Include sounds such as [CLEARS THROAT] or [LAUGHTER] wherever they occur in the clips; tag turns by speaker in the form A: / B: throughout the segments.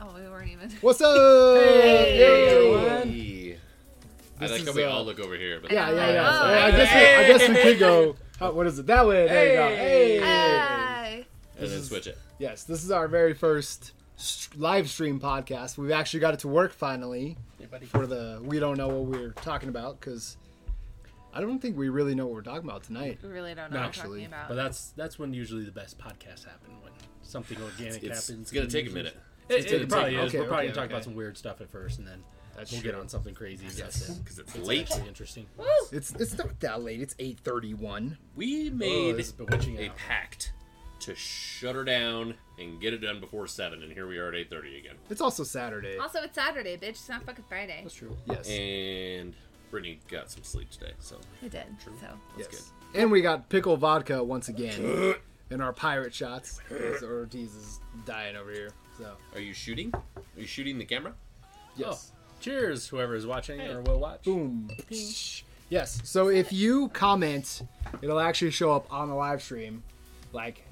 A: Oh, we weren't even. [LAUGHS]
B: What's up?
C: Hey,
B: everyone?
C: Hey. I
B: This
C: like how
B: is,
C: we
B: uh,
C: all look over here. But
B: Yeah, yeah, yeah.
A: Oh,
B: Well, I guess we, I guess we could
C: [LAUGHS]
B: go. How, what is it? That way. There you go.
C: Hey. Ah.
B: Hey.
A: Hi.
C: And then
B: is-
C: switch it.
B: Yes, this is our very first st- live stream podcast. We've actually got it to work finally for the we don't know what we're talking about because I don't think we really know what we're talking about tonight.
A: We really don't know what we're
B: Actually,
A: talking about.
D: But that's that's when usually the best podcasts happen when something organic
C: It's,
D: happens.
C: it's gonna
D: and
C: take a
D: usually-
C: minute.
D: It, it
C: gonna
D: probably
C: take-
D: is.
B: okay,
D: We're probably
B: okay,
D: gonna talk about
B: okay.
D: some weird stuff at first, and then
B: That's
D: we'll
B: true.
D: get on something crazy. That's it.
C: Because it's late.
D: Actually interesting.
B: It's it's not that late. It's eight thirty one.
C: We
D: Oh,
C: made
D: this is bewitching.
C: a
D: now.
C: pact to shut her down and get it done before seven, and here we are at eight thirty again.
B: It's also Saturday.
A: also, it's Saturday, bitch. It's not fucking Friday.
D: That's true.
B: Yes.
C: And Brittany got some sleep today, so
A: It did. So
B: yes.
C: good.
B: And we got pickle vodka once [CLEARS THROAT] again in our pirate shots. 'cause Ortiz is dying over here. So
C: are you shooting? Are you shooting the camera?
B: yes.
D: Oh, cheers, whoever is watching or will watch.
B: Boom. Yes. So if you comment, it'll actually show up on the live stream. Like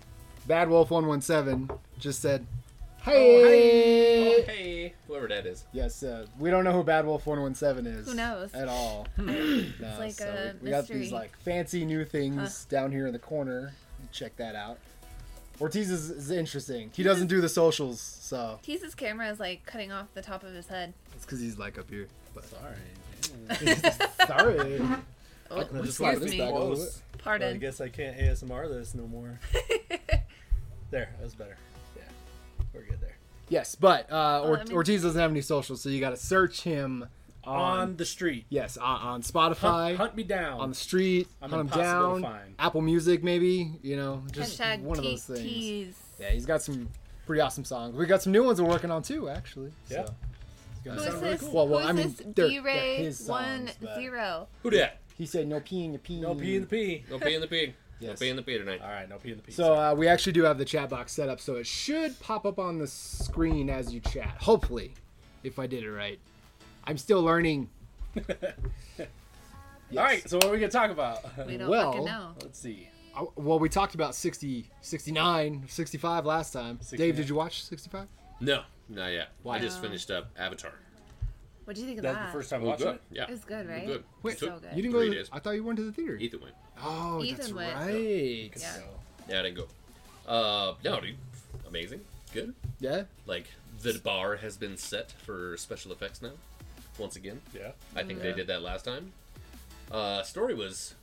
B: Bad Wolf 117 just said, Oh, "Hey."
C: Oh, hey, whoever that is.
B: Yes, uh, we don't know who Bad Wolf 117 is.
A: Who knows?
B: At
A: [LAUGHS]
B: all. No,
A: like
B: so
A: a
B: we, we got these
A: mystery.
B: like fancy new things down here in the corner. Check that out. Ortiz is, is interesting. He doesn't do the socials, so
A: Tease's camera is like cutting off the top of his
B: [LAUGHS]
A: head.
B: it's because he's like up
A: [LAUGHS]
B: here. But
D: Sorry.
B: sorry.
A: Oh,
E: I'm just slide
A: excuse
E: this
A: me.
E: back a little
B: Close.
E: bit. I
A: Pardon.
E: guess I can't ASMR this no more.
A: [LAUGHS]
E: there, that was better. Yeah, we're good there.
B: Yes, but uh,
A: Well,
B: or-
A: I mean-
B: Ortiz doesn't have any socials, so you got to search him on,
D: On the street.
B: yes on, on
D: Hunt,
B: Spotify,
D: hunt me down.
B: on the street,
D: I'm
B: hunt him
D: impossible
B: down,
D: to find.
B: Apple Music maybe, you know, just
A: Hashtag
B: one of
A: te-
B: those things.
A: tease.
B: Yeah, he's got some pretty awesome songs. We got some new ones we're working on too, actually.
E: Yeah.
B: So.
A: Who
B: sound
A: is
B: really
A: this?
B: cool. Well, well,
A: Who
B: I
A: is
B: mean,
A: this?
B: they're-
A: D Ray
B: they're his
A: one
B: songs, but-
A: zero.
C: Who that?
B: He said no peeing, you peeing.
E: No P in the P.
C: No pee in the pee.
B: Yes.
C: No pee in the pee tonight.
D: All right, no pee in the pee.
B: So uh, we actually do have the chat box set up, so it should pop up on the screen as you chat. Hopefully, if I did it right. I'm still learning.
D: All right, so what are we gonna talk about? [LAUGHS]
A: We don't
B: Well,
A: fucking know.
D: Let's see.
B: I- Uh, well, we talked about 60, 69, 65 last time. Dave,
D: 69.
B: did you watch 65?
C: No, not yet. I
B: Why?
C: just finished up Avatar.
A: What do you think of
D: That's
A: that?
D: the first time
C: Oh,
D: watching
C: good.
D: it.
C: Yeah.
A: It was good, right?
C: Good.
B: Wait,
C: Took-
A: so good.
B: You didn't go to
C: Three
B: the,
C: days.
B: I thought you went to the theater.
C: Ethan went.
B: Oh,
A: Ethan
B: that's
A: went.
B: right.
A: Yeah.
C: Yeah, I didn't go. Uh, no, dude. Amazing. Good.
B: Yeah?
C: Like, the bar has been set for special effects now. Once again.
D: Yeah.
C: I think they did that last time. Uh, story was.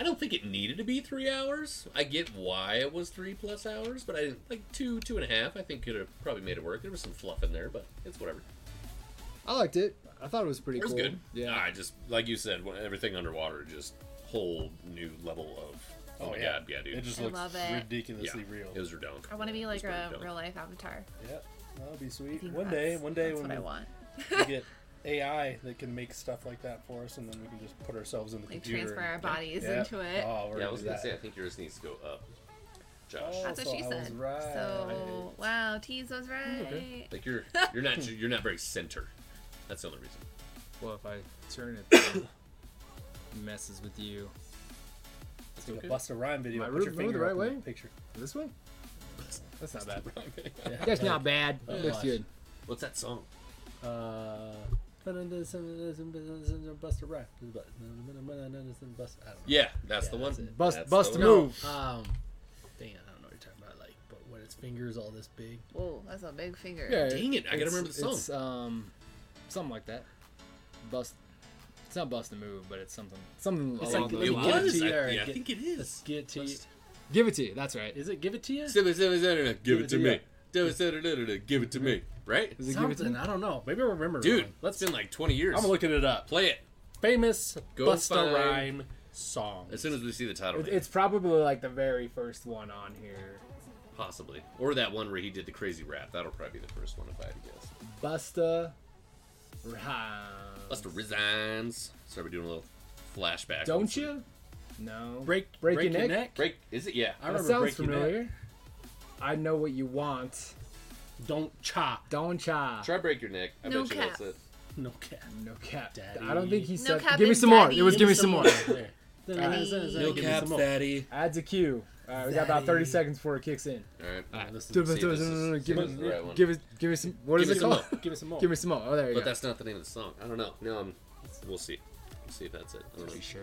C: I don't think it needed to be three hours. I get why it was three plus hours, but I didn't like two, two and a half. I think could have probably made it work. There was some fluff in there, but it's whatever.
B: I liked it. I thought it was pretty
C: It was
B: cool.
C: good.
B: Yeah.
C: I just like you said, when everything underwater just whole new level of. Oh, my god, yeah, dude.
D: It just
A: I
D: looks
A: love it.
C: yeah,
D: ridiculously real.
C: It was redonk.
A: I want to be like a
C: real.
A: real life avatar.
E: Yeah, that'll be
A: I
E: sweet.
A: think
E: One
A: that's-
E: day, one day
A: that's
E: when
A: what I
E: we
A: want.
E: get AI that can make stuff like that for us, and then we can just put ourselves in the
A: Like
E: computer.
A: transfer
E: and-
A: our bodies
E: Yeah.
A: into it.
E: Oh,
C: Yeah,
E: we're
C: I
E: gonna
C: was
E: do
C: gonna
E: that.
C: say I think yours needs to go up, Josh.
E: Oh.
A: That's what she
E: so I was
A: said.
E: right.
A: So wow, Tease was right.
C: Like you're you're not you're not very center. That's the only reason.
B: Well, if I turn [COUGHS] it, then it messes with you.
E: It's like
C: [LAUGHS]
E: a Busta Rhyme video.
B: Am I
E: Put your
B: moving the
E: finger
B: right
E: up in
B: way?
E: that Picture.
B: This way? That's not bad.
C: Okay.
B: That's not bad. It looks
D: gosh.
B: Oh, good.
C: [LAUGHS] What's that song?
D: Uh,
E: [LAUGHS]
D: Buster Rhyme. Buster. I don't know.
C: Yeah, that's the
D: Yeah,
C: one.
D: that's it.
B: Bust,
C: That's
B: bust a
C: the one.
B: move.
D: Um, dang, it, I don't know what you're talking about. Like, but when its fingers all this big.
A: Whoa, that's a big finger.
B: Yeah,
C: Dang it, I gotta
B: it's-
C: remember the
B: It's,
C: song.
B: um, something like that. Bust. It's not bust a move, but it's something. Something
D: It's
B: along
D: like-
B: those
C: It
D: Give
B: lines.
D: it
C: was.
D: to
C: I,
D: you, or
C: yeah, I
D: get-
C: think it is.
D: Give it to you.
B: Give it to you. That's right.
D: Is it give it to you?
C: Give it to me.
D: me.
C: Give it to me. Right?
B: Is it give it to
D: Something.
B: me?
D: I don't know. Maybe I remember.
C: Dude,
D: wrong.
C: that's been like 20 years.
D: I'm looking it up.
C: Play it
D: Famous
C: Go find-
D: Busta Rhyme song.
C: as soon as we see the title.
B: It- It's probably like the very first one on here.
C: Possibly. Or that one where he did the crazy rap. That'll probably be the first one if I had to guess.
B: Busta. Rhymes.
C: Buster resigns. Sorry, we're doing a little flashback.
B: Don't you? No.
D: break
B: break,
D: break
B: your neck.
C: Break. Is it? Yeah.
D: I
B: That
D: remember
B: sounds
D: breaking
B: familiar.
D: Neck.
B: I know what you want.
D: Don't cha.
B: Don't cha.
C: Try break your neck. I
A: No
C: bet you
A: cap.
C: that's it.
D: No cap.
B: No cap.
D: Daddy.
B: I don't think he said.
A: cap
B: give me
A: and
B: some more.
A: daddy.
B: It was give me some more.
D: There. There, there, there, there, there,
A: No
D: give me some more.
C: fatty.
B: Adds a cue. All right, we got about 30 seconds before it kicks in.
C: All right.
D: Oh, this is-
B: Give
C: See if this
B: me, give
C: is- see if this is the right
B: me,
C: one.
B: give me, give me some. What
C: Give
B: is
C: me
B: it
C: some
B: called?
C: more.
D: give us some
B: [LAUGHS]
D: more.
B: Give me some more. Oh, there you
C: But
B: go.
C: that's not the name of the song. I don't know. No, I'm. We'll see. We'll see if that's it. I don't know.
F: Are you sure?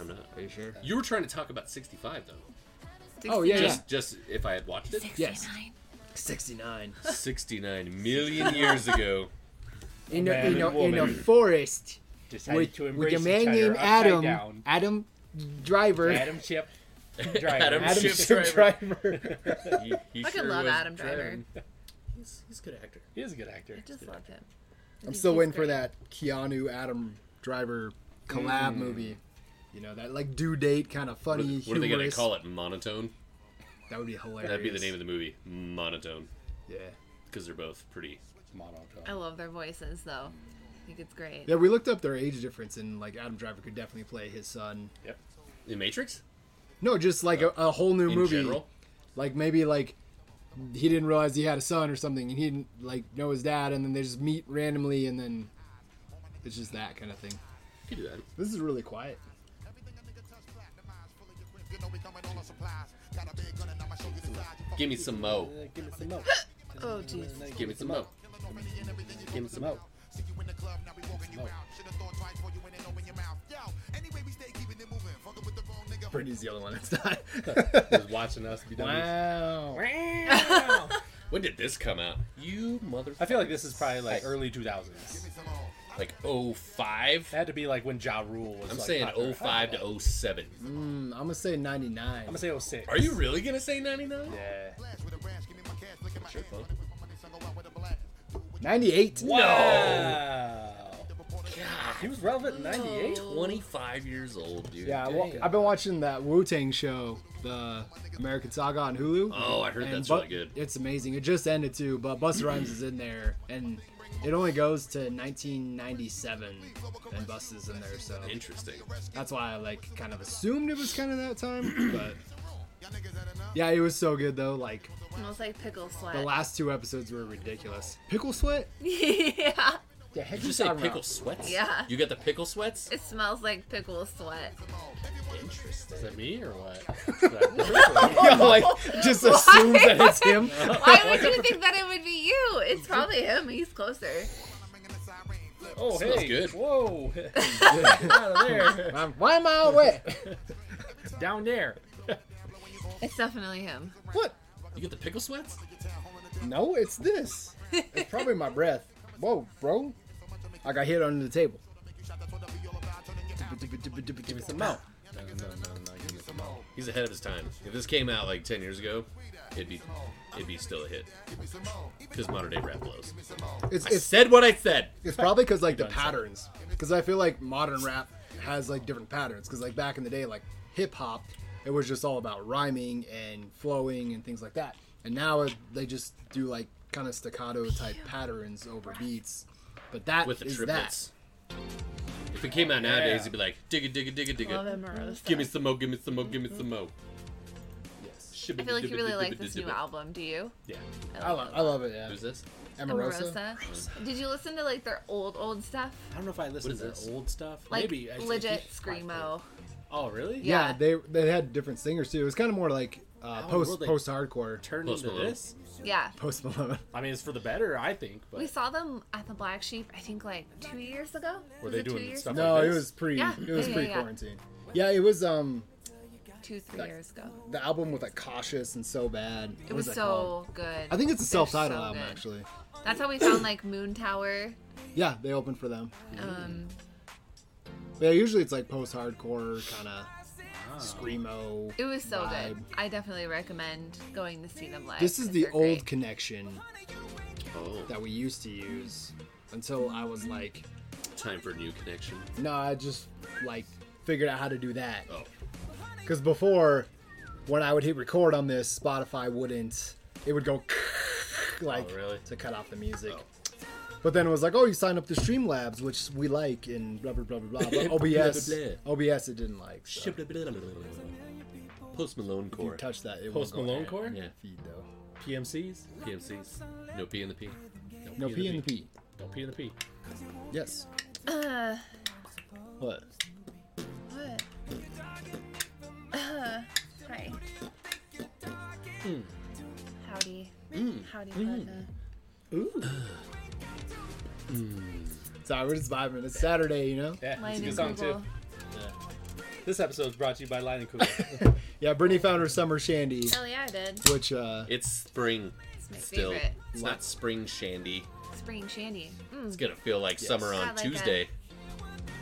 C: I'm not.
F: Are you sure?
C: You were trying to talk about 65 though.
B: Oh, yeah, yeah.
C: Just, just if I had watched it,
B: Yes.
F: 69.
C: Oh, 69 million years ago.
B: In a,
E: man
B: in, a,
E: and
B: in a
E: woman.
B: forest
E: Decided
B: with,
E: to
B: with
E: embrace
B: a man
E: each other
B: named
E: upside
B: Adam,
E: down.
B: Adam Driver.
E: Adam Chip. Driver.
C: Adam
B: Adam
C: Chip
B: Schiff
C: Driver.
B: Driver.
C: He, he
A: I could
C: sure
A: love
C: was
A: Adam Driver.
C: driving. He's, he's a good actor.
E: He is a good actor.
A: I just love him.
B: I'm still waiting for
A: great.
B: that Keanu Adam Driver collab movie. You know that like due date kind of
C: Mm. What, are-
B: funny.
C: what are they going
B: humorous.
C: to call it? Monotone?
B: That would be hilarious.
C: That'd be the name of the movie. Monotone.
B: Yeah.
C: Because they're both pretty.
A: I love their voices though. I think it's great.
B: Yeah, we looked up their age difference, and like Adam Driver could definitely play his son.
C: The Matrix?
B: No, just like a, a whole new
C: Uh, In
B: movie.
C: general?
B: Like maybe like he didn't realize he had a son or something, and he didn't like know his dad, and then they just meet randomly, and then it's just that kind of thing.
C: You could do that.
B: This is really quiet.
C: Give me some Mo.
D: Uh, give me some more.
A: Oh jeez.
C: Give me some Mo. Give me some Mo.
B: Brittany's the only one that's not. [LAUGHS]
E: Just watching us be done.
B: wow.
C: When did this come out? You mother.
E: I feel like this is probably like
C: Hey.
E: early 2000s.
C: Like 05?
E: That had to be like when Ja Rule was.
C: I'm
E: like,
C: saying
E: popular.
C: 05
E: I'm
C: to 07.
B: Mm, I'm gonna say 99.
E: gonna say 06.
C: Are you really going to say 99?
E: Yeah.
B: 98.
E: Wow. He was relevant in '98.
C: 25 years old, dude.
B: Yeah, well, I've been watching that Wu Tang show, the American Saga on Hulu.
C: Oh, I heard
B: And
C: that's
B: Bu-
C: really good.
B: It's amazing. It just ended too, but Busta Rhymes is in there, and it only goes to 1997, and Busta's in there, so
C: Interesting.
B: that's why I like kind of assumed it was kind of that
C: [CLEARS THROAT]
B: time. But yeah, it was so good though. Like
A: Smells like pickle
B: the
A: sweat.
B: last two episodes were ridiculous. Pickle sweat?
A: [LAUGHS] yeah.
B: The heck
C: Did you say
B: [LAUGHS]
C: pickle sweats?
A: Yeah.
C: You got the pickle sweats?
A: It smells like pickle sweat.
C: Interesting.
D: Is [LAUGHS] that me or
E: [LAUGHS]
D: what?
C: [LAUGHS]
B: Yeah, like just assumes that it's him.
A: Why would you think that it would be you? It's probably him. He's closer.
E: Oh,
C: Smells
E: hey.
C: good. [LAUGHS]
E: Whoa. Get out of there. [LAUGHS]
B: Um, Why am I all wet?
E: Down there.
A: It's definitely him.
B: What?
C: You got the pickle sweats?
B: No, it's this. It's probably my breath. Whoa, bro. I got hit under the table.
E: Give me some milk.
D: No, no, no, no, give me some more.
C: He's ahead of his time. If this came out like 10 years ago, it'd be it'd be still a hit. Because modern day rap blows.
B: It's
C: I
B: it's,
C: said what I said.
B: it's probably because like the patterns, because I feel like modern rap has like different patterns. Because like back in the day, like hip hop, it was just all about rhyming and flowing and things like that. And now it, they just do like kind of staccato type patterns over beats. But that
C: With the
B: is
C: triplets. If it came out nowadays, it'd be like digga digga digga
A: Love
C: digga.
A: him, Morose.
C: Give me some mo, give me some mo, give me some mo.
A: I feel like you really like this new album. Do you?
C: Yeah.
B: that. I love, I love it. Yeah,
C: Who's this?
B: Amorosa.
A: Amorosa. Did you listen to like their old old stuff?
D: I don't know if I listen
C: is
D: to
C: this?
D: their old stuff.
A: Like
D: Maybe I- I
A: legit
D: think-
A: screamo.
D: Oh, really?
B: Yeah,
A: Yeah. Oh,
B: they they had different singers too. It was kind of more like uh,
D: How in the
B: post
D: world they-
B: post hardcore.
D: Turned
C: Post
D: into
C: Malone.
D: this.
A: Yeah.
B: Post [LAUGHS] Malone.
D: I mean, it's for the better, I think. But
A: We saw them at the Black Sheep. I think like two years ago.
D: Were
A: Was
D: they
A: it two
D: doing
A: years
D: stuff
A: ago?
B: No,
D: like
B: it
D: this?
B: was pre.
A: Yeah,
B: It was
A: yeah, yeah,
B: pre
A: yeah.
B: quarantine. Yeah. it was um
A: two three years ago?
B: the album with like cautious and so bad.
A: It was so good.
B: I think it's a
A: They're
B: self-titled
A: so
B: album
A: good.
B: actually.
A: That's how we found like Moon Tower.
B: Yeah, they opened for them.
A: Um,
B: Yeah, usually it's like post-hardcore kind of screamo.
A: Oh. it was so good.
B: vibe.
A: I definitely recommend going to see them live.
B: This is
A: 'cause
B: the
A: they're
B: old
A: great.
B: connection
C: Oh,
B: that we used to use until I was like,
C: time for a new connection.
B: no, I just like figured out how to do that.
C: Oh,
B: Because before, when I would hit record on this, Spotify wouldn't. It would go [LAUGHS] like
C: Oh, really?
B: to cut off the music.
C: Oh.
B: But then it was like, oh, you signed up to Streamlabs, which we like, and blah blah blah blah [LAUGHS] blah. But OBS,
C: Blah, blah,
B: OBS, it didn't like. So.
C: Post Malone
B: If you
C: core.
B: touch that, it won't
E: Post
B: go
E: Malone
B: ahead.
E: core?
C: Yeah.
B: Feed though.
E: PMCs.
C: PMCs. No P in the P.
B: No P in the P.
E: Don't pee in the pee.
B: Yes.
A: Uh,
B: What?
A: what? [LAUGHS] hi. Howdy. Howdy, partner.
B: Sorry, we're just vibing. It's Saturday, you know.
E: Yeah,
A: Line
E: it's a good
A: and
E: song
A: Google.
E: too. This episode is brought to you by Lion and Kugel.
B: Yeah, Brittany found her summer shandy,
A: Hell yeah, I did.
B: which uh,
C: It's spring.
A: It's my
C: Still,
A: favorite.
C: it's not spring shandy.
A: Spring Shandy. Mm,
C: It's gonna feel like summer
A: I
C: on
A: like that.
C: Tuesday,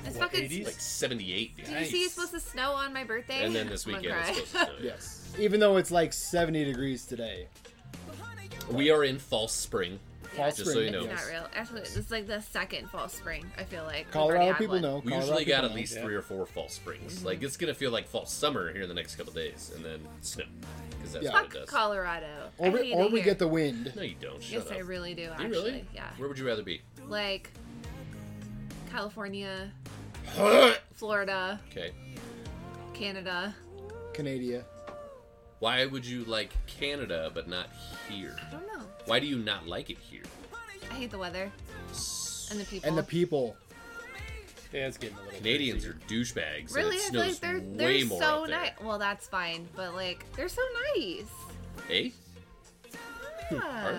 A: it's
E: What,
A: fucking.
E: 80s?
C: like 78.
A: Did you see
E: Nice.
A: it's supposed to snow on my birthday?
C: And then this
A: I'm gonna
C: weekend, it's
A: cry. [LAUGHS]
C: supposed to snow.
B: yes, even though it's like 70 degrees today,
C: We are in false spring.
B: Fall
C: Just so
B: spring,
C: you know.
A: It's
B: yes.
A: not real. Actually, it's like the second false spring. I feel like We've already
B: Colorado
A: had
B: people
A: one.
B: know.
C: We
B: Colorado
C: usually
B: people
C: got at
B: know.
C: least
E: yeah.
C: three or four false springs. Like it's gonna feel like false summer here in the next couple days, and then snow because that's
B: Yeah.
C: what it
A: Fuck
C: does.
A: Colorado.
B: Or
A: I
B: we,
A: hate
B: or
A: it
B: we
A: here.
B: get the wind.
C: No, you don't. Shut
A: Yes,
C: up.
A: I really do.
C: Do you
A: Actually,
C: really?
A: yeah.
C: Where would you rather be?
A: Like California, Florida,
C: Okay.
A: Canada.
B: Canada.
C: Why would you like Canada but not here?
A: I don't know.
C: Why do you not like it here?
A: I hate the weather and the people.
B: And the people.
E: yeah, it's getting a little.
C: Canadians are
E: crazy.
C: douchebags.
A: Really,
C: and it
A: I feel
C: snows
A: like they're
C: way
A: they're
C: more
A: so
C: up there.
A: nice. Well, that's fine, but like they're so nice.
C: Eh?
A: Yeah.
C: Are they?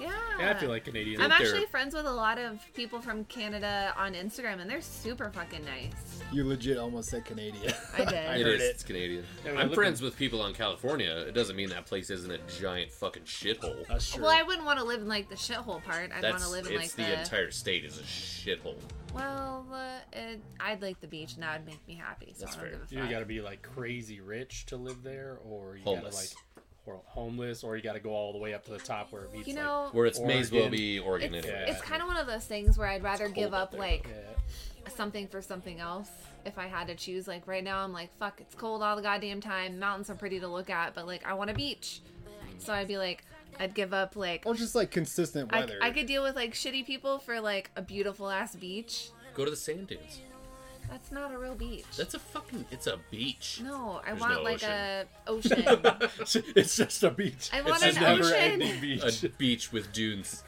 A: Yeah.
E: Yeah, I feel like Canadians.
A: I'm
C: they're-
A: actually friends with a lot of people from Canada on Instagram, and they're super fucking
C: [LAUGHS]
A: nice.
B: You legit almost said Canada.
A: I did.
C: It
E: heard
C: is.
E: it.
C: It's Canadian.
E: Yeah, we're
C: I'm
E: looking-
C: friends with people on California. It doesn't mean that place isn't a giant fucking shithole.
B: That's true.
A: well, I wouldn't want to live in like the shithole part. I'd want
C: That's
A: to live in like
C: it's the, entire state is a shithole.
A: Well, uh, it, I'd like the beach, and that would make me happy. So
C: That's
A: I don't
C: fair.
A: give a
E: You
A: fuck.
E: gotta be like crazy rich to live there, or you
C: Homeless.
E: gotta like or homeless, or you gotta go all the way up to the top where it meets.
A: You know,
C: Where it's may as well
E: Oregon.
C: be Oregon.
A: it's,
C: anyway.
A: it's kind of one of those things where I'd rather give
C: cold out
A: up
C: there.
A: like
E: like, yeah, [LAUGHS]
A: something for something else if I had to choose. Like right now, I'm like, fuck, it's cold all the goddamn time. Mountains are pretty to look at, but like I want a beach. So I'd be like, I'd give up like
B: [LAUGHS] or just like consistent
A: I,
B: weather.
A: I could deal with like shitty people for like a beautiful ass beach.
C: Go to the sand dunes.
A: That's not a real beach.
C: That's a fucking. It's a beach.
A: no, I
C: There's
A: want
C: no
A: like
C: ocean.
A: a ocean.
C: [LAUGHS]
E: it's just a beach.
A: I want
E: it's
A: an
E: a never
A: ocean.
E: ending beach. [LAUGHS]
C: A beach with dunes.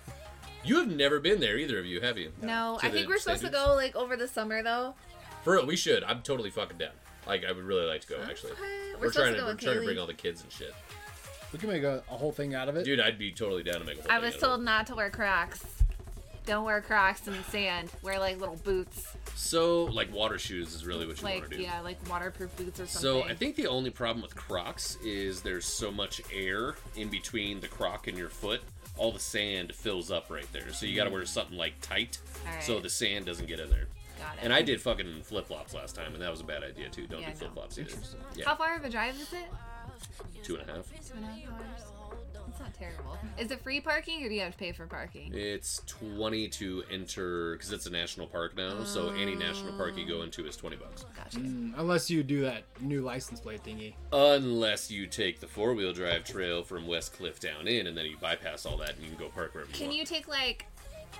C: You have never been there either of you, have you?
A: no,
C: To
A: I
C: the
A: think we're supposed to
C: sand dunes?
A: go like over the summer though.
C: For real, we should. I'm totally fucking down. Like, I would really like to go. Actually,
A: Okay, we're
C: we're
A: supposed
C: trying
A: to
C: to
A: go
C: we're
A: with
C: trying to
A: Kaylee.
C: bring all the kids and shit.
B: we can make a, a whole thing out of it.
C: Dude, I'd be totally down to make a whole
A: I
C: thing
A: was
C: out of
A: told not to wear Crocs. Don't wear Crocs in the sand. Wear like little boots,
C: it. So, like, water shoes is really what you
A: like
C: want to do.
A: yeah, like waterproof boots or something.
C: So I think the only problem with Crocs is there's so much air in between the Croc and your foot, all the sand fills up right there. So you got to wear something like tight,
A: Alright.
C: so the sand doesn't get in there.
A: Got it.
C: And I did fucking flip flops last time, and that was a bad idea too. Don't
A: Yeah,
C: do
A: no.
C: flip flops either.
A: How
C: Yeah,
A: far of a drive is it?
C: two and a half.
A: Two and a half hours. It's not terrible. Is it free parking or do you have to pay for parking?
C: It's twenty to enter because it's a national park now. So any national park you
A: Oh.
C: go into is twenty bucks,
A: Gotcha.
B: Mm, Unless you do that new license plate thingy.
C: unless you take the four wheel drive trail from West Cliff down in, and then you bypass all that and you can go park wherever you
A: Can
C: want.
A: you take like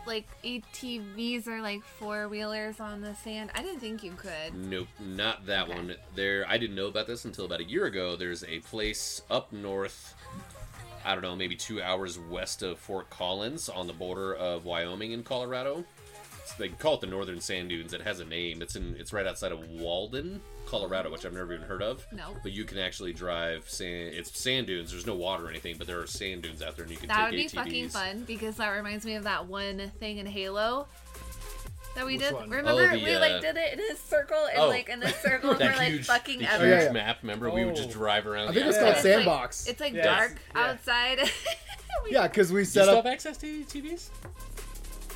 A: like ATVs or like four wheelers on the sand? I didn't think you could.
C: Nope, not that one. There, I didn't know about this until about a year ago. There's a place up north, I don't know, maybe two hours west of Fort Collins on the border of Wyoming and Colorado. It's- they call it the Northern Sand Dunes. It has a name. It's in. It's right outside of Walden, Colorado, which I've never even heard of.
A: No.
C: But you can actually drive sand. It's sand dunes. There's no water or anything, but there are sand dunes out there, and you can
A: That would
C: take E
A: be
C: ATVs.
A: fucking fun because that reminds me of that one thing in Halo that we
B: Which
A: did.
B: one?
A: Remember
C: Oh, the,
A: we
C: uh,
A: like did it in this circle and
C: Oh.
A: like in this circle
C: [LAUGHS]
A: for
C: That
A: like
C: huge,
A: fucking
C: the
A: ever.
B: Oh, Yeah,
C: huge
B: yeah.
C: map. Remember, we would just
E: Oh.
C: drive around.
B: I think
C: the
B: it's
C: outside.
B: called
A: It's like-
B: Sandbox.
A: It's like
E: Yeah.
A: dark
E: Yeah.
A: outside. [LAUGHS] We-
B: yeah, because we
C: Do you
B: set
C: still
B: up.
C: have access to ATVs?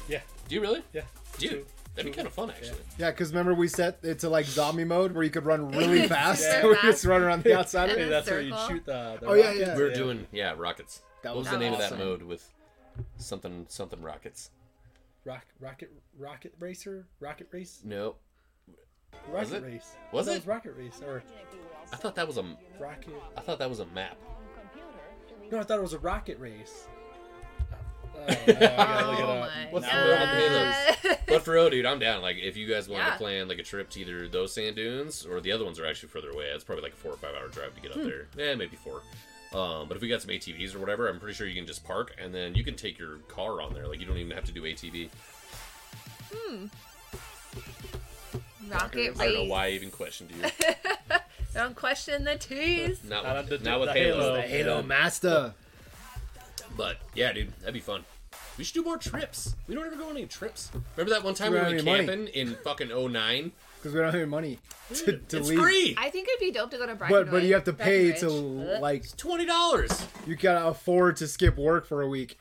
E: yeah,
C: Do you really?
E: yeah.
C: Dude,
E: Two-
C: that'd be
E: two-
C: kind of fun, actually.
B: Yeah, because remember we set it to like zombie mode where you
A: [LAUGHS]
B: could run really fast.
A: Yeah.
B: [LAUGHS] we just run around the outside of
A: And
B: it.
E: Hey,
A: then-
E: that's where you
A: circle.
E: shoot the. the
B: Oh, yeah,
E: rockets,
B: yeah.
C: We were doing, yeah, rockets.
B: That
C: what was,
B: was
C: the name of that
B: awesome.
C: mode with something, something rockets?
E: rock, rocket, rocket racer, rocket race,
C: No,
E: rocket
C: it?
E: race.
C: Was
E: No,
C: it?
E: was rocket race or
C: I thought that was a,
E: rocket?
C: I thought that was a map.
E: No, I thought it was a rocket
C: [LAUGHS]
E: race. Oh,
C: uh,
A: Oh my
E: What's
C: Now we're on
A: god.
C: [LAUGHS]
A: [LAUGHS]
C: But for real, dude, I'm down. Like, if you guys want
A: Yeah.
C: to plan like a trip to either those sand dunes or the other ones are actually further away, it's probably like a four or five hour drive to get up there. Yeah, maybe four. Um, but if we got some ATVs or whatever, I'm pretty sure you can just park and then you can take your car on there. Like, you don't even have to do ATV.
A: Rocket
C: I don't know
A: race.
C: why I even questioned you.
A: Don't question the
C: [LAUGHS]
A: tease.
C: Not
E: Not
C: with,
E: under
C: not with
E: the
C: Halo.
E: Halo.
B: Halo Master.
C: But yeah, dude, that'd be fun. We should do more trips. We don't ever go on any trips. Remember that one time
B: We
C: we
B: don't
C: went
B: have any money.
C: camping in fucking 09?
B: Because we don't have any money to, to
C: it's
B: leave.
C: free.
A: I think it'd be dope to go to Brighton.
B: But but you have to pay to like
C: Twenty dollars.
B: you gotta afford to skip work for a week.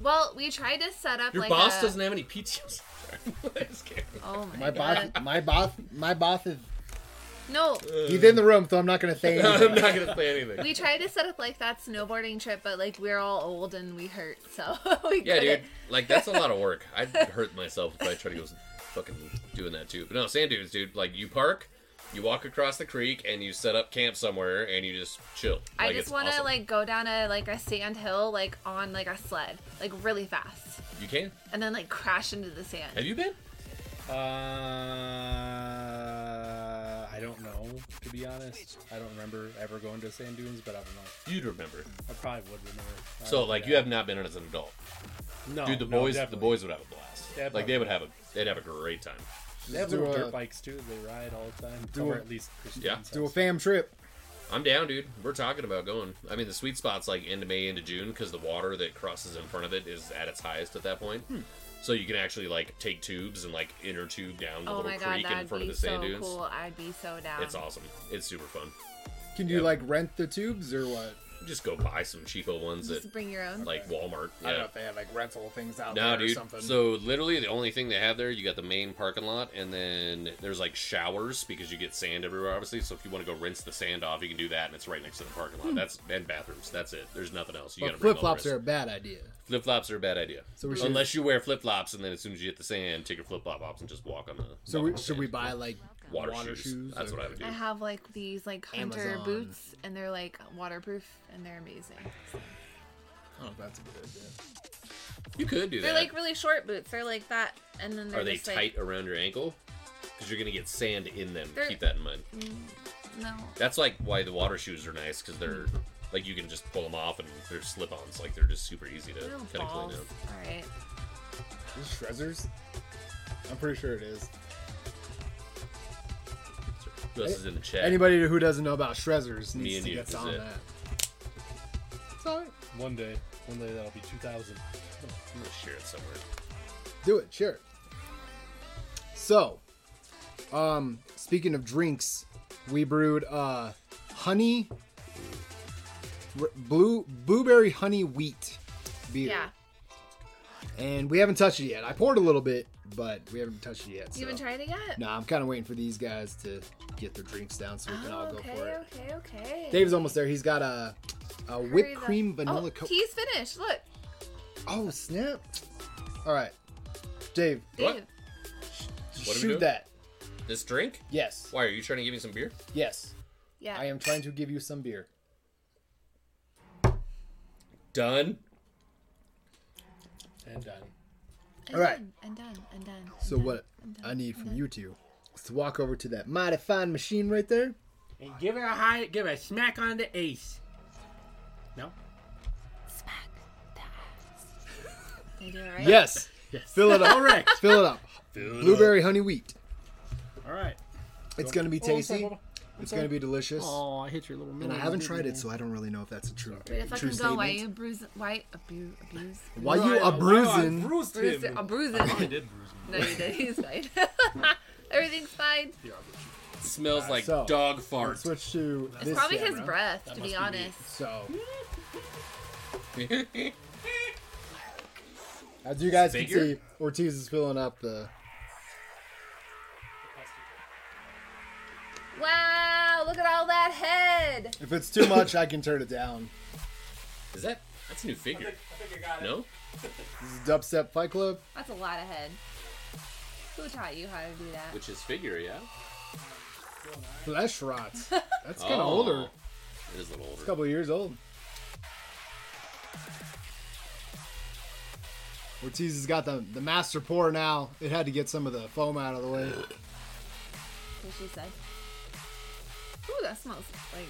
A: Well, we tried to set up
C: Your
A: like
C: boss
A: a-
C: doesn't have any PTO. [LAUGHS] Sorry. I'm scared.
A: Oh my,
B: My [LAUGHS] boss,
A: god.
B: my boss, my boss is
A: [LAUGHS] No,
B: he's in the room, so I'm not gonna say [LAUGHS] anything.
C: [LAUGHS] I'm not gonna say anything.
A: we tried to set up like that snowboarding trip, but like we're all old and we hurt, so [LAUGHS] we
C: Yeah, dude.
A: couldn't.
C: Like that's a lot of work. I'd hurt myself if I tried to go fucking doing that too. But no, sand dunes, dude. Like you park, you walk across the creek, and you set up camp somewhere, and you just chill.
A: I
C: Like,
A: just
C: it's
A: want to
C: awesome.
A: like go down a like a sand hill like on like a sled like really fast
C: You can.
A: and then like crash into the sand.
C: Have you been?
E: Uh, I don't know, to be honest. I don't remember ever going to sand dunes, but I don't know.
C: You'd remember.
B: Uh,
E: I probably would remember. I
C: So
E: don't
C: like
E: know.
C: you have not been as an adult.
E: no,
C: Dude, the
E: Oh, no,
C: boys, the
E: definitely.
C: boys would have a blast.
E: Definitely.
C: Like they would have a, they'd have a great time.
E: They have
B: Do
E: little
B: a-
E: dirt bikes too. They ride all the time.
B: Do
E: or
B: a-
E: at least Christine's
C: Yeah.
E: house.
B: Do a fam trip.
C: I'm down, dude. We're talking about going. I mean, the sweet spot's like end of May into June because the water that crosses in front of it is at its highest at that point.
E: Hmm.
C: So you can actually like take tubes and like inner tube down the
A: Oh
C: little
A: my god,
C: creek in
A: that'd
C: front of
A: be
C: the sand
A: so
C: dunes.
A: cool. I'd be so down.
C: It's awesome. It's super fun.
B: Can you
C: Yeah.
B: like rent the tubes or what?
C: Just go buy some cheapo ones at
A: Just bring your own.
C: like Walmart.
B: I don't know
C: Yeah.
B: if they have like rental things out
C: No,
B: there or
C: dude.
B: something.
C: So literally the only thing they have there, you got the main parking lot, and then there's like showers because you get sand everywhere, obviously. So if you want to go rinse the sand off, you can do that, and it's right next to the parking
B: Hmm.
C: lot. That's and bathrooms. That's it. There's nothing else. You got
B: but
C: to bring
B: flip
C: all
B: flops
C: the
B: are
C: rest.
B: a bad idea.
C: Flip flops are a bad idea.
B: So we should-
C: Unless you wear flip flops, and then as soon as you hit the sand, take your flip flop off and just walk on the.
B: So
C: walk on
B: we,
C: the
B: should we
C: sand.
B: buy like
C: water,
B: water,
C: shoes?
B: shoes?
C: That's what I would do.
A: I have like these like hunter
B: Amazon.
A: boots and they're like waterproof and they're amazing.
B: I don't know if Oh, that's a good idea.
C: You could do
A: They're
C: that.
A: like really short boots. They're like that and then they're
C: are they
A: just, like-
C: tight around your ankle? Because you're gonna get sand in them.
A: They're-
C: Keep that in mind.
A: mm, no.
C: That's like why the water shoes are nice because they're like you can just pull them off and they're slip-ons. Like they're just super easy to
A: No
C: kind of clean
A: balls.
C: up.
A: All right.
B: Is it Shrezzers? I'm pretty sure it is.
C: Who else is in the chat?
B: Anybody who doesn't know about Shrezzers
C: Me
B: needs
C: and
B: to
C: you,
B: get
C: that's
B: on
C: it.
B: that.
E: One day, one day that'll be 2000.
C: I'm gonna share it somewhere.
B: Do it, sure. So, um, speaking of drinks, we brewed uh, honey, r- blue blueberry honey wheat beer,
A: Yeah.
B: and we haven't touched it yet. I poured a little bit, but we haven't touched it yet.
A: You haven't
B: so-
A: tried it yet?
B: No, I'm kind of waiting for these guys to get their drinks down so we can all
A: Oh,
B: go
A: okay,
B: for it.
A: okay, okay.
B: Dave's almost there. He's got a, a whipped
A: Hurry the-
B: cream vanilla
A: oh,
B: coke.
A: He's finished. Look.
B: Oh snap! All right, Dave,
C: What?
A: Dave.
C: What are we
B: shoot
C: doing?
B: that.
C: This drink?
B: Yes.
C: Why are you trying to give me some beer?
B: Yes.
A: Yeah.
B: I am trying to give you some beer.
C: Done.
E: And done.
A: And
B: All right.
A: done, And done. And done. and
B: So
A: done,
B: what
A: and done,
B: I need
A: and
B: from
A: done.
B: you two is to walk over to that mighty fine machine right there.
D: And give it a high, give it a smack on the ace. No.
A: Smack the ass. They do it right.
B: Yes.
D: Yes.
B: Fill it up.
D: [LAUGHS] Correct.
B: Fill it up. [LAUGHS] Blueberry honey wheat.
D: All right.
B: It's gonna be
D: Oh, I'm sorry,
B: tasty.
D: Bubba.
B: It's gonna be delicious.
D: Oh, I hit your little.
B: And I haven't tried it, so I don't really know if that's a true,
A: But if I
B: true
A: can go, why
B: statement.
A: you bruise? Why abuse? Abuse?
B: Why you a
E: Oh,
B: bruising?
A: Bruise it? A bruising?
E: did bruise him.
A: No, you did. He's fine. [LAUGHS] Everything's fine.
C: Smells like
B: so-
C: dog fart.
B: Switch to
A: It's
B: this
A: probably his
B: camera.
A: breath,
D: That
A: to
D: must
A: be
D: be
A: honest.
B: So
C: Dude,
B: as you guys can
C: Bigger?
B: see, Ortiz is filling up the.
A: Wow! Look at all that head.
B: If it's too much, I can turn it down.
C: Is that? That's a new figure. No.
B: This is Dubstep Fight Club.
A: That's a lot of head. Who taught you how to do that?
C: Which is figure, yeah.
B: Flesh rot. That's kind of
C: Oh.
B: older.
C: It is a little older.
B: A couple of years old. Ortiz has got the, the master pour now. It had to get some of the foam out of the way.
A: What she said. Ooh, that smells like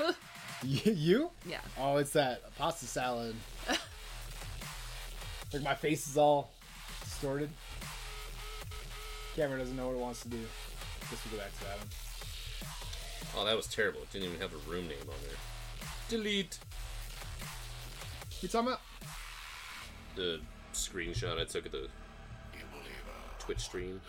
A: onion.
B: You- you?
A: yeah.
B: Oh, it's that pasta salad. like my face is all distorted. Camera doesn't know what it wants to do. Guess we'll go back to that one.
C: Oh, that was terrible. It didn't even have a room name on there. Delete
B: You talking about?
C: the screenshot I took at the Twitch stream.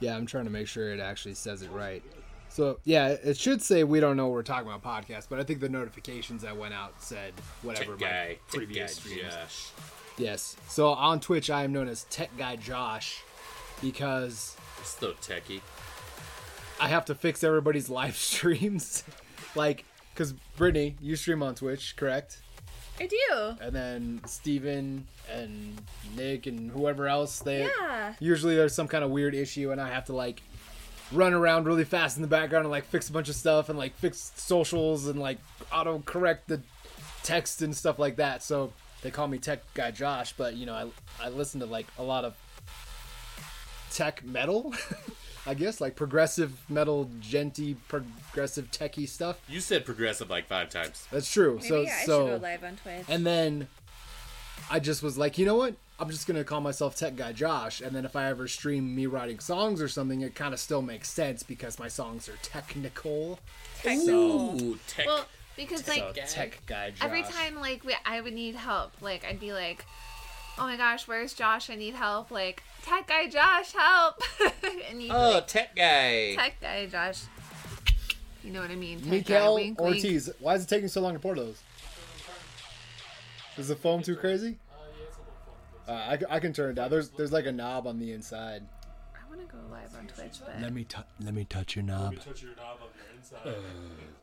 B: Yeah, I'm trying to make sure it actually says it right. So yeah, it should say we don't know what we're talking about podcast, but I think the notifications that went out said
C: Tech
B: whatever my
C: guy, tech guy,
B: previous streams.
C: Josh.
B: Yes. So on Twitch, I am known as Tech Guy Josh because
C: It's no techie.
B: I have to fix everybody's [LAUGHS] live streams. like, because Brittany, you stream on Twitch, correct?
A: I do.
B: And then Steven and Nick and whoever else, they
A: Yeah.
B: usually there's some kind of weird issue, and I have to like run around really fast in the background and like fix a bunch of stuff and like fix socials and like auto correct the text and stuff like that. So they call me Tech Guy Josh, but you know, I, I listen to like a lot of tech metal, [LAUGHS] I guess, like progressive metal, genty, progressive techie stuff.
C: You said progressive like five times.
B: That's true.
A: Maybe
B: so,
A: I
B: so,
A: should go live on Twitch.
B: and then I just was like, you know what? I'm just gonna call myself Tech Guy Josh, and then if I ever stream me writing songs or something, it kind of still makes sense because my songs are technical.
A: Technical.
C: Ooh, tech.
A: Well, because like
B: So Tech Guy Josh.
A: every time like we, I would need help, like I'd be like, "Oh my gosh, where's Josh? I need help!" Like tech guy Josh, help! [LAUGHS] and you
C: oh,
A: like,
C: tech guy.
A: tech guy Josh. You know what I mean? Tech guy,
B: Mikael
A: wink, wink.
B: Ortiz, why is it taking so long to pour those? Is the foam too crazy? Uh, I, I can turn it down. There's there's like a knob on the inside.
A: I want to go live on Twitch, but
B: me t- let me touch your knob. Uh,
F: You touch your knob on your inside.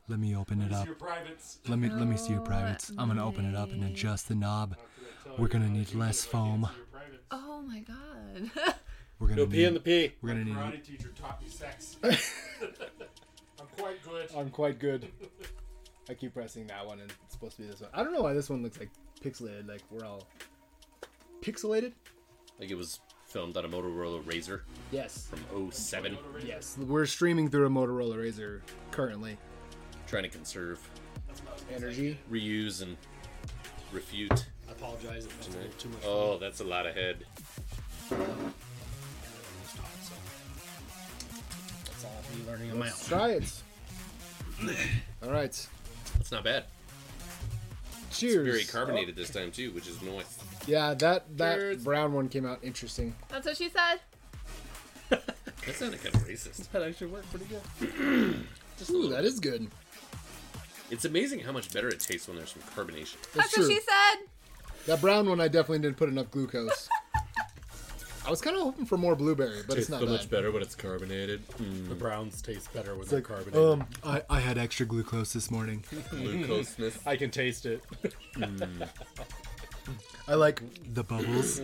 B: Let me open it
F: It's your privates.
B: Let me let me see your
A: Oh,
B: privates. I'm gonna open it up and adjust the knob. We're gonna need less foam.
F: Your privates.
A: oh my god. [LAUGHS]
B: We're gonna
E: No pee in the
B: need.
E: pee.
B: We're gonna need.
F: Karate teacher taught
B: [LAUGHS]
F: me sex. [LAUGHS] I'm quite good.
B: I'm quite good. I keep pressing that one, and it's supposed to be this one. I don't know why this one looks like pixelated. Like we're all pixelated.
C: Like it was filmed on a Motorola Razor
B: Yes.
C: from 07.
B: Yes. We're streaming through a Motorola Razor currently.
C: Trying to conserve,
B: Energy.
C: reuse, and refute.
D: I apologize if that's a little too much.
C: Oh, that's a lot of head.
D: That's all I'll be learning on my own.
B: Let's try it. All right.
C: That's not bad.
B: Cheers. Oh,
C: Very carbonated this time too, which is nice.
B: Yeah, that that
C: Cheers.
B: brown one came out interesting.
A: That's what she said.
C: That sounded kind of racist.
E: That actually worked pretty good.
C: Just a
B: Ooh,
C: little
B: that
C: bit.
B: is good.
C: It's amazing how much better it tastes when there's some carbonation.
A: That's,
B: That's
A: what
B: true.
A: she said.
B: That brown one, I definitely didn't put enough glucose. I was kind of hoping for more blueberry, but it's not bad.
C: better when it's carbonated. Mm.
D: The browns taste better with the
B: like,
D: carbon.
B: Um, I, I had extra glucose this morning.
C: Glucoseness.
E: I can taste it. [LAUGHS]
B: I like the
C: [LAUGHS]
B: bubbles.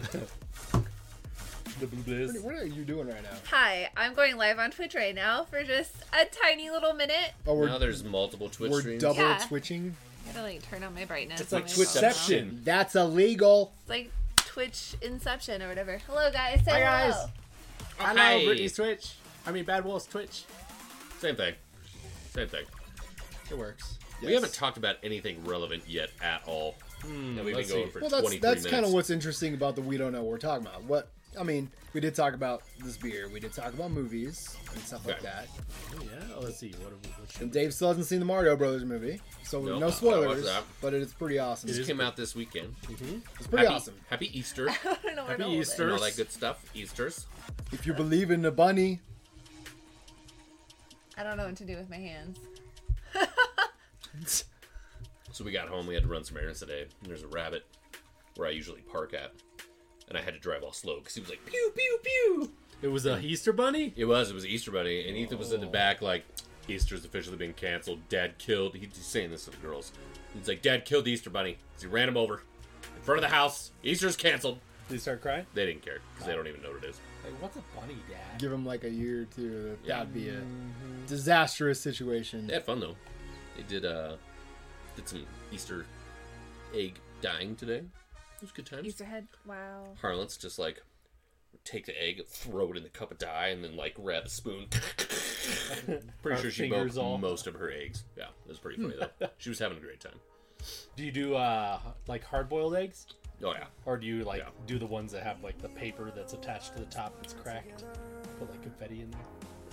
E: The blue bliss.
B: what are you doing right now?
A: Hi, I'm going live on Twitch right now for just a tiny little minute.
B: Oh, we're
C: Now there's multiple Twitch
B: we're
C: streams.
B: double
A: Yeah.
B: twitching.
A: I gotta like turn on my brightness.
E: It's
A: on
E: like
A: my phone now.
E: Twitchception.
B: That's illegal.
A: It's like Twitch Inception or whatever. Hello guys. Say
E: Hi,
A: hello.
E: guys. Hello,
C: Hi.
E: Britney's Twitch. I mean, Bad Wolf's Twitch.
C: Same thing. Same thing.
E: It works.
C: We haven't talked about anything relevant yet at all. and we've been
E: let's
C: going
E: see.
C: for
B: Hmm, Well, that's
C: 23
B: that's
C: minutes.
B: kind of what's interesting about the we don't know what we're talking about. What I mean, we did talk about this beer. We did talk about movies and stuff like
C: Okay.
B: that.
D: Oh, yeah. Let's see. What, have we- what should
B: And Dave still hasn't seen the Mario Brothers movie, so
C: Nope,
B: no
C: I gotta watch
B: spoilers.
C: that.
B: But it's pretty awesome.
C: This came out this weekend.
B: It's pretty
C: happy,
B: awesome.
C: Happy
A: [LAUGHS]
B: [LAUGHS]
C: Easter.
A: I don't know where
D: Happy
A: to hold it.
D: Easter.
C: and all that good stuff. Easter's.
B: If you believe in the bunny,
A: I don't know what to do with my hands.
C: So we got home. We had to run some errands today. And there's a rabbit where I usually park at. And I had to drive all slow because he was like, pew, pew, pew.
D: It was a Easter bunny.
C: It was. It was Easter Bunny, and Ethan was in the
B: Oh.
C: back like, Easter's officially been canceled. Dad killed. He's saying this to the girls. He's like, Dad killed the Easter Bunny because he ran him over in front of the house. Easter's canceled.
E: Did you start crying?
C: They didn't care because they don't even know what it is.
E: Like, what's a bunny, Dad?
B: give him like a year or two. That,
C: Yeah.
B: That'd be a
D: Mm-hmm.
B: disastrous situation.
C: They had fun though. They did uh, did some Easter egg dying today. It was good times.
A: Easter head. Wow.
C: Harlan's just like take the egg, throw it in the cup of dye, and then like grab a spoon.
D: [LAUGHS]
C: pretty
E: Our
C: sure she
E: fingers
C: broke
E: all-
C: most of her eggs. Yeah, it was pretty funny though.
D: [LAUGHS]
C: she was having a great time.
E: Do you do uh like hard boiled eggs,
C: Oh yeah.
E: or do you like
C: Yeah.
E: do the ones that have like the paper that's attached to the top that's cracked? Put like confetti in there.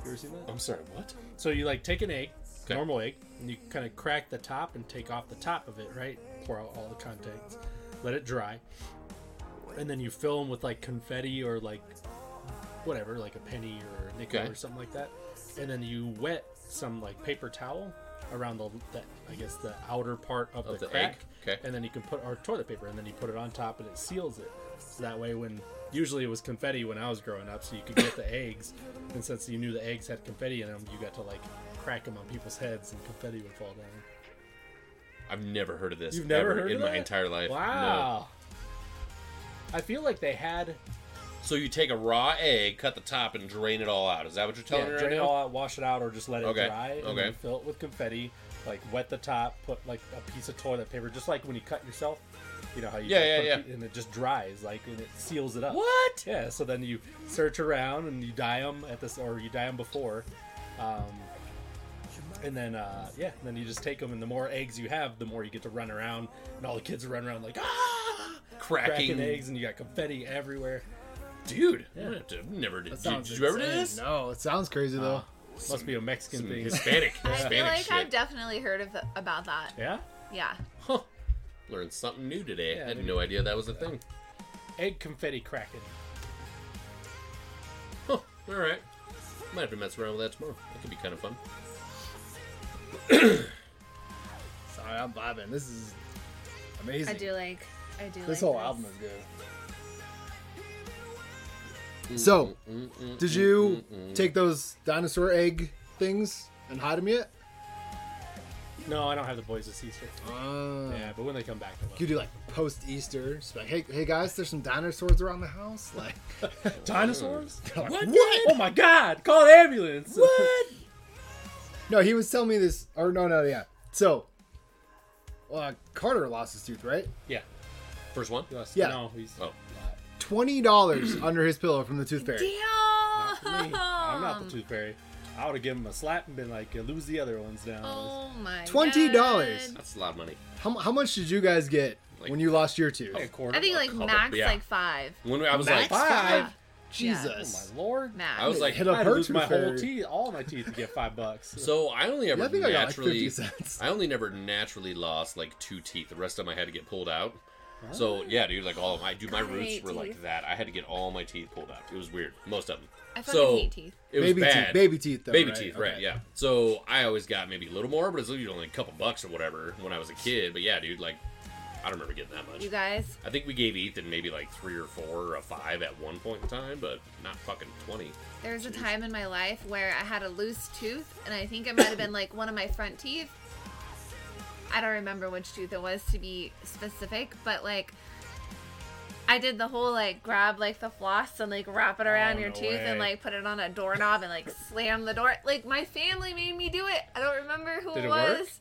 E: You ever seen that?
C: I'm sorry. What?
E: So you like take an egg,
C: Okay.
D: normal egg. And you kind of crack the top and take off the top of it, right? Pour out all the contents, let it dry, and then you fill them with like confetti or like whatever, like a penny or a nickel
C: Okay.
D: or something like that, and then you wet some like paper towel around the, the I guess the outer part of,
C: Of
D: the,
C: the
D: crack,
C: egg, okay.
D: and then you can put or toilet paper, and then you put it on top and it seals it. So that way, when usually it was confetti when I was growing up, so you
C: [COUGHS]
D: could get the eggs, and since you knew the eggs had confetti in them, you got to like crack them on people's heads and confetti would fall down.
C: I've never heard of this.
D: You've never
C: ever
D: heard
C: in
D: of
C: my
D: that?
C: entire life. No.
D: Wow. I feel like they had
C: So you take a raw egg, cut the top, and drain it all out. Is that what you're telling
D: yeah,
C: me right
D: drain it
C: now?
D: all out, wash it out, or just let it
C: Okay,
D: dry. And
C: okay.
D: then fill it with confetti, like wet the top, put like a piece of toilet paper, just like when you cut yourself. You know how you
C: Yeah,
D: put-
C: yeah,
D: put a
C: yeah.
D: pe- and it just dries like and it seals it up.
C: What?
D: Yeah, so then you search around and you dye them at this, or you dye them before, um, and then uh, yeah, and then you just take them. And the more eggs you have, the more you get to run around, and all the kids are running around like ah,
C: Cracking,
D: cracking eggs, and you got confetti everywhere.
C: dude. I'm gonna have to- I've never did.
B: That
C: Did,
B: sounds
C: did you ever do
B: insane.
C: this?
B: No, it sounds crazy though.
D: Must be a Mexican
B: Hmm.
C: Some
D: thing.
C: Hispanic,
A: [LAUGHS] I feel
C: Hispanic
A: like
C: shit.
A: I've definitely heard of the, about that.
D: [LAUGHS] Yeah.
A: Yeah.
C: Huh. Learned something new today.
D: Yeah,
C: I had
D: maybe-
C: no idea that was a thing.
D: egg confetti kraken.
C: Huh. All right. Might have to mess around with that tomorrow. That could be kind of fun.
B: Sorry, I'm vibing. This is amazing.
A: I do like. I do.
B: This
A: like
B: whole album is good.
D: Mm,
B: So, did you take those dinosaur egg things and hide them yet?
D: No, I don't have the boys this Easter.
B: Uh,
D: Yeah, but when they come back,
B: You could do like post Easter, just be like, hey, hey guys, there's some dinosaurs around the house. [LAUGHS] Like, [LAUGHS]
D: dinosaurs.
B: Like,
D: what? Oh my God! Call the ambulance. What?
B: no, he was telling me this, or no, no, yeah. So, uh, Carter lost his tooth, right?
D: [LAUGHS] yeah.
C: First one.
D: he lost-
B: Yeah.
D: No, he's.
C: Oh.
B: Twenty
D: [CLEARS THROAT]
B: dollars under his pillow from the tooth fairy.
D: Me.
A: Damn.
D: I'm
A: [LAUGHS]
D: not the tooth fairy. I would have given him a slap and been like, "You "Lose the other ones now."
A: Oh my.
B: $20.
A: God.
C: That's a lot of money.
B: How, mu- how much did you guys get
C: Like-
B: when you lost your tooth?
D: Like Oh, a quarter.
A: I think like
C: couple,
A: max
C: yeah.
A: like five.
C: When I was
B: Max?
C: like,
D: five.
A: Yeah,
B: Jesus,
D: Oh my lord.
A: max.
C: I was like,
B: hit
D: I
B: up
D: had to
B: her
D: lose
B: tooth
D: my whole
B: fairy.
D: teeth, all my teeth, to
B: [LAUGHS]
D: get five bucks.
C: so I only ever
B: Yeah, I think I got like
C: naturally,
B: fifty cents.
C: I only never naturally lost like two teeth. The rest of them I had to get pulled out. So yeah, dude, like all of my dude, my
A: I
C: roots
A: hate
C: were like
A: teeth.
C: that. I had to get all my teeth pulled out. It was weird, most of them.
A: I fucking
C: so
A: hate teeth.
C: It was
B: baby
C: bad.
B: teeth, baby teeth, though.
C: Baby
B: right?
C: teeth, right?
B: Okay.
C: Yeah. So I always got maybe a little more, but it's usually only a couple bucks or whatever when I was a kid. But yeah, dude, like I don't remember getting that much.
A: You guys,
C: I think we gave Ethan maybe like three or four or a five at one point in time, but not fucking twenty.
A: there was a time in my life where I had a loose tooth, and I think it might have been like one of my front teeth. I don't remember which tooth it was to be specific, but like, I did the whole like grab like the floss and like wrap it around
D: Oh,
A: your
D: no
A: tooth and
D: way.
A: like put it on a doorknob and like slam the door. Like my family made me do it. I don't remember who
D: Did
A: it
D: it work? Oh.
A: was.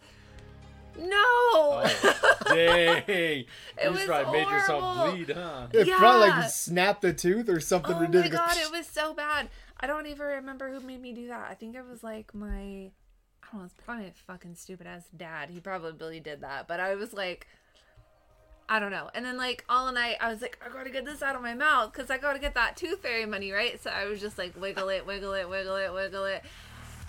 A: No.
D: [LAUGHS]
A: [LAUGHS]
D: Dang. you
A: was
D: just probably made yourself
A: horrible.
D: bleed, huh?
B: It probably
A: Yeah.
B: like snapped the tooth or something
A: Oh my
B: ridiculous.
A: god, it was so bad. I don't even remember who made me do that. I think it was like my, I don't know, it's probably my fucking stupid ass dad. He probably did that, but I was like, I don't know. And then like all night, I was like, I gotta get this out of my mouth because I gotta get that tooth fairy money, right? So I was just like, wiggle it, wiggle it, wiggle it, wiggle it.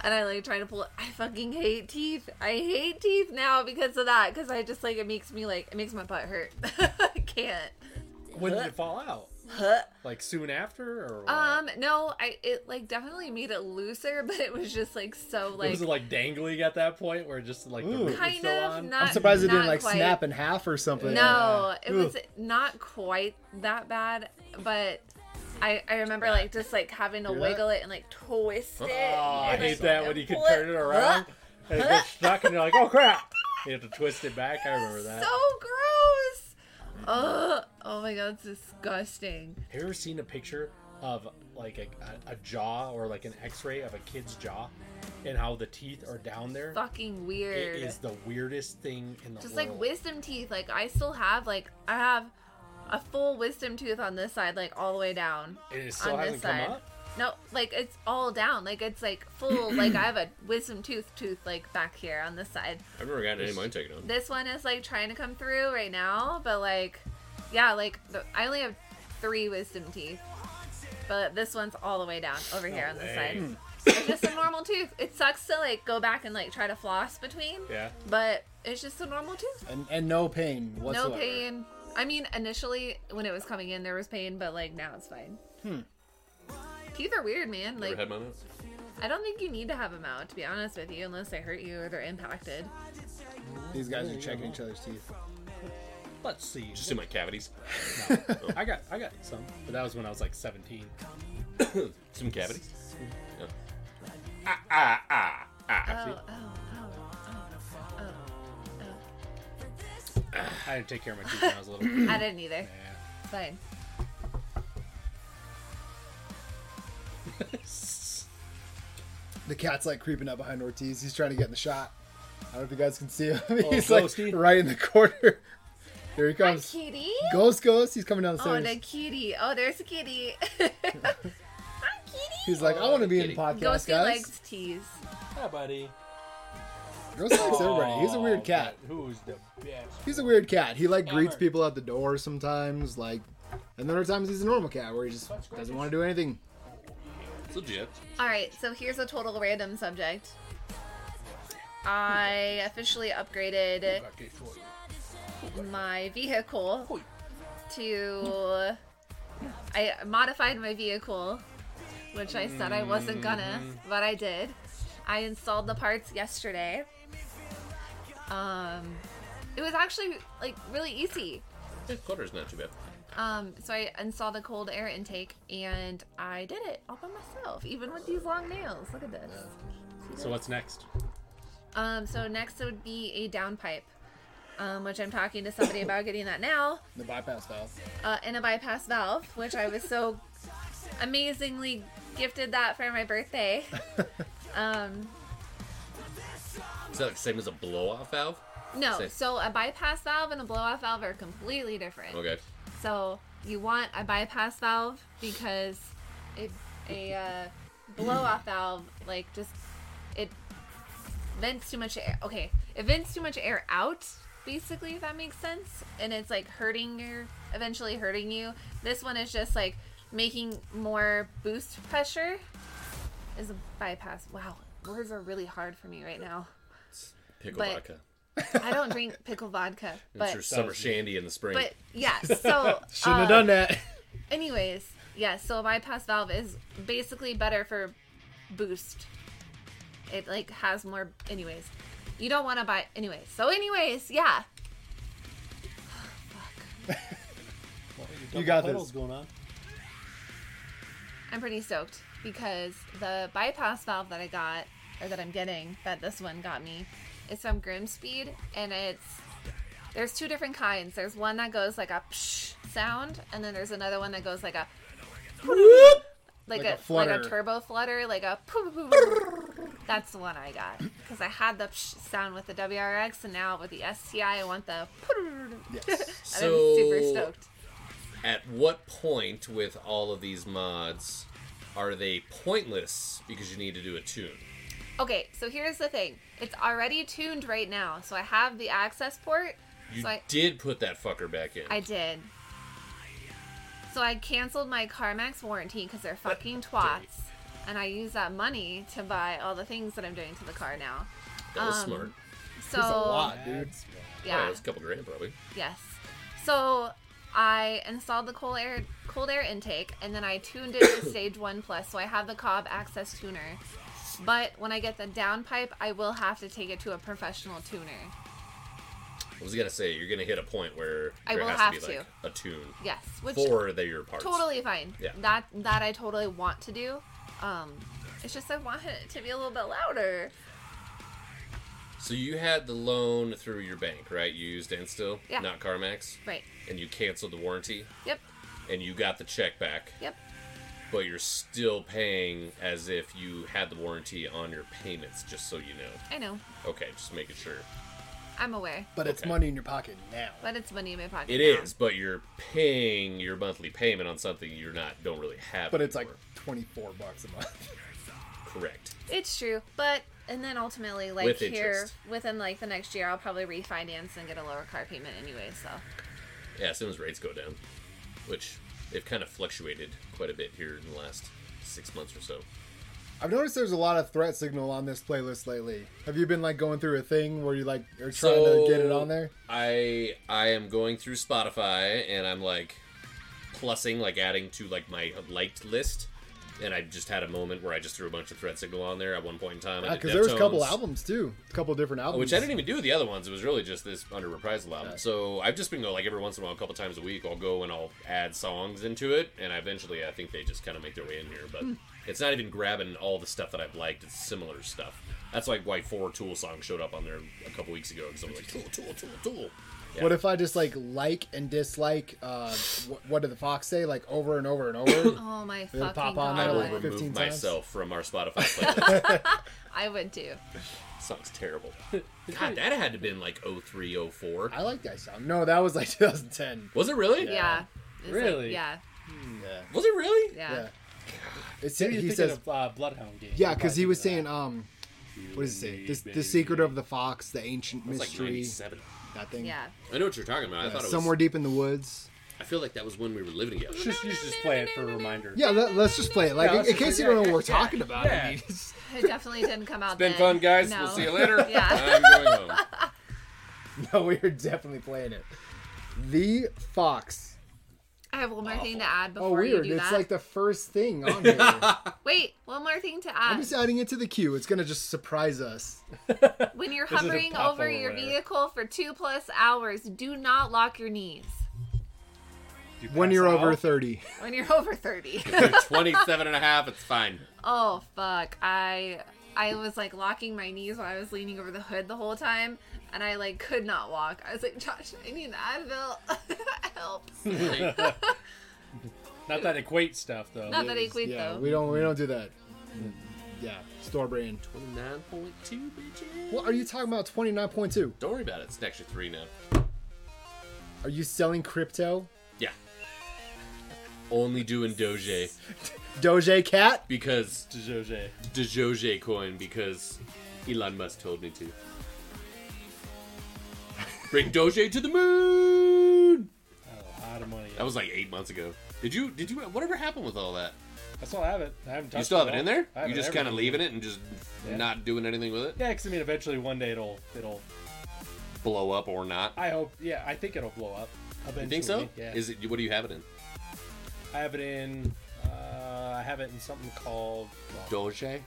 A: And I like try to pull. it. I fucking hate teeth. I hate teeth now because of that. Because I just like it makes me like it makes my butt hurt. [LAUGHS] I can't.
D: When did it fall out? Like soon after, or what?
A: Um, no, I it like definitely made it looser, [LAUGHS] but it was just like so like
D: was it like dangling at that point, where just like the
B: Ooh.
D: root was
A: kind
D: still
A: of
D: on?
A: not.
B: I'm surprised it
A: not
B: didn't like
A: quite.
B: snap in half or something.
A: No, it
B: Ugh.
A: was not quite that bad, but I I remember like just like having to
B: Hear that?
A: wiggle it and like twist it.
D: Oh, I
A: and,
D: hate
A: like,
D: that when you can
A: pull
D: turn it around and it gets stuck, and you're like, "Oh crap!" You have to twist it back. I remember that.
A: So gross. Ugh. Oh my god, it's disgusting.
D: Have you ever seen a picture of like a, a, a jaw or like an X-ray of a kid's jaw, and how the teeth are down there?
A: Fucking
D: It
A: weird.
D: is the weirdest thing in the
A: just
D: world.
A: like wisdom teeth like i still have like i have a full wisdom tooth on this side like all the way down
D: And it still
A: on
D: hasn't
A: this
D: come
A: side
D: up?
A: no like it's all down like it's like full like i have a wisdom tooth tooth like back here on this side
C: I've never gotten any of mine taken on.
A: this one is like trying to come through right now but like yeah like the, i only have
D: [LAUGHS]
A: three wisdom teeth but this one's all the way down over here on this side it's just a normal tooth. It sucks to like go back and like try to floss between,
D: Yeah.
A: but it's just a normal tooth.
B: and, and no pain whatsoever.
A: No pain. I mean, initially when it was coming in, there was pain, but like now it's fine. Hmm. Teeth are weird, man. Like
C: Ever had mine out?
A: I don't think you need to have them out, to be honest with you, unless they hurt you or they're impacted.
B: These guys are checking each other's teeth.
D: Let's see.
C: Just in my cavities.
D: I got I got some, but that was when I was like 17.
C: [LAUGHS] Some cavities. Yeah. Ah,
A: Oh, oh, oh, oh, oh,
D: I didn't take care of my teeth when I was little.
A: [LAUGHS] oh. I didn't either.
D: Yeah.
A: It's fine.
B: The cat's like creeping up behind Ortiz. He's trying to get in the shot. I don't know if you guys can see him. [LAUGHS]
C: Oh,
B: He's like
D: ghosty.
B: right in the corner. [LAUGHS] Here he
A: Hi,
B: comes.
A: kitty.
B: Ghost, ghost. He's coming down the
A: Oh,
B: stairs.
A: the kitty. Oh, there's a kitty. [LAUGHS] Hi, kitty.
B: He's like, I want to be in the podcast,
A: Ghosty
B: guys.
A: likes tease.
E: Hi, buddy.
B: Ghost likes everybody. He's a
E: Oh,
B: weird cat.
E: Who's the best?
B: He's a weird cat. He like greets
E: Ever.
B: people at the door sometimes, like, and then other times he's a normal cat where he just doesn't want to do anything.
C: It's legit.
A: All right, so here's a total random subject. I officially upgraded my vehicle to. I modified my vehicle, which I said I wasn't gonna, but I did. I installed the parts yesterday. Um, it was actually like really easy.
C: Yeah, quarter's not too bad.
A: Um, so I installed a cold air intake, and I did it all by myself, even with these long nails. Look at this.
D: So what's next?
A: Um, so next would be a downpipe, um, which I'm talking to somebody about getting that now,
B: The bypass valve.
A: uh, and a bypass valve, which I was so amazingly gifted that for my birthday. Um,
C: Is that the same as a blow off valve?
A: no,
C: Same.
A: so a bypass valve and a blow off valve are completely different.
C: Okay.
A: So you want a bypass valve because it, a uh, blow off valve like just it vents too much air. Okay, it vents too much air out. Basically, if that makes sense, and it's like hurting your eventually hurting you. This one is just like making more boost pressure. Is a bypass. Wow, words are really hard for me right now.
C: Pickle
A: But-
C: vodka.
A: I don't drink pickle vodka,
C: [LAUGHS] It's
A: but
C: your summer shandy in the spring.
A: but yeah.
C: [LAUGHS]
A: So
B: Shouldn't
A: uh,
B: have done that.
A: Anyways, yeah, so a bypass valve is basically better for boost. It like has more anyways. You don't want to buy anyways. So anyways, yeah.
B: You got this.
E: going on?
A: I'm pretty stoked because the bypass valve that I got or that I'm getting that this one got me is from Grimspeed and it's there's two different kinds. There's one that goes like a psh sound and then there's another one that goes like a like,
B: Like a
A: a, like a
B: flutter.
A: turbo flutter, like a poo- poo- poo- That's the one I got because I had the psh sound with the WRX and now with the STI I want the. And [LAUGHS]
B: Yes.
A: I'm super
C: So-
A: stoked.
C: At what point with all of these mods are they pointless because you need to do a tune?
A: Okay, so here's the thing. It's already tuned right now, so I have the access port.
C: You
A: so I,
C: did put that fucker back in.
A: I did. So I canceled my CarMax warranty because they're fucking twats, and I use that money to buy all the things that I'm doing to the car now.
C: that was
A: um,
C: smart.
A: So
B: That's a lot, dude.
A: yeah,
C: that was a couple grand probably.
A: Yes. So I installed the cold air cold air intake and then I tuned it
C: [COUGHS]
A: to stage one plus, so I have the Cobb Access tuner. But when I get the downpipe, I will have to take it to a professional tuner.
C: I was gonna say you're gonna hit a point where
A: I
C: there
A: will
C: has to
A: have
C: be
A: to.
C: like a tune
A: Yes, which
C: for the your parts.
A: totally fine.
C: Yeah.
A: That that I totally want to do. Um, it's just I want it to be a little bit louder.
C: So you had the loan through your bank, right? You used Instill,
A: Yeah.
C: not CarMax,
A: Right.
C: and you canceled the warranty,
A: Yep.
C: and you got the check back,
A: Yep.
C: but you're still paying as if you had the warranty on your payments, just so you know.
A: I know.
C: Okay, just making sure.
A: I'm aware.
B: But it's
C: Okay.
B: money in your pocket now.
A: But it's money in my pocket.
C: It
A: now.
C: is, but you're paying your monthly payment on something you're not don't really have.
B: But it's like
C: anymore.
B: 24 bucks a month. [LAUGHS]
C: correct.
A: It's true, but and then ultimately, like
C: With
A: here
C: interest.
A: within like the next year, I'll probably refinance and get a lower car payment anyway. So
C: Yeah, as soon as rates go down, which they've kind of fluctuated quite a bit here in the last six months or so.
B: I've noticed there's a lot of threat signal on this playlist lately. Have you been like going through a thing where you like are trying to get it on there?
C: I I am going through Spotify and I'm like plusing, like adding to like my liked list. And I just had a moment where I just threw a bunch of threat signal on there at one point in time. I did
B: Because Uh, there was a couple
C: Deftones, Oh,
B: albums too, a couple different albums.
C: which I didn't even do with the other ones. It was really just this under reprisal album. So I've just been going like every once in a while, a couple times a week, I'll go and I'll add songs into it, and eventually I think they just kind of make their way in here. But it's not even grabbing all the stuff that I've liked; it's similar stuff. That's like why four Tool songs showed up on there a couple weeks ago because I was like Tool, Tool, Tool, Tool. Yeah.
B: What if I just like like and dislike? Uh, wh- what did the fox say? Like over and over and
C: [COUGHS]
B: over. [COUGHS]
A: Oh my
B: It'll
A: fucking
B: pop on
C: I
B: there
A: god!
C: will
B: like
C: remove
B: 15 times?
C: myself from our Spotify playlist.
A: I would too.
C: Song's terrible. God, that had to have been like 03, 04.
B: I like that song. No, that was like [LAUGHS] 2010.
C: Was it really?
A: Yeah. It's like-
D: Really?
A: yeah.
B: Yeah.
C: Was it really?
A: Yeah.
B: Yeah. It's,
D: Maybe you're
B: he
D: thinking
B: says,
D: of uh, Bloodhound Game.
B: yeah, because he was
D: Probably
B: saying, um, what does it say? The, the secret of the fox, the ancient
C: It was like
B: mystery,
C: 97.
B: that thing.
A: Yeah.
C: I know what you're talking about. I
B: Yeah,
C: thought it was
B: somewhere deep in the woods.
C: I feel like that was when we were living together.
D: that. Just, you just play it for a reminder.
B: Yeah, let, us just play it. Like,
D: Yeah,
B: in,
D: let's
B: in
D: just-
B: case you
D: yeah,
B: don't know what we're
D: yeah,
B: talking about.
D: yeah.
B: I mean, it's-
A: It definitely didn't come out.
C: It's been
A: then.
C: fun, guys.
A: No.
C: We'll see you later.
A: [LAUGHS] Yeah.
C: I'm going home.
B: no, [LAUGHS] we are definitely playing it. The fox.
A: I have one more thing to add
B: Oh,
A: before
B: weird.
A: you do
B: It's
A: that.
B: like the first thing on
D: [LAUGHS]
B: here. I'm
A: Wait, one more thing to add.
B: just adding it to the queue. It's going to just surprise us.
A: When you're
D: This is a
A: hovering
D: pop
A: over
D: over
A: your
D: there.
A: vehicle for two plus hours, do not lock your knees.
D: You
B: When
D: pass
B: you're
D: out.
B: over 30.
A: When you're [LAUGHS] over 30.
C: [LAUGHS] You're 27 and a half. It's fine.
A: oh, fuck. I I was like locking my knees while I was leaning over the hood the whole time, and I like could not walk. I was like, Josh, I need an Advil. [LAUGHS] Help.
D: [LAUGHS] Not that equate stuff though.
A: Not that I quit
B: yeah,
A: though.
B: we don't we don't do that. Yeah, store brand.
C: 9.2 bitches.
B: What are you talking about? Twenty nine point two.
C: Don't worry about it. It's an extra three now.
B: Are you selling crypto?
C: Yeah. Only doing Doge
B: Doge cat?
C: because
D: Jose.
C: Doge coin because Elon Musk told me to. Bring Doge to the moon.
D: Oh, a lot of money.
C: That was like eight months ago. Did you? Did you? Whatever happened with all that?
D: I still have it. I haven't touched
C: You still have it
D: all.
C: in there?
D: I have
C: You just
D: everything.
C: kind of leaving it and just
D: Yeah.
C: not doing anything with it?
D: Yeah, because I mean, eventually one day it'll it'll.
C: Blow up or not?
D: I hope. Yeah, I think it'll blow up. Eventually.
C: You think so?
D: Yeah.
C: Is it? What do you have it in?
D: I have it in. Uh, I have it in something called. well,
C: Doge.
D: no,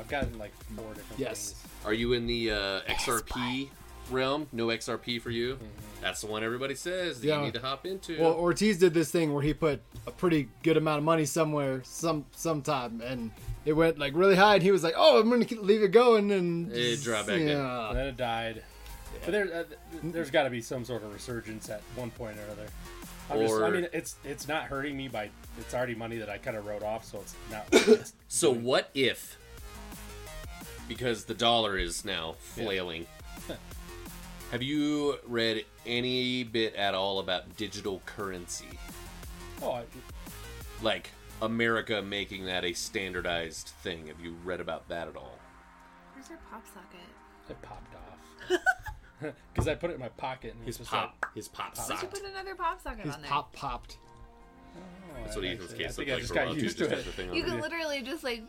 D: I've got it in like four different
B: Yes.
D: things.
C: Are you in the uh, XRP realm? No XRP for you. That's the one everybody says that
B: Yeah.
C: you need to hop into.
B: Well, Ortiz did this thing where he put a pretty good amount of money somewhere some sometime and it went like really high and he was like, "Oh, I'm going to leave it go and then
C: It
B: just-
C: dropped back down.
D: And
B: yeah.
D: then it died. But there, uh, th- there's got to be some sort of resurgence at one point or another. I'm just, I
C: Or-
D: mean, it's it's not hurting me by it's already money that I kind of wrote off, so it's not. it's-
C: so what if? Because the dollar is now flailing. have you read any bit at all about digital currency?
D: oh, I,
C: Like America making that a standardized thing. Have you read about that at all?
A: Where's your pop socket?
D: it popped off [LAUGHS] because I put it in my pocket and it was
C: His
D: just
C: pop, his pop
A: We should
C: socked.
A: put another pop socket
B: His
A: on there.
B: pop popped.
D: Like, oh,
C: That's what
D: I
C: Ethan's
D: actually- I
C: case
D: think
C: looked
D: I
C: like
D: just
C: for a
D: got
C: while.
D: used
C: Dude,
D: to
C: just
D: it.
C: had the thing on
A: You
C: there.
A: can literally just like,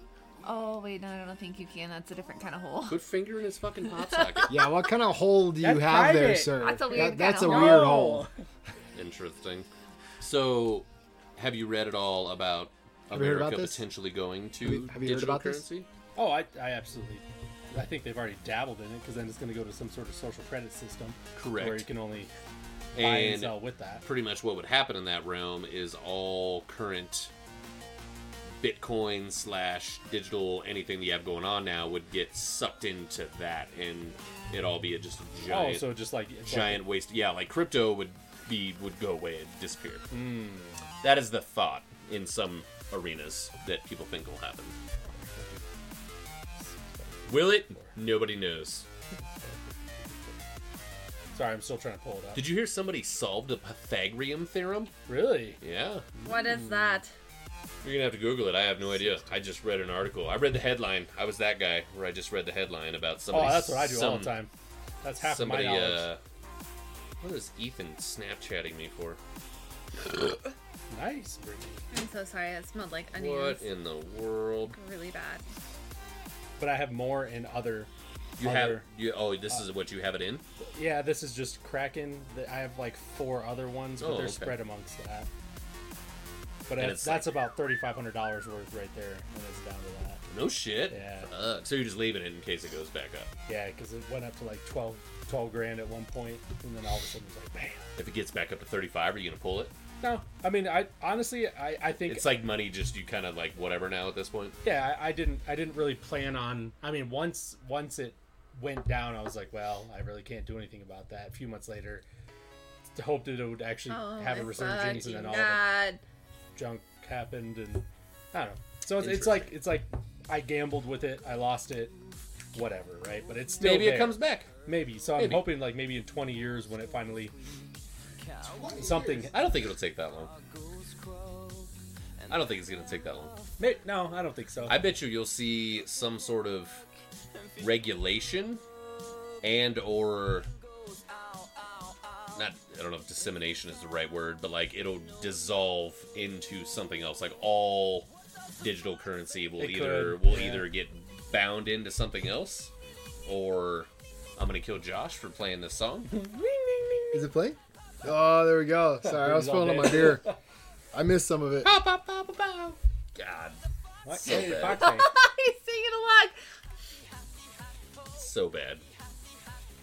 A: oh wait, no, I don't think you can. That's a different kind of
D: [LAUGHS]
A: hole.
C: Put finger in his fucking [LAUGHS] pop socket.
B: Yeah, what kind of hole do you
D: That's
B: have there,
D: private.
B: sir?
A: That's a weird
B: That- that's
A: kinda
B: a
A: hole.
B: weird hole.
C: Interesting. So, have you read at all about
B: you heard
C: America
B: about this?
C: potentially going to
B: Have you- have you heard
C: digital
B: about this?
C: currency?
D: Oh, I, I absolutely. I think they've already dabbled in it because then it's going to go to some sort of social credit system. Where
C: Correct.
D: you can only buy and,
C: And
D: sell with that.
C: pretty much what would happen in that realm is all current Bitcoin slash digital anything that you have going on now would get sucked into that, and it'd all be a, just a
D: Oh,
C: giant,
D: so just like it's
C: giant waste. Yeah, like crypto would be would go away and disappear.
D: Hmm.
C: That is the thought in some arenas that people think will happen. Will it? Nobody knows.
D: Like, sorry, I'm still trying to pull it up.
C: Did you hear somebody solve the Pythagorean theorem?
D: really?
C: Yeah.
A: What is that?
C: You're gonna have to Google it. I have no idea. I just read an article. I read the headline. I was that guy where I just read the headline about somebody.
D: oh, that's what I do all
C: some-
D: the time. That's half
C: somebody.
D: of my knowledge.
C: uh, what is Ethan Snapchatting me for?
D: nice, Brittany.
C: uh,
A: I'm so sorry. It smelled like onions.
C: What in the world?
A: Really bad.
D: but I have more in other.
C: You have
D: other, uh,
C: you. Oh, this is what you have it in.
D: Yeah, this is just Kraken. Th- I have like four other ones, but
C: Oh,
D: they're
C: okay.
D: spread amongst that. But
C: And
D: I,
C: it's
D: that's about thirty five hundred dollars worth right there, and it's down to that.
C: No shit.
D: Yeah.
C: Fuck. So you just leave it in case it goes back up.
D: Yeah, because it went up to like 12, 12 grand at one point, and then all of a sudden it's like, bam.
C: If it gets back up to thirty-five, are you gonna pull it?
D: No, I mean, I honestly, I, I think
C: It's like money. Just you kind of like whatever now at this point.
D: yeah I, I didn't i didn't really plan on i mean once once it went down i was like well i really can't do anything about that a few months later hoped it would actually
A: Oh,
D: have a
A: it's
D: resurgence and
A: fucking
D: then all
A: [LAUGHS] bad.
D: the junk happened and i don't know so it's, it's like it's like i gambled with it i lost it whatever right but it's still
C: Maybe it
D: there.
C: comes back.
D: maybe so i'm
C: maybe.
D: hoping like maybe in 20 years when it finally something
C: I don't think it'll take that long. I don't think it's gonna take that long.
D: may, no i don't think so
C: I bet you you'll see some sort of regulation and or not I don't know if dissemination is the right word, but like it'll dissolve into something else. Like all digital currency will
D: It
C: either
D: could,
C: will
D: yeah.
C: either get bound into something else or I'm gonna kill Josh for playing this song.
D: [LAUGHS]
B: Is it playing? Oh, there we go. Sorry, I was filling up my beer. I missed some of it.
C: God,
D: What?
C: so
D: Hey,
C: bad.
D: Foxy.
A: He's singing along.
C: so bad.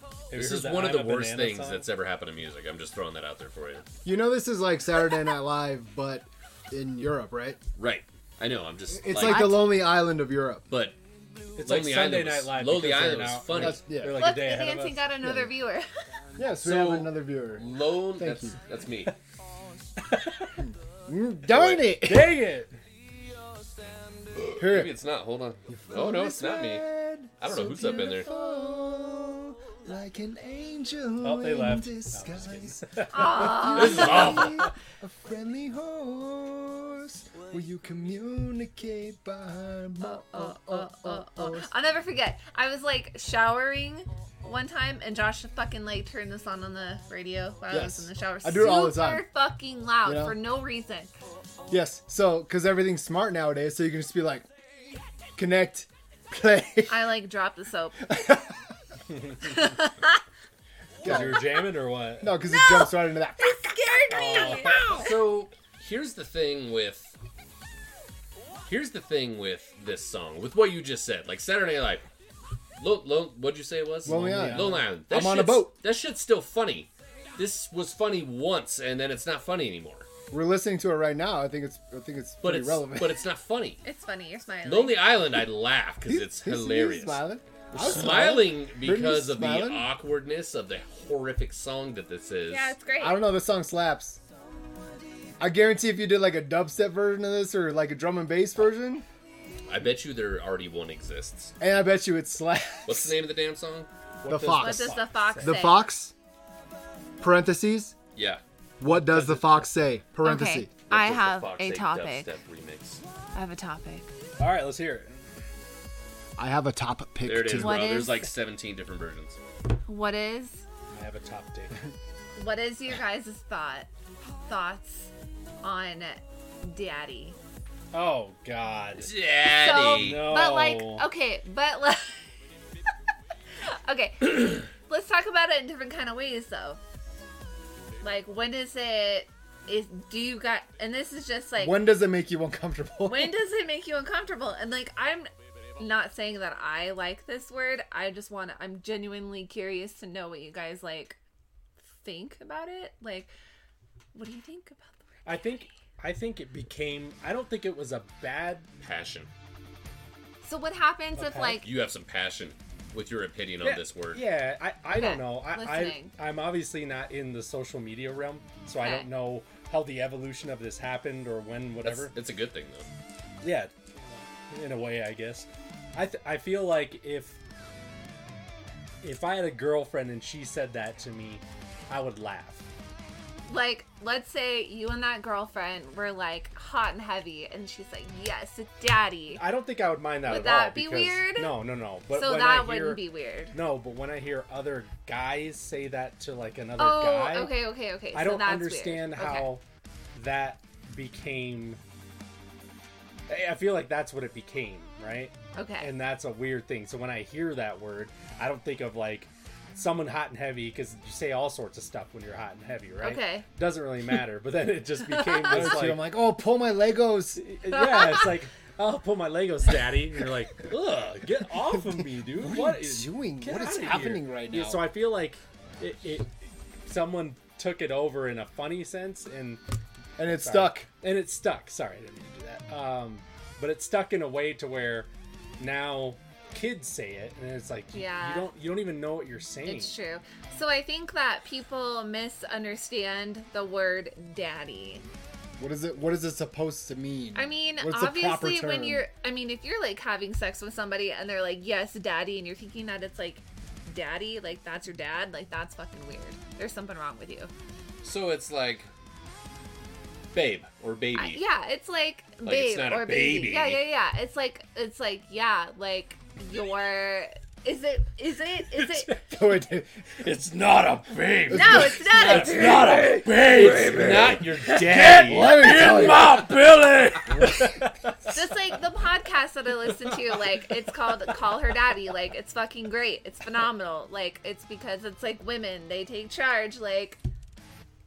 D: Have you
C: This
D: heard
C: is
D: the
C: one of
D: I'm
C: the
D: a
C: worst
D: Banana
C: things
D: song?
C: that's ever happened to music. I'm just throwing that out there for you.
B: You know, this is like Saturday Night Live, but in Europe, right?
C: Right. I know. I'm just.
B: It's like the Lonely Island of Europe.
C: but
D: It's
C: Lonely
D: like Sunday
C: Island was-
D: Night Live.
C: Lonely
D: because they're
C: Island was
D: now-
C: funny.
B: That's, yeah.
D: They're like
A: Look,
D: a day
A: the
D: ahead of
A: dancing
D: us.
A: got another viewer. [LAUGHS]
B: yes, we have
C: so-
B: another viewer.
C: lone.
B: Thank
C: That's that's me.
B: Mm, Darn it!
D: Dang it!
C: Maybe
B: [LAUGHS] Here.
C: it's not. Hold on. Oh no, it's not me. I don't know who's up in there.
B: there. Like an angel
D: Oh, they
B: in
D: left. No, I'm
B: [LAUGHS]
C: [LAUGHS]
D: just
B: disguise.
A: [LAUGHS]
D: [LAUGHS]
A: Aw.
C: This is awful.
B: a friendly horse where you communicate behind my
A: oh, oh,
B: uh,
A: oh, oh. I'll never forget. I was like showering one time, and Josh fucking like turned this on on the radio while I
B: Yes.
A: was in the shower.
B: I do it all the time.
A: Super fucking loud
B: You know?
A: for no reason.
B: Yes, so because everything's smart nowadays, so you can just be like, connect, play.
A: I like dropped the soap.
D: Because you were jamming or
B: [LAUGHS]
D: what?
B: No, because it jumps right into that.
A: Scared me.
C: So here's the thing with. Here's the thing with this song, with what you just said, like Saturday Night Live. Lo, lo, what'd you say it was?
B: Lonely Island.
C: Lonely Island. That
B: I'm on a
C: shit's-
B: boat.
C: That shit's still funny. This was funny once, and then it's not funny anymore.
B: We're listening to it right now. I think it's. I think it's
C: But
B: pretty
C: it's
B: relevant.
C: but it's not funny.
A: It's funny. You're smiling.
C: Lonely Island, I laugh because
B: He's-
C: it's
B: he's- he's
C: hilarious.
B: smiling.
C: I'm smiling because
B: Brittany's
C: of
B: smiling.
C: the awkwardness of the horrific song that this is.
A: Yeah, it's great.
B: I don't know. This song slaps. I guarantee if you did like a dubstep version of this or like a drum and bass version,
C: I bet you there already one exists.
B: and I bet you it slaps.
C: What's the name of the damn song?
B: The
D: does
B: Fox.
A: What does the fox
B: The
A: say?
B: fox. Parentheses.
C: Yeah.
B: What does the fox say? Parentheses.
A: Okay, I
C: Just the
A: have
C: Fox
A: a
C: Eight
A: topic.
C: Dubstep remix.
A: I have a topic.
D: All right, let's hear it.
B: I have a top pick
C: There it is,
B: too.
A: What
C: bro.
A: is-
C: There's like 17 different versions.
A: What is
D: I have a top date.
A: what is your guys' thought thoughts on daddy?
D: Oh God.
C: Daddy.
A: So,
D: No.
A: but like, okay, but like, [LAUGHS] okay, let's talk about it in different kind of ways, though. Like, when is it? Is do you got? And this is just like,
B: When does it make you uncomfortable? [LAUGHS]
A: when does it make you uncomfortable? And like, I'm not saying that I like this word. I just want. to I'm genuinely curious to know what you guys like think about it. Like, what do you think about the word?
D: I think I think it became. I don't think it was a bad.
C: Passion.
A: So, what happens if
D: Okay.
A: like
C: You have some passion with your opinion on this word.
D: Yeah, I, I
A: Okay,
D: don't know. I,
A: listening.
D: I I'm obviously not in the social media realm, so I
A: Okay.
D: don't know how the evolution of this happened or when
C: That's,
D: whatever.
C: that's a good thing, though.
D: yeah in a way i guess i th- i feel like if if i had a girlfriend and she said that to me i would laugh
A: Like, let's say you and that girlfriend were like hot and heavy, and she's like, "Yes, it's daddy."
D: i don't think i would mind that
A: Would
D: at all
A: that be
D: because-
A: weird?
D: no no no but
A: so
D: when
A: that
D: I hear-
A: wouldn't be weird.
D: no but when i hear other guys say that to like another
A: Oh,
D: guy
A: okay, okay, okay.
D: i
A: so
D: don't
A: that's
D: understand
A: weird.
D: how
A: Okay.
D: that became I- I feel like that's what it became, right?
A: Okay.
D: And that's a weird thing. So when I hear that word, I don't think of like someone hot and heavy because you say all sorts of stuff when you're hot and heavy, right?
A: Okay.
D: Doesn't really matter. But then it just
A: [LAUGHS]
D: became this
B: So
D: like,
B: I'm like, oh, pull my Legos.
D: yeah, it's like, I'll pull my Legos, daddy. And you're like, ugh, get off of me, dude.
B: What is doing?
D: get
B: What is
D: outta here."
B: happening right now?
D: Yeah, so I feel like it, it, someone took it over in a funny sense and
B: and it's
D: Sorry.
B: stuck.
D: And it stuck. Sorry, I didn't mean to do that. Um, but it stuck in a way to where now kids say it, and it's like you-
A: Yeah.
D: you don't you don't even know what you're saying.
A: It's true. So I think that people misunderstand the word daddy.
B: What is it? What is it supposed to mean?
A: I mean,
B: What's the proper
A: obviously, when
B: term? [LAUGHS]
A: you're, I mean, if you're like having sex with somebody and they're like, yes, daddy, and you're thinking that it's like, daddy, like that's your dad, like that's fucking weird. There's something wrong with you.
C: So it's like babe or baby.
A: I- yeah, it's like,
C: Like,
A: babe
C: it's not a
A: or baby.
C: baby.
A: Yeah, yeah, yeah. It's like, it's like, yeah, like your. Is it? Is it? Is it?
B: So it-
C: It's not a babe.
A: No, it's not. a baby.
C: not a babe. It's not your daddy.
B: let me tell you.
C: my belly.
A: Just like the podcast that I listen to, like it's called "Call Her Daddy." Like it's fucking great. It's phenomenal. Like it's because it's like women; they take charge. Like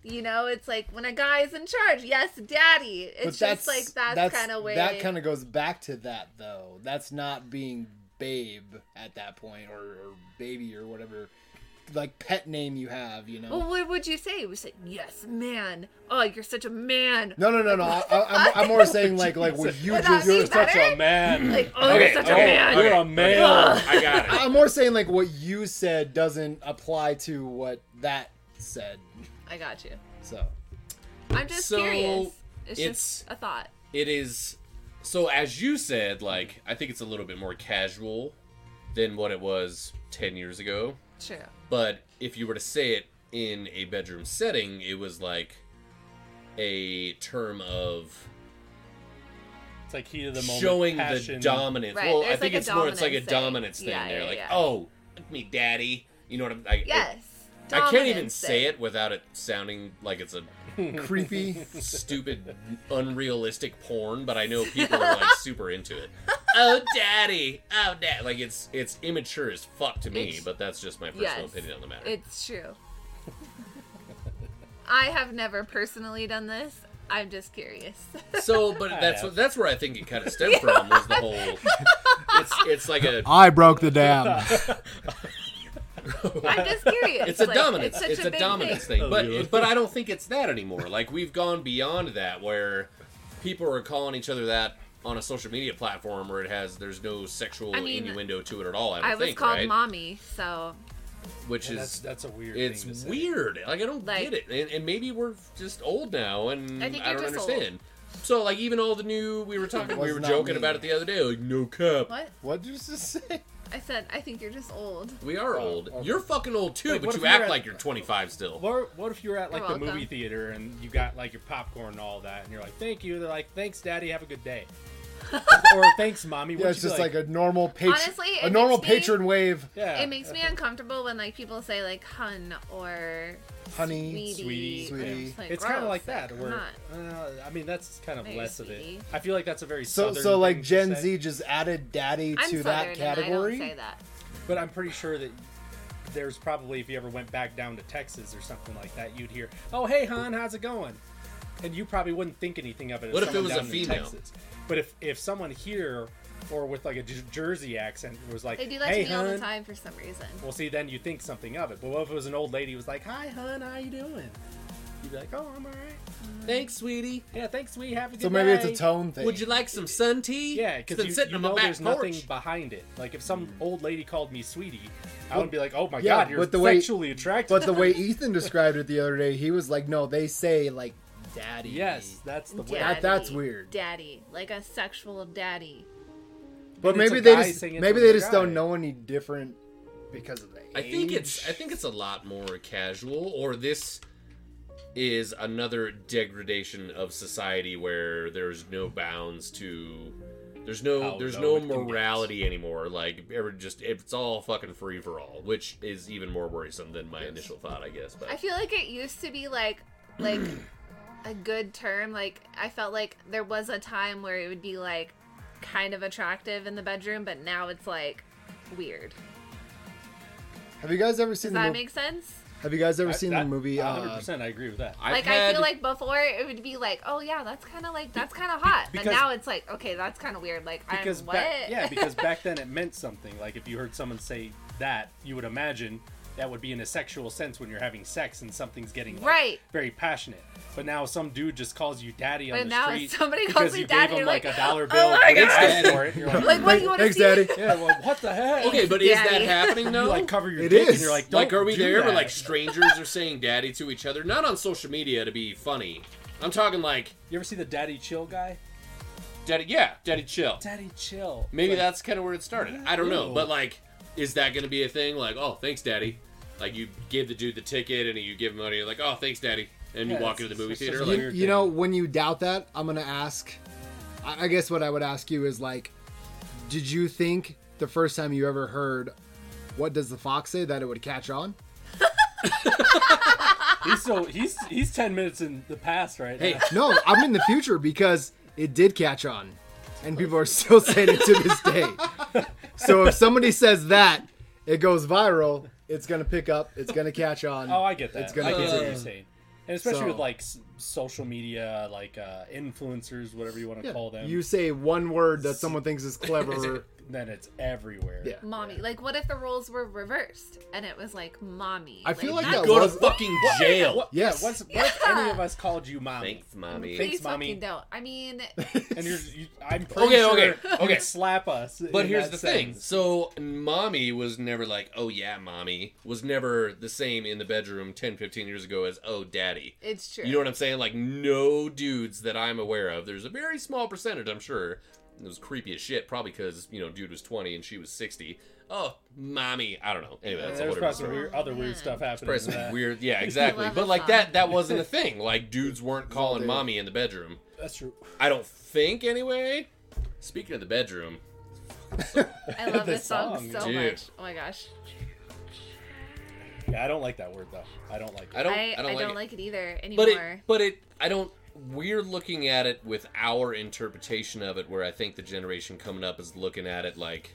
A: you know, it's like when a guy is in charge, yes, daddy. It's just like that's, kind of way.
B: That kind of goes back to that though. That's not being babe at that point, or, or baby, or whatever, like pet name you have. You know.
A: Well, what would you say? We say, "Yes, man. Oh, you're such a man."
B: no, no, no, no. I, I, I'm,
A: [LAUGHS]
B: I'm more saying like like well, you
A: Would that
B: just you're
A: be
B: such
A: better?
B: a man.
A: Like, oh, you're
C: Okay,
A: such
C: okay,
A: a man.
C: okay.
D: You're a male.
C: I got
D: [LAUGHS]
C: it.
B: I'm more saying like what you said doesn't apply to what that said.
A: I got you.
B: So
A: I'm just
C: So,
A: curious. It's,
C: it's-
A: just a thought.
C: It is. So as you said, like I think it's a little bit more casual than what it was ten years ago.
A: True.
C: But if you were to say it in a bedroom setting, it was like a term of
D: It's like heat of the moment,
C: showing the
D: passion.
C: dominance.
A: Right,
C: well, I
A: there's like
C: think
A: a
C: it's more it's like a
A: dominance
C: dominance
A: thing.
C: thing
A: Yeah,
C: there.
A: yeah,
C: like,
A: yeah.
C: oh, look me daddy. You know what I'm like?
A: Yes.
C: I can't even
A: Dominance
C: say
A: there.
C: it without it sounding like
D: [LAUGHS]
C: it's a
B: creepy.
C: stupid, unrealistic porn, but
A: [LAUGHS]
C: I know people are like super into it. Oh, daddy, oh, dad, like it's it's immature as fuck to me,
A: It's-
C: but that's just my personal
A: yes.
C: opinion on the matter.
A: It's true. I have never personally done this. I'm just
C: [LAUGHS]
A: curious.
C: so,
D: [LAUGHS]
C: but that's what, that's where I think it kind of
A: [LAUGHS]
C: stemmed from was the whole. It's it's like
D: [LAUGHS]
C: a
B: I broke the dam.
A: I'm just curious.
C: it's a
A: Like,
C: dominance.
A: such
C: It's, a,
A: big
C: dominance
A: thing.
C: thing,
D: Oh,
C: but but I don't think it's that anymore. Like we've gone beyond that, where people are calling each other that on a social media platform where it has there's no sexual
A: I mean,
C: innuendo to it at all. I, don't
A: I was
C: think,
A: called
C: right?
A: mommy, so
C: which
D: And
C: is
D: that's that's a weird.
C: it's
D: thing to say.
C: weird. Like I don't
A: Like-
C: get it, and, and maybe we're just old now, and
A: I
C: I,
A: think
C: don't
A: you're just old.
C: understand. So like even all the new we were talking, we
B: Was
C: were
B: not
C: joking
B: me.
C: about it the other day. Like no cap,
A: what?
B: [LAUGHS] what did you just say?
A: I said I think you're just old.
C: we are old. You're fucking old too,
D: Like,
C: but
D: Oh, what
C: you
D: if you
C: act
D: were at-
C: like you're 25 still.
D: What, what if you were at like
A: You're
D: the
A: welcome.
D: movie theater and you got like your popcorn and all that, and you're like, "Thank you." They're like, "Thanks, daddy. Have a good
A: [LAUGHS]
D: day." or "Thanks, mommy."
B: Yeah,
D: Would
B: it's
D: you
B: just
D: be like,
B: like, a normal patron,
A: Honestly, it
B: a normal
A: makes me-
B: patron wave.
D: yeah.
A: It makes me uncomfortable when like people say like hun or
B: Honey,
A: sweetie.
D: sweetie,
A: and I'm
B: sweetie.
A: just
D: it's kind of
A: gross,
D: like that.
A: come
D: Where
A: on.
D: uh, I mean, that's kind of
A: Maybe
D: less of it.
A: sweetie.
D: I feel like that's a very
B: So,
D: southern
B: so like
D: thing to
B: Gen
D: say,
B: Z just added daddy
A: I'm
B: to
A: southern
B: that
A: And I don't say
B: category.
A: that.
D: But I'm pretty sure that there's probably if you ever went back down to Texas or something like that, you'd hear, "Oh, hey, hon, how's it going?" And you probably wouldn't think anything of it. as
C: What if it
D: someone
C: was a
D: down in
C: female?
D: Texas. But if if someone here or with like a Jer- Jersey accent was like,
A: They do that
D: "Hey,
A: to me
D: hon,"
A: all the time for some reason.
D: Well, see, then you think something of it. But what if it was an old lady who was like, "Hi, hon, how you doing?" You'd be like, "Oh, I'm all right.
C: Thanks, sweetie.
D: Yeah, thanks. We have a good
B: So maybe it's
D: day."
B: a tone thing.
C: Would you like some sun tea? [LAUGHS]
D: Yeah,
C: it's
D: because
C: been
D: you,
C: sitting
D: you
C: on
D: know
C: my back
D: there's nothing
C: porch.
D: behind it. Like if some old lady called me sweetie, I
B: Mm. Well,
D: would be like, "Oh my
B: yeah,
D: god, you're
B: but the way-
D: sexually attracted."
B: but the
C: [LAUGHS]
B: way Ethan described it the other day, he was like, "No, they say like daddy."
D: [LAUGHS] yes, that's the way.
A: Daddy,
B: That- that's weird.
A: Daddy, like a sexual daddy.
B: but
D: And it's
B: maybe
D: a
B: they
D: guy
B: just
D: singing
B: maybe
D: to
B: they
D: the
B: just
D: guy.
B: don't know any different because of that.
C: I think it's I think it's a lot more casual or this is another degradation of society where there's no bounds to there's no
D: How
C: there's no
D: low it can get.
C: morality anymore like ever just it's all fucking free for all which is even more worrisome than my initial thought I guess
B: [CLEARS THROAT]
C: but
A: I feel like it used to be like like a good term. Like I felt like there was a time where it would be like kind of attractive in the bedroom, but now it's like weird.
B: Have you guys ever seen
A: Does
B: the
A: that
B: movie?
A: make sense?
B: Have you guys ever
D: I-
B: seen
D: that-
B: the movie? Uh,
D: 100%. I agree with that.
C: I've
A: like I
C: had-
A: feel like before it would be like, oh yeah, that's kind of like that's kind of hot, but
D: because-
A: now it's like, okay, that's kind of weird. Like
D: because
A: I'm what?
D: back,
A: [LAUGHS]
D: yeah, because back then it meant something. Like if you heard someone say that, you would imagine that would be in a sexual sense when you're having sex and something's getting like,
A: Right.
D: very passionate. But now some dude just calls you daddy on
A: But
D: the
A: now
D: street
A: if somebody
D: because
A: calls me
D: you gave
A: daddy,
D: him
A: you're
D: like
A: like,
D: a dollar bill
A: [LAUGHS] oh my
D: for
A: god,
D: instead
A: [LAUGHS]
D: for it. and You're like,
A: like what do you want to
B: Thanks,
A: see?
B: Daddy.
D: [LAUGHS] yeah, well, what the heck?
C: [LAUGHS] Okay, but is that
A: Daddy.
C: happening though?
D: [LAUGHS] you like cover your
B: It
D: dick and
B: is.
D: you're like,
C: like,
D: "Don't
C: are we
D: do
C: there?
D: that."
C: Where like strangers are saying "daddy" to each other, not on social media to be funny. I'm talking like,
D: you ever see the daddy chill guy?
C: "Daddy, yeah, daddy, chill."
D: Daddy chill.
C: Maybe
D: Like,
C: that's kind of where it started. I don't know,
D: Ew.
C: but like, is that going to be a thing? Like, oh, thanks, daddy. Like you give the dude the ticket and you give him money. Like, oh, thanks, daddy, and
D: Yeah,
C: you walk
D: it's-
C: into the movie
D: it's just
C: theater.
D: a
C: Like,
D: weird
B: you know, when you doubt that, I'm gonna ask. I, I guess what I would ask you is like, did you think the first time you ever heard "What does the fox say" that it would catch on?
D: he's so he's he's ten minutes in the past right
C: hey,
D: now.
B: No, I'm in the future because it did catch on, and people are still saying it to this day. So if somebody says that, it goes viral. It's gonna pick up. It's gonna catch on.
D: Oh, I get that.
B: It's gonna
D: I get what
B: be-
D: you're saying. And especially
B: So-
D: with like s- social media, like uh, influencers, whatever you want to
B: Yeah.
D: call them,
B: You say one word that someone thinks is clever.
D: then it's everywhere.
B: Yeah.
A: Mommy, like what if the roles were reversed and it was like mommy?
B: I feel like
A: that's
B: that
C: go to
B: was-
C: fucking jail.
D: What,
B: Yes.
D: yeah, what's, what if any of us called you mommy?
C: Thanks, mommy.
D: Thank-
A: Please
D: mommy.
A: fucking don't. I
C: [LAUGHS]
A: mean,
D: And you're, you, I'm pretty
C: Okay,
D: sure
C: okay,
D: you'd
C: okay.
D: slap us.
C: But
D: in
C: here's
D: that
C: the thing.
D: sense.
C: So, mommy was never like, oh yeah, mommy, was never the same in the bedroom 10, 15 years ago as, oh, daddy.
A: it's true.
C: You know what I'm saying? Like, no dudes that I'm aware of. There's a very small percentage, I'm sure. It was creepy as shit, probably because, you know, dude was 20 and she was 60. Oh, mommy. I don't know. Anyway, that's a
D: there's
C: whole
D: probably
C: different
D: some
C: story.
D: weird, other weird stuff happening.
C: Probably
D: in
C: some
D: that.
C: weird,
D: [LAUGHS]
C: yeah, exactly.
A: love
C: But
A: a
C: like
A: song.
C: that, that wasn't a thing. Like dudes weren't calling
B: dude.
C: mommy in the bedroom.
D: That's true.
C: I don't think, anyway. Speaking of the bedroom,
A: I love
D: The
A: this song,
D: song,
A: so
C: dude.
A: much. Oh my gosh,
D: Yeah, I don't like that word though. I don't like.
C: I
D: It.
C: don't,
A: I,
C: I don't like it.
A: it. either
C: but
A: anymore.
C: it, but it, I don't. We're looking at it with our interpretation of it, where I think the generation coming up is looking at it like,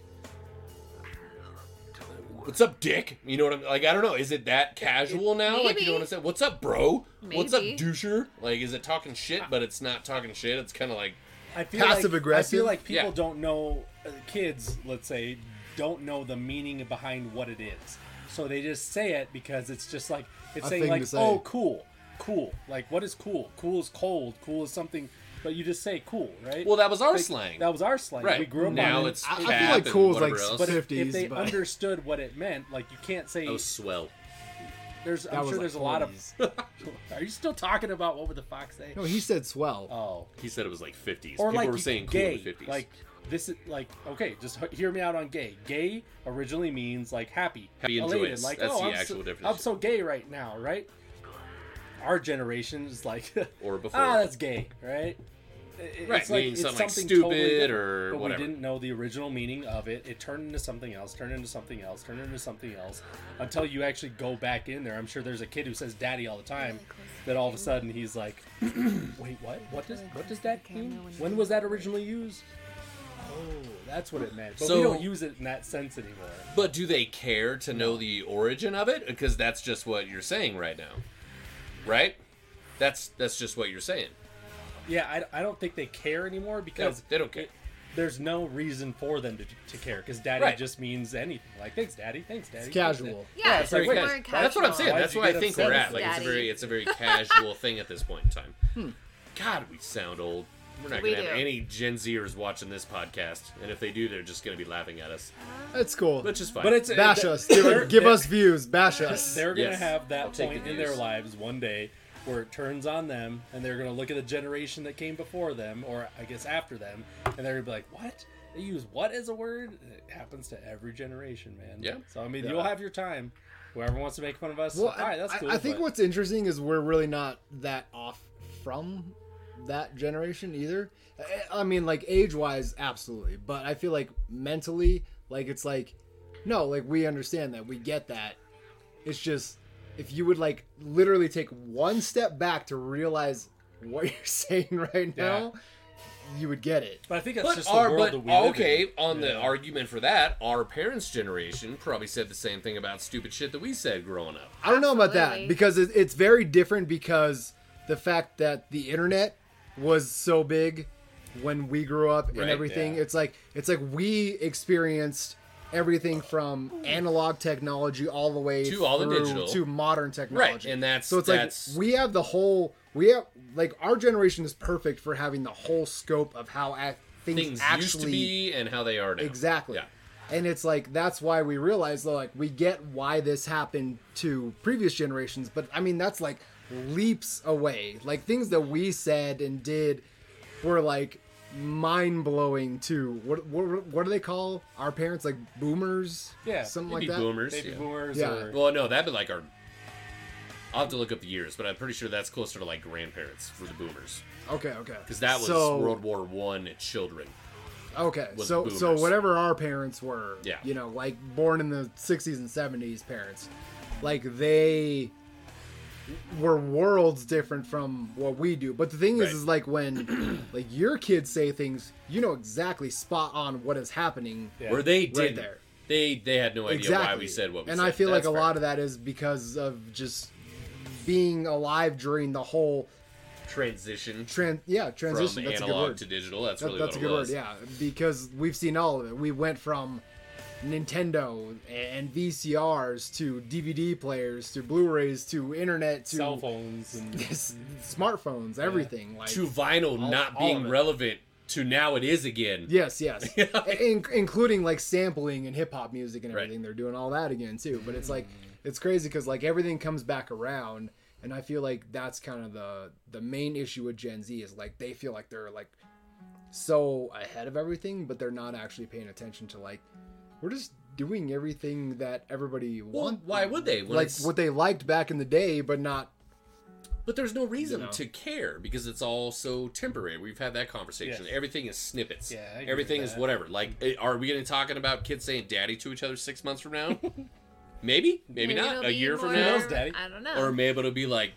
C: "What's up, Dick?" You know what I'm like? I don't know. Is it that casual now? Like you
A: Maybe.
C: know what I'm saying? What's up, bro? What's up,
A: Maybe.
C: doucher? Like, is it talking shit? But it's not talking shit. It's kind of like,
D: I feel like-
B: Passive aggressive?
D: I feel like people
C: Yeah.
D: don't know uh, kids. Let's say don't know the meaning behind what it is, so they just say it because it's just like it's
B: A
D: saying
B: thing
D: like,
B: to say.
D: "Oh, cool, cool." Like, what is cool? Cool is cold. Cool is something, but you just say cool, right?
C: well, that was our
D: Like,
C: slang,
D: That was our slang.
C: right?
D: We grew up
C: now
D: on it.
C: it's
B: I- I feel
C: cap
B: like
C: and
B: cool is, like,
C: whatever else.
D: But if, if
B: 50s,
D: they
B: but-
D: understood what it meant, like you can't say
C: oh, swell.
D: there's.
B: That
D: I'm
B: was
D: sure
B: like
D: there's a lot of.
B: 40s.
D: [LAUGHS] Are you still talking about what would the fox say?
B: No, he said swell.
D: Oh,
C: He said it was like 50s.
D: or
C: People
D: like
C: were saying cool
D: gay.
C: in the 50s.
D: Like this is like okay, just h- hear me out on gay. Gay originally means like happy,
C: Happy and
D: elated.
C: joyous.
D: Like
C: That's
D: oh,
C: the
D: I'm
C: actual
D: so,
C: definition.
D: I'm so gay right now, right? Our generation is like [LAUGHS]
C: Or before.
D: Ah, that's gay, right? I- It's
C: Right, meaning something like stupid
D: different,
C: or
D: but
C: whatever.
D: We didn't know the original meaning of it. It turned into something else, turned into something else, turned into something else, until you actually go back in there. I'm sure there's a kid who says "daddy" all the time. That all of a sudden he's like, "Wait, what? What does what does that mean? When was that originally used?" Oh, that's what it meant. But we
C: So-
D: don't use it in that sense anymore.
C: But do they care to know the origin of it? Because that's just what you're saying right now, right? That's that's just what you're saying.
D: Yeah, I, I don't think they care anymore
C: No,
D: because
C: they don't care.
D: there's no reason for them to, to care because daddy
C: Right.
D: just means anything. Like, thanks, daddy. Thanks, daddy.
B: It's
D: thanks,
B: casual.
A: yeah, it's
D: very
A: more
D: casual.
A: casual.
C: That's what I'm saying.
D: Why'd
C: That's
D: you
C: where I
D: get
C: think
D: upset?
C: we're at. Like it's a
A: Daddy.
C: very it's a very casual thing at this point in time. God, we sound old. We're not
A: We
C: gonna have
A: do.
C: any Gen Zers watching this podcast, and if they do, they're just gonna be laughing at us,
B: That's cool.
C: which is fine.
D: But it's
B: bash
D: they're-
B: us. Give,
D: they're-
B: give us views. Bash us.
D: They're gonna
C: Yes.
D: have
C: I'll
D: that
C: take
D: point
C: the
D: in their
C: views.
D: lives one day where it turns on them, and they're gonna look at the generation that came before them, or I guess after them, and they're gonna be like, "What? They use what as a word? It happens to every generation, man.
C: Yeah.
D: So I mean,
B: Yeah.
D: you'll have your time. Whoever wants to make fun of us,
B: Well,
D: all right, that's
B: I-
D: cool.
B: I, think
D: but
B: what's interesting is we're really not that off from that generation either. I- I mean, like age wise, absolutely, but I feel like mentally, like it's like, no, like we understand that, we get that. It's just if you would like literally take one step back to realize what [LAUGHS] you're saying right now, you would get it.
E: But I think that's
C: But
E: just the
C: our,
E: world that
C: but
E: we live
C: okay,
E: in.
C: on the argument for that, our parents' generation probably said the same thing about stupid shit that we said growing up.
B: I don't know about that
A: Absolutely.
B: because it, it's very different because the fact that the internet was so big when we grew up and
C: Right,
B: everything.
E: yeah.
B: It's like it's like we experienced everything from analog technology all the way
C: To all the
B: through
C: digital.
B: to modern technology.
C: and that's-
B: so it's
C: that's-
B: like we have the whole we have like our generation is perfect for having the whole scope of how ac things,
C: Things
B: actually
C: used to be and how they are now.
B: Exactly.
C: Yeah.
B: And it's like that's why we realize though, like we get why this happened to previous generations, but I mean that's like leaps away. Like things that we said and did were like mind blowing to what, what what do they call our parents like boomers?
E: Yeah,
B: something like
C: Maybe
B: that.
C: boomers.
E: Baby
C: yeah.
E: boomers
B: Yeah.
E: or
C: Well, no, that'd be like our. I'll have to look up the years, but I'm pretty sure that's closer to like grandparents for the boomers
B: Okay, okay.
C: because that was
B: So-
C: World War One children.
B: Okay,
C: was
B: so so
C: boomers.
B: whatever our parents were,
C: Yeah.
B: you know, like born in the '60s and '70s parents, like they were worlds different from what we do. But the thing
C: Right.
B: is, is like when
C: [CLEARS THROAT]
B: like your kids say things, you know exactly spot on what is happening.
E: Yeah.
C: Where they did
B: there.
C: They they had no idea
B: Exactly.
C: why we said what we
B: and
C: said.
B: I feel
C: That's
B: like a
C: fair.
B: lot of that is because of just being alive during the whole
C: transition
B: trans yeah
C: from
B: transition. that's a good
C: analog
B: word.
C: to digital. That's
B: That-
C: really
B: that's a
C: what
B: good
C: it was.
B: word, yeah. Because we've seen all of it. We went from Nintendo and VCRs to DVD players to Blu-rays to internet to
E: cell phones and
B: s- [LAUGHS] smartphones, everything. Like
C: To vinyl not
E: all
C: being
E: of it.
C: relevant to now it is again.
B: yes,
C: [LAUGHS]
B: yes, in, including like sampling and hip hop music and
C: Right. Mm.
B: everything. They're doing all that again too. But it's like it's crazy because like everything comes back around. And I feel like that's kind of the the main issue with Gen Z is like they feel like they're like so ahead of everything, but they're not actually paying attention to like we're just doing everything that everybody
C: Well,
B: wants,
C: why would they? When
B: like
C: it's-
B: what they liked back in the day, but not
C: But there's no reason
B: You know.
C: to care because it's all so temporary. We've had that conversation.
E: Yes.
C: Everything is snippets.
E: Yeah, I agree with
C: Everything is
E: that.
C: whatever. Like, eh, are we going to talking about kids saying "daddy" to each other six months from now? [LAUGHS] maybe, maybe,
A: it'll
C: not. A
A: be
C: year from
A: more-
C: now,
E: Knows, Daddy.
A: I don't know.
C: or maybe it'll be like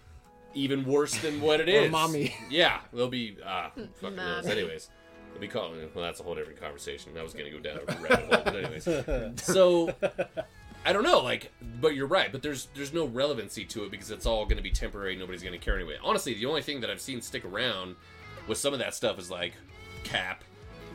C: even worse than what
E: [LAUGHS]
C: it
B: Or
C: is.
B: mommy.
C: [LAUGHS] Yeah, they'll be
A: [LAUGHS]
C: ah, who fucking knows.
A: Mommy.
C: Anyways, they'll be calling. Well, that's a whole different conversation. I was going to go down a rabbit hole, but
E: [LAUGHS]
C: anyways.
B: [LAUGHS]
C: So I don't know, like, but you're right. But there's there's no relevancy to it because it's all going to be temporary. Nobody's going to care anyway. Honestly, the only thing that I've seen stick around with some of that stuff is like Cap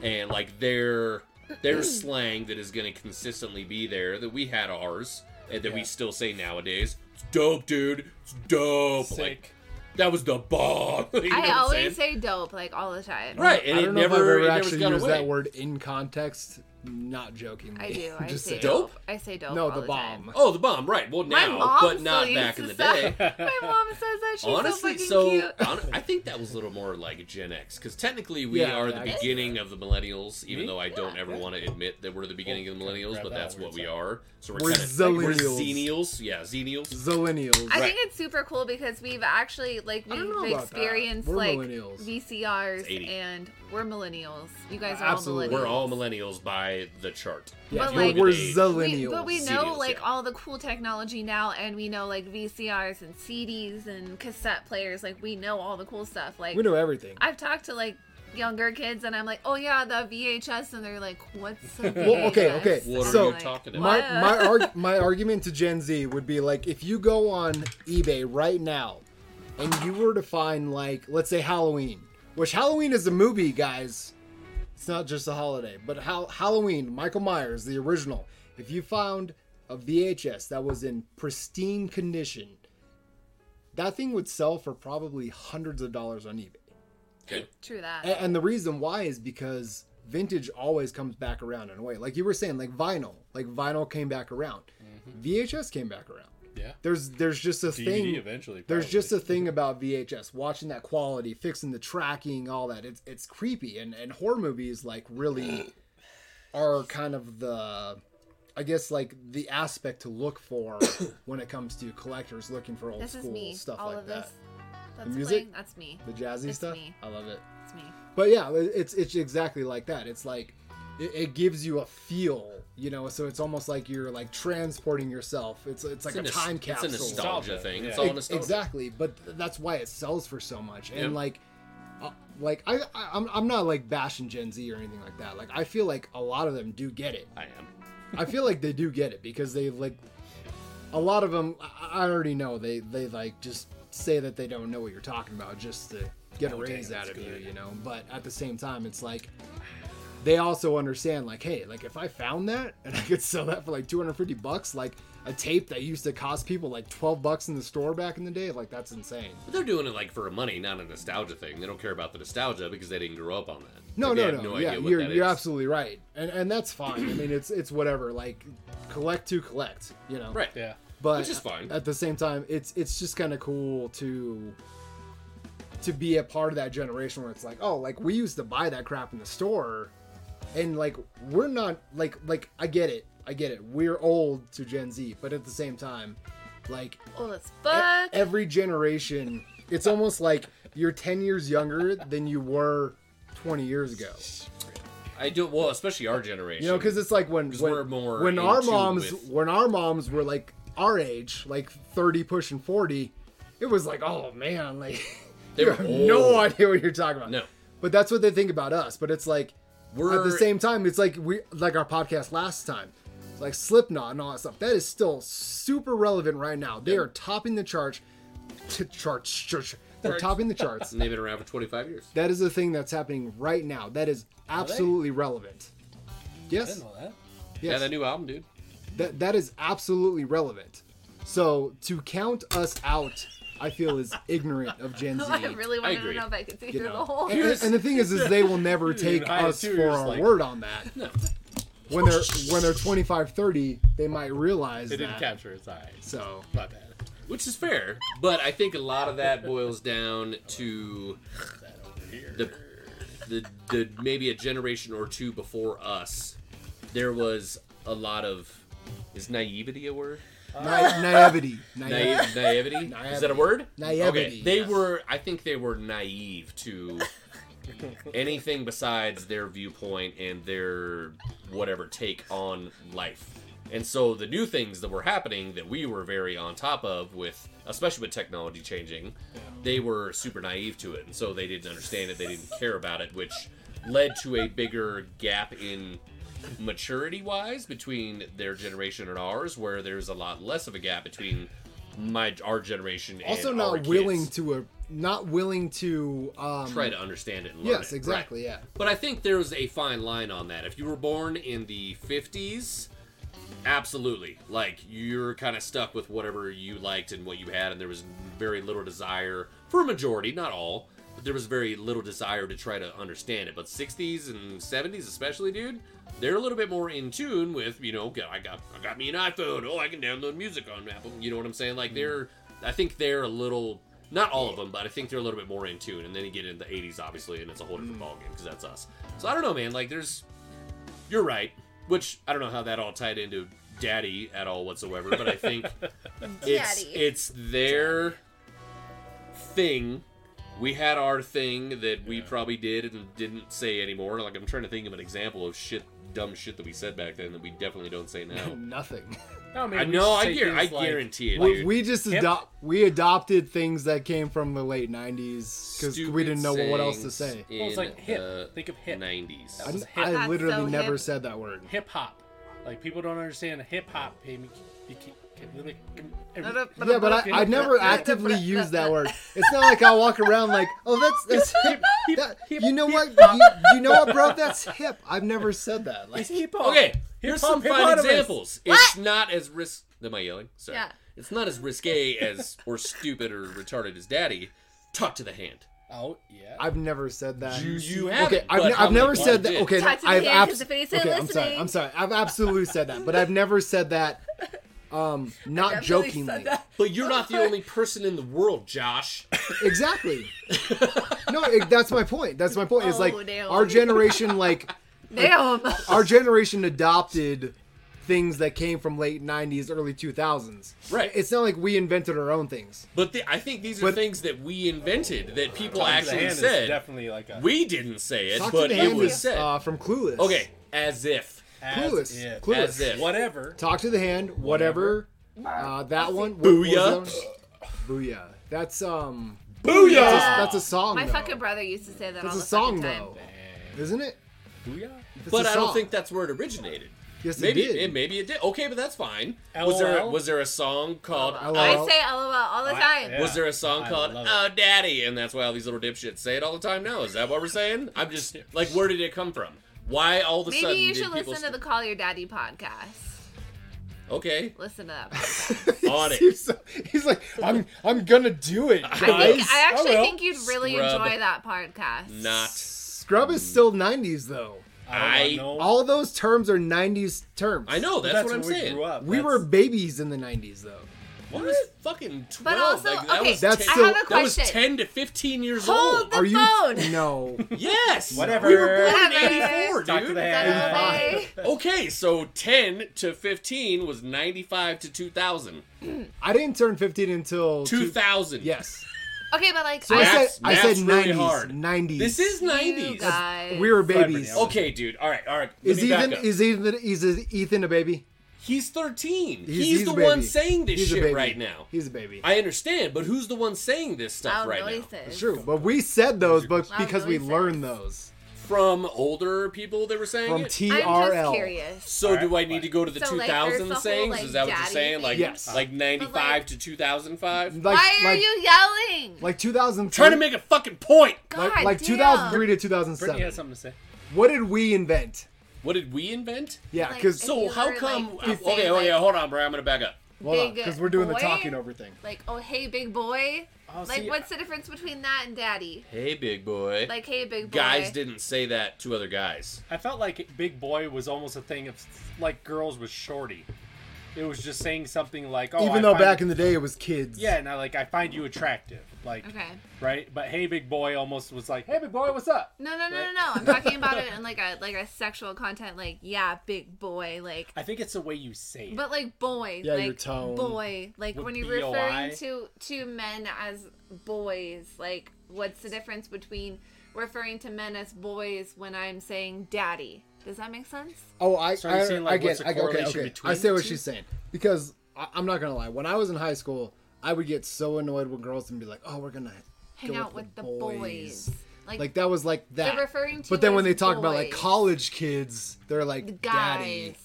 C: and like their
B: [CLEARS THROAT]
C: their slang that is going to consistently be there that we had ours and that we
E: Yeah.
C: still say nowadays. It's dope, dude. It's dope. Like
E: sick.
C: that was the bomb. [LAUGHS] You know what
A: I
C: I'm
A: always
C: saying?
A: say dope like all the time.
C: right, and
B: I
C: it
B: don't know if
C: never,
B: I've
C: it
B: ever
C: never
B: actually
C: got
B: used
C: away.
B: that word in context. Not joking.
A: I
C: [LAUGHS]
B: [LAUGHS]
A: do. I say
C: saying.
A: dope. I say dope.
B: No,
A: all
B: the,
A: time.
B: bomb.
C: Oh, the bomb. Right. Well,
A: My
C: now,
A: mom
C: but not
A: still
C: back in the
A: used to
C: day.
A: [LAUGHS] say- My mom says that she's
C: Honestly,
A: so
C: so,
A: fucking cute.
C: [LAUGHS] hon- I think that was a little more like Gen X because technically we
B: Yeah,
C: are the
B: yeah, I-
C: beginning of the millennials, even
E: Me?
C: though I don't ever
E: yeah.
C: want to admit that we're the beginning of the millennials,
E: grab
C: but
E: that
C: that's
E: one
C: what
E: for a
C: we are. So we're,
B: We're
C: kind of we're
B: zillennials.
C: xenials. Yeah, xenials.
B: Zillennials.
A: I
C: Right.
A: think it's super cool because we've actually like
B: I don't know
A: we've
B: about that.
A: experienced
B: We're
A: like
B: millennials.
C: It's
A: VCRs
C: 80.
A: and we're millennials. You guys are
B: Absolutely.
A: all millennials.
C: We're all millennials by the chart.
B: Yeah,
A: But,
B: we're-
A: like-
B: we're
C: We-
B: zillennials.
A: We, but we know
C: Millennials,
A: like
C: yeah.
A: all the cool technology now, and we know like VCRs and CDs and cassette players. Like we know all the cool stuff. Like
B: We know everything.
A: I've talked to like younger kids, and I'm like, oh yeah, the VHS, and they're like, what's a VHS?
B: [LAUGHS] Well, okay, okay.
A: And
C: What
A: I'm
B: are you
A: like,
B: my
C: talking
A: "What?"
B: my
A: [LAUGHS]
B: arg- my argument to Gen Z would be like if you go on eBay right now and you were to find like let's say Halloween, which Halloween is a movie, guys. It's not just a holiday, but Hal- Halloween, Michael Myers, the original. If you found a VHS that was in pristine condition, that thing would sell for probably hundreds of dollars on eBay.
C: Okay.
A: True that.
B: A- And the reason why is because vintage always comes back around in a way. Like you were saying, like vinyl, like vinyl came back around. VHS came back around.
E: Mm-hmm. Yeah.
B: There's there's just a
E: DVD
B: thing.
E: eventually.
B: There's
E: probably.
B: just a thing about VHS, watching that quality, fixing the tracking, all that. It's it's creepy, and and horror movies like
E: [SIGHS]
B: really are kind of the, I guess like the aspect to look
E: [COUGHS]
B: for when it comes to collectors looking for old
A: This is
B: school
A: me.
B: stuff
A: all
B: like
A: of
B: that.
A: this. That's
B: music?
A: playing. That's me.
B: The jazzy
A: It's
B: stuff,
A: me.
B: I love it.
A: It's me.
B: But yeah, it- it's it's exactly like that. It's like it, it gives you a feel You know, so it's almost like you're like transporting yourself. It's it's like
C: It's a
B: a
C: nos-
B: time
C: it's a
B: capsule.
C: nostalgia thing. It's
E: Yeah.
C: all
B: Ex-
C: nostalgia.
B: Exactly, but th- that's why it sells for so much. And
C: Yeah.
B: like, uh, like I, I I'm, I'm not like bashing Gen Z or anything like that. Like I feel like a lot of them do get it.
C: I am.
B: I feel like they do get it because they like a lot of them. I I already know they they like just say that they don't know what you're talking about just to get a
C: Oh,
B: raise out of you, you know. But at the same time, it's like they also understand like, hey, like if I found that [LAUGHS] and I could sell that for like 250 bucks, like a tape that used to cost people like 12 bucks in the store back in the day, like that's insane.
C: But they're doing it like for money, not a nostalgia thing. They don't care about the nostalgia because they didn't grow up on that.
B: No,
C: Like, they
B: no,
C: have
B: no. yeah, you're
C: that
B: you're
C: is.
B: absolutely right, and and that's fine. I mean, it's it's whatever. Like, collect to collect, you know.
C: right.
D: Yeah.
B: but
C: Which is fine.
B: at the same time it's it's just kind of cool to to be a part of that generation where it's like oh like we used to buy that crap in the store and like we're not like like i get it i get it we're old to gen z but at the same time like
A: Well, it's
B: e-
A: fuck.
B: every generation it's almost like you're 10 years younger than you were 20 years ago
C: I do well, especially our generation.
B: you know, because it's like when
C: 'Cause
B: when,
C: we're more
B: when
C: in
B: our
C: tune
B: moms
C: with-
B: when our moms were like our age, like thirty pushing forty, it was like, oh man, like [LAUGHS]
C: They
B: you
C: were
B: have no
C: old.
B: idea what you're talking about.
C: Oh. No.
B: but that's what they think about us. But it's like
C: we're
B: at the same time, it's like we like our podcast last time, It's like Slipknot and all that stuff. That is still super relevant right now. They are topping the charts. T- charts, charts. They're
C: Charts.
B: topping the charts.
C: [LAUGHS] and they've been around for 25 years.
B: that is the thing that's happening right now. That is absolutely relevant. Yes.
E: I didn't know that.
C: Yeah,
B: Yes.
C: that new album, dude.
B: That that is absolutely relevant. So to count us out, I feel is ignorant of
A: [LAUGHS]
B: Gen Z.
A: [LAUGHS] I really wanted to
C: agree.
A: know if I could see
B: You
A: through
B: know.
A: the
B: [LAUGHS]
A: whole.
B: And,
A: [LAUGHS]
B: and the thing is, is they will never take
E: high
B: us
E: too,
B: for
E: you're
B: our
E: just like-
B: word on that. When they're when they're 25, 30, they might realize
D: It didn't
B: that.
D: capture its eyes.
A: [LAUGHS]
B: So
D: My bad.
C: Which is fair, but I think a lot of that boils down to the, the the maybe a generation or two before us. There was a lot of is naivety a word?
B: na- naivety, naivety.
C: Naive, [LAUGHS] naivety? Is that a word?
B: Naivety,
C: Okay. They
B: yes.
C: were, I think they were naive
B: [LAUGHS]
C: to anything besides their viewpoint and their whatever take on life. And so the new things that were happening that we were very on top of with, especially with technology changing, they were super naive to it. And so they didn't understand it, they didn't care about it, which led to a bigger gap in maturity wise between their generation and ours where there's a lot less of a gap between my our generation and
B: also
C: our
B: not
C: kids
B: willing to a, not willing to um
C: try to understand it and learn
B: yes
C: it.
B: exactly
C: Right.
B: yeah
C: but i think there's a fine line on that if you were born in the 50s absolutely like you're kind of stuck with whatever you liked and what you had and there was very little desire for a majority not all but there was very little desire to try to understand it but 60s and 70s especially dude they're a little bit more in tune with you know "God, i got i got me an iphone oh i can download music on apple you know what i'm saying like they're i think they're a little not all of them but i think they're a little bit more in tune and then you get into the 80s obviously and it's a whole different ballgame 'cause ballgame because that's us so i don't know man like there's you're right. Which I don't know how that all tied into Daddy at all whatsoever, but I think it's
A: Daddy.
C: it's their thing. We had our thing that we probably did and didn't say anymore. Like I'm trying to think of an example of shit, dumb shit that we said back then that we definitely don't say
B: [LAUGHS]
C: now.
B: [CLEARS THROAT] nothing.
E: No, mean,
C: I
E: we
C: know.
E: used
C: I,
E: to say
C: guar-
E: things
C: I
E: like,
C: guarantee it,
B: We,
C: dude.
B: we just adopt we adopted things that came from the late 90s because we
C: Stupid
B: didn't know what else to
C: sayings
B: say.
E: Well, it's
C: in
E: like hip.
C: the
E: Think of hip.
C: 90s.
B: I,
E: was
B: I
E: hip.
A: That's
B: literally
A: so
B: never
A: hip.
B: said that word.
E: hip hop. Like people don't understand hip hop. Hey, me- me- me- me- every-
B: Yeah, but I,
A: [LAUGHS]
B: I never actively use that word. It's not like I walk around like, oh,
A: [LAUGHS]
B: that's that's hip. That- you know what? You, you know what, bro? That's hip. I've never said that. Like,
C: Okay, here's some fine examples. It's not as risk. Am I yelling? Sorry.
A: Yeah.
C: It's not as risque as or stupid or retarded as daddy. Talk to the hand.
E: Oh yeah.
B: I've never said that.
C: You- you
B: Okay,
C: haven't,
B: I've,
C: but
B: ne-
C: how
B: I've never
C: many
B: said
C: people
B: that.
C: did?
B: Okay,
A: Talk to the
B: I've
A: hand, 'cause if he's
B: okay, I'm sorry.
A: listening.
B: I'm sorry. I've absolutely said that, but I've never said that. Um,
A: [LAUGHS]
B: not
A: Definitely
B: jokingly.
A: said that.
C: But you're not the only person in the world, Josh.
A: [LAUGHS]
B: Exactly. no, it, that's my point. That's my point. It's
A: Oh,
B: like
A: damn.
B: our generation, like
A: Damn.
B: our generation, adopted things that came from late '90s, early 2000s.
C: Right.
B: It's not like we invented our own things.
C: But the, I think these are
B: But-
C: things that we invented that people actually
E: Hand is
C: said.
E: definitely like a.
C: We didn't say it,
B: Talk
C: but
B: to the
C: it
B: hand
C: was
B: is,
C: said.
B: uh, from Clueless.
C: okay, as if.
G: As
B: Clueless.
G: if.
B: Clueless.
C: As if.
G: Whatever.
B: Talk to the hand. Whatever. Uh, that one. what- what was
C: Booyah.
B: that one? Booyah. That's um.
C: Booyah!
B: That's a, that's a song.
A: Ah. My
B: though.
A: fucking brother used to say that
B: That's
A: all
B: a
A: the
B: song
A: fucking time.
B: though, isn't it?
G: Booyah?
B: It's
C: but
B: a
C: I don't
B: song.
C: think that's where it originated.
B: Yes,
C: maybe
B: it did. [LAUGHS]
C: maybe it did. Okay, but that's fine. Was there
G: LOL?
C: was there a song called
B: LOL.
A: I say LOL all the time.
G: yeah.
C: Was there a song
G: I
C: called
G: love it.
C: "Oh Daddy"? And that's why all these little dipshits say it all the time now. Is that what we're saying? I'm just like, where did it come from? Why all of a
A: Maybe
C: sudden
A: you
C: did
A: should
C: people?
A: listen to the Call Your Daddy podcast.
C: okay,
A: Listen to that.
C: On it.
B: he's, so- he's like, I'm, I'm gonna do it, guys.
A: I, think, I actually
B: will.
A: think you'd really
C: Scrub.
A: enjoy that podcast.
C: not.
B: Scrub is still '90s though.
C: I-
G: I don't know.
B: All those terms are '90s terms.
C: I know that's,
G: That's
C: what I'm
G: when we
C: saying.
G: grew up.
B: We
G: That's-
B: were babies in the '90s though.
C: I was fucking twelve.
A: But also,
C: like, that
A: okay,
C: was
B: That's
C: ten,
A: I
B: still-
A: have a
C: that was
A: question.
C: ten to fifteen years
A: Hold
C: old.
A: the
B: are
A: phone.
B: you? [LAUGHS] No.
C: [LAUGHS] Yes,
G: Whatever.
C: We were born in
A: Whatever.
C: '84,
G: Talk to
C: dude.
G: the hand.
A: That okay? [LAUGHS]
C: Okay, so ten to fifteen was ninety-five to two thousand.
B: I didn't turn 15 until
C: Two thousand.
B: Yes.
A: Okay, but like,
B: So I
A: I,
C: Math-
B: said, I said
C: math's really
B: 90s.
C: hard.
B: 90s.
C: This is
A: you
C: nineties.
A: guys.
B: We were babies.
G: Celebrity.
C: Okay, dude. All right, all right. Let
B: Is
C: me back
B: Ethan
C: up.
B: is Ethan is Ethan a baby?
C: He's 13. He's,
B: a
C: the
B: baby.
C: one saying this
B: He's a
C: shit
B: baby.
C: right now.
B: He's a baby.
C: I understand, but who's the one saying this
A: I
C: stuff
A: don't know
C: right
A: what he
C: now?
A: says.
B: It's true, but we said those, but
A: Wow,
B: because we
A: really
B: learned
A: sad.
B: those
C: From older people that were saying
B: from
C: it?
A: I'm
B: TRL.
A: just curious.
C: so
G: All right,
C: do I need to go to the
A: So, like, there's
C: 2000
A: the whole,
C: sayings?
A: like,
C: Is that what you're
A: daddy
C: saying? Like,
A: thing.
B: Yes.
C: like 95
A: like-
C: to 2005?
B: Like,
A: Why are
B: like,
A: you yelling?
B: like 2003?
C: Trying to make a fucking point.
A: God
B: like, like
A: damn.
B: 2003 to
D: Brittany
B: 2007.
D: has something to say.
B: What did we invent?
C: What did we invent?
B: Yeah,
A: Like,
B: because
A: if
C: So
A: you
C: how
A: were,
C: come?
A: like, to
C: okay,
A: say,
C: oh yeah,
A: like-
C: hold on, bro. I'm gonna back up.
A: big
B: because we're doing the
A: boy?
B: talking over thing.
A: Like, oh hey, big boy.
G: Oh,
A: like,
G: see,
A: what's the difference between that and daddy?
C: Hey, big boy.
A: Like, hey, big boy.
C: guys didn't say that to other guys.
D: I felt like Big Boy was almost a thing of like girls with Shorty. It was just saying something like, "Oh,
B: Even
D: I
B: though
D: find-
B: back in the day it was kids.
D: yeah, and I like I find you attractive, like
A: Okay.
D: right." But hey, Big Boy almost was like, "Hey, Big Boy, what's up?"
A: No, no, no, no, no. I'm talking about
D: [LAUGHS]
A: it in like a like a sexual content. Like, yeah, big boy. Like,
D: I think it's the way you say it.
A: but like boy.
B: Yeah,
A: like
B: your tone.
A: boy. Like
D: With
A: when you're
D: B O I.
A: referring to to men as boys. Like, what's the difference between referring to men as boys when I'm saying daddy? Does that make sense?
B: Oh, I,
D: you're
B: I,
D: saying,
B: I
D: like,
B: get,
D: what's the
B: I get- okay,
D: correlation
B: okay.
D: between
B: I see
D: the
B: what
D: two?
B: she's saying because I, I'm not gonna lie. When I was in high school, I would get so annoyed when girls and be like, "Oh, we're gonna
A: Hang
B: go
A: out with, the boys. Like,
B: Like that was like that.
A: referring to
B: but then when
A: as
B: they talk about like
A: boys.
B: college kids, they're like
A: guys.
B: daddy.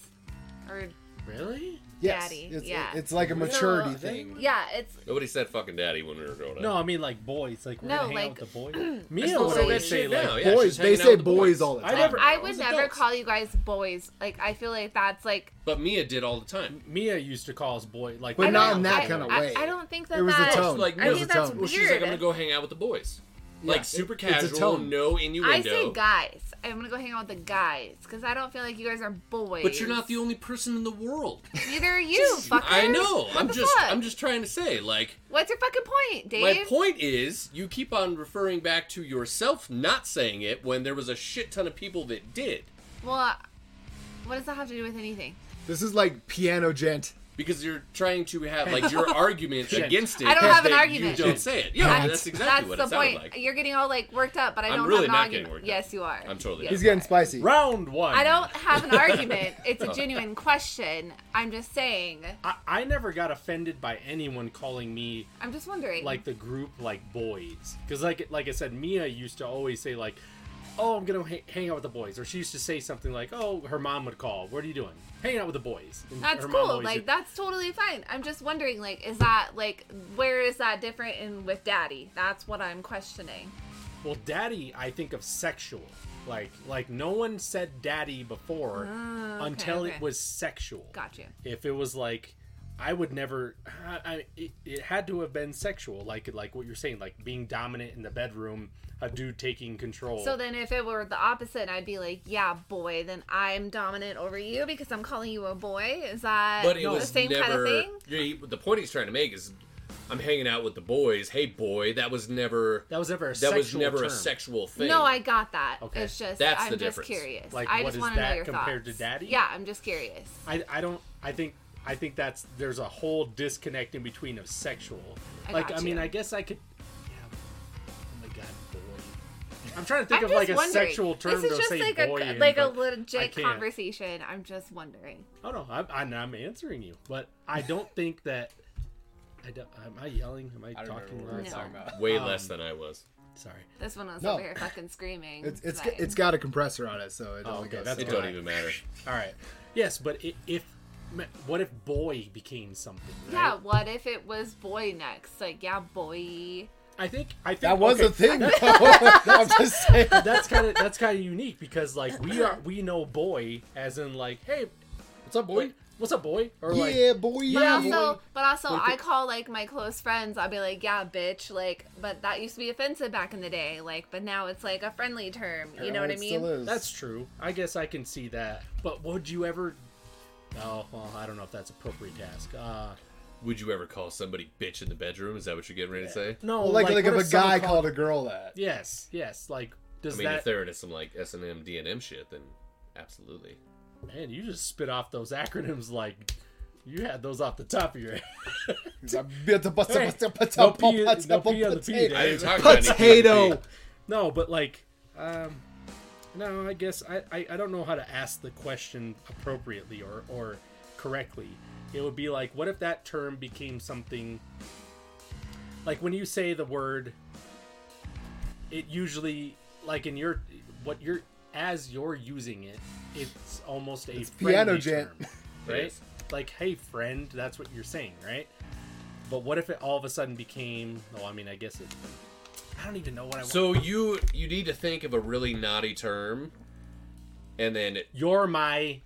A: Or
C: Really?
B: Yes,
A: Daddy,
B: It's,
A: yeah.
B: it's like a maturity
A: So-
B: thing.
A: yeah, it's
C: Nobody said fucking daddy when we were growing up.
D: no, I mean like boys, like we're
A: No,
D: gonna hang
A: like-
D: out with
A: [CLEARS THROAT]
D: the boys.
C: Me
A: still say that
C: say
A: shit
C: like,
A: now,
C: yeah,
B: boys,
C: she's
B: they
C: hanging out
B: say
C: with the
B: boys all the
D: I
B: time.
D: never.
A: I
D: was
A: would
D: adults.
A: never call you guys boys. Like I feel like that's like
C: But Mia did all the time.
D: Mia used to call us boy, like
B: But
A: I
B: not
A: don't-
B: in that
A: I-
B: kind of
A: I-
B: way.
A: I, don't think that
B: It was the
A: that-
B: tone.
C: Like,
A: I
C: no,
A: think
B: it's a
A: that's
B: tone.
A: weird.
B: Well,
C: Well, she's like, I'm gonna go hang out with the boys.
B: it-
C: like super
B: it's a
C: casual,
B: tone.
C: no
A: I
C: innuendo.
A: say guys. I'm gonna go hang out with the guys because I don't feel like you guys are boys.
C: But you're not the only person in the world.
A: Neither are you, fucker.
C: I know.
A: What
C: I'm
A: the
C: just
A: fuck?
C: I'm just trying to say, like
A: What's your fucking point, Dave?
C: my point is you keep on referring back to yourself not saying it when there was a shit ton of people that did.
A: Well, what does that have to do with anything?
B: This is like piano gent.
C: Because you're trying to have
B: [LAUGHS]
C: like your argument against it.
A: I don't have an
C: that
A: argument.
C: You don't say it. Yeah,
A: That's-
C: Oh, that's exactly
A: That's
C: what
A: the
C: it
A: point.
C: sounded like.
A: You're getting all like worked up, but I
C: I'm
A: don't
C: really
A: have an
C: not
A: argument.
C: getting worked up.
A: yes, you are.
C: I'm totally
A: Yes.
B: He's getting spicy.
G: Round one.
A: I don't have
C: [LAUGHS]
A: an argument. It's
C: Oh.
A: a genuine question. I'm just saying.
D: I, I never got offended by anyone calling me
A: I'm just wondering.
D: like the group like boys because like like i said mia used to always say like oh i'm gonna ha- hang out with the boys or she used to say something like oh her mom would call what are you doing hanging out with the boys And
A: That's
D: her mom
A: cool.
D: always
A: Like
D: did-
A: that's totally fine. I'm just wondering, like, is that like where is that different in with daddy? That's what I'm questioning.
D: well daddy i think of sexual like like no one said daddy before until
A: Ah, okay.
D: it was sexual
A: Got you.
D: if it was like I would never. I, I, it, it had to have been sexual, like like what you're saying, like being dominant in the bedroom, a dude taking control.
A: So then if it were the opposite, I'd be like, yeah, boy, then I'm dominant over you because I'm calling you a boy. Is that
C: But it
A: the
C: was
A: same
C: never.
A: kind of thing?
C: yeah, he- the point he's trying to make is, I'm hanging out with the boys. Hey, boy, that was never.
D: that was never a
C: That was
D: sexual
C: never a
D: term.
C: sexual thing.
A: No, I got that.
D: Okay.
A: It's just
C: That's
A: I'm
C: the
A: just
C: difference.
A: curious.
D: Like,
A: I
D: what
A: just
D: is
A: want to know
D: that
A: your
D: compared
A: thoughts.
D: to daddy?
A: Yeah, I'm just curious.
D: I, I don't I think I think that's there's a whole disconnect in between of sexual.
A: I
D: like
A: got
D: I mean
A: you.
D: I guess I could yeah. Oh my god, boy. I'm trying to think
A: I'm
D: of like
A: just
D: a
A: wondering.
D: sexual term
A: This is
D: to
A: just
D: say
A: like
D: boy
A: a
D: in,
A: like a
D: but I
A: legit
D: can't.
A: conversation. I'm just wondering.
D: Oh no, I'm, I'm, I'm answering you, but I don't think that. I don't, am I yelling? Am I,
E: I don't
D: talking
E: remember what I
D: loud?
E: was
A: No.
E: talking about.
D: Um,
C: Way less than I was.
D: Sorry.
A: This one was
B: No.
A: over here fucking screaming.
B: It's it's
A: but-
B: it's got a compressor on it, so it doesn't
D: Oh, okay,
B: go.
D: that's
B: so
C: It
D: Yeah.
C: don't even matter.
D: All right. Yes, but i- if what if boy became something? Right?
A: yeah. What if it was boy next? Like yeah, boy.
D: I think I think
B: That was
D: okay,
B: a thing. though.
A: [LAUGHS]
B: [LAUGHS] I'm just saying.
D: that's kind of that's kind of unique because like we are we know boy as in like hey, what's up boy? What's up boy? Or like
B: yeah, boy.
A: But
B: Yeah, boy.
A: also, but also,
D: Like
A: I
D: it-
A: call like my close friends. I'll be like, "Yeah, bitch," like, but that used to be offensive back in the day. Like, but now it's like a friendly term. You know what I
B: It still
A: mean?
B: is.
D: that's true. I guess I can see that. But would you ever? Oh, well, I don't know if that's appropriate to ask. Uh,
C: Would you ever call somebody bitch in the bedroom? Is that what you're getting ready to say?
D: no,
B: Well, like like,
D: what
B: if a
D: someone
B: guy
D: called-
B: called a girl that.
D: [LAUGHS] Yes, yes. Like does
C: I mean, if
D: that?
C: they're into some like S and M, D and M shit, then absolutely.
D: Man, you just spit off those acronyms like you had those off the top of your [LAUGHS] head.
B: No P on
D: Hey, no P- no P on the P,
C: I didn't
B: potato.
C: talk about anything.
B: Potato.
D: No, but like, um, no, I guess I, I, I don't know how to ask the question appropriately or, or correctly. It would be like, what if that term became something like when you say the word, it usually, like in your, what you're, as you're using it, it's almost a
B: piano
D: friendly
B: jam.
D: term,
C: It
D: right?
C: is.
D: [LAUGHS] Like, hey, friend, that's what you're saying, right? But what if it all of a sudden became, well, I mean, I guess it, I don't even know what I want.
C: So you you need to think of a really naughty term, and then
D: you're my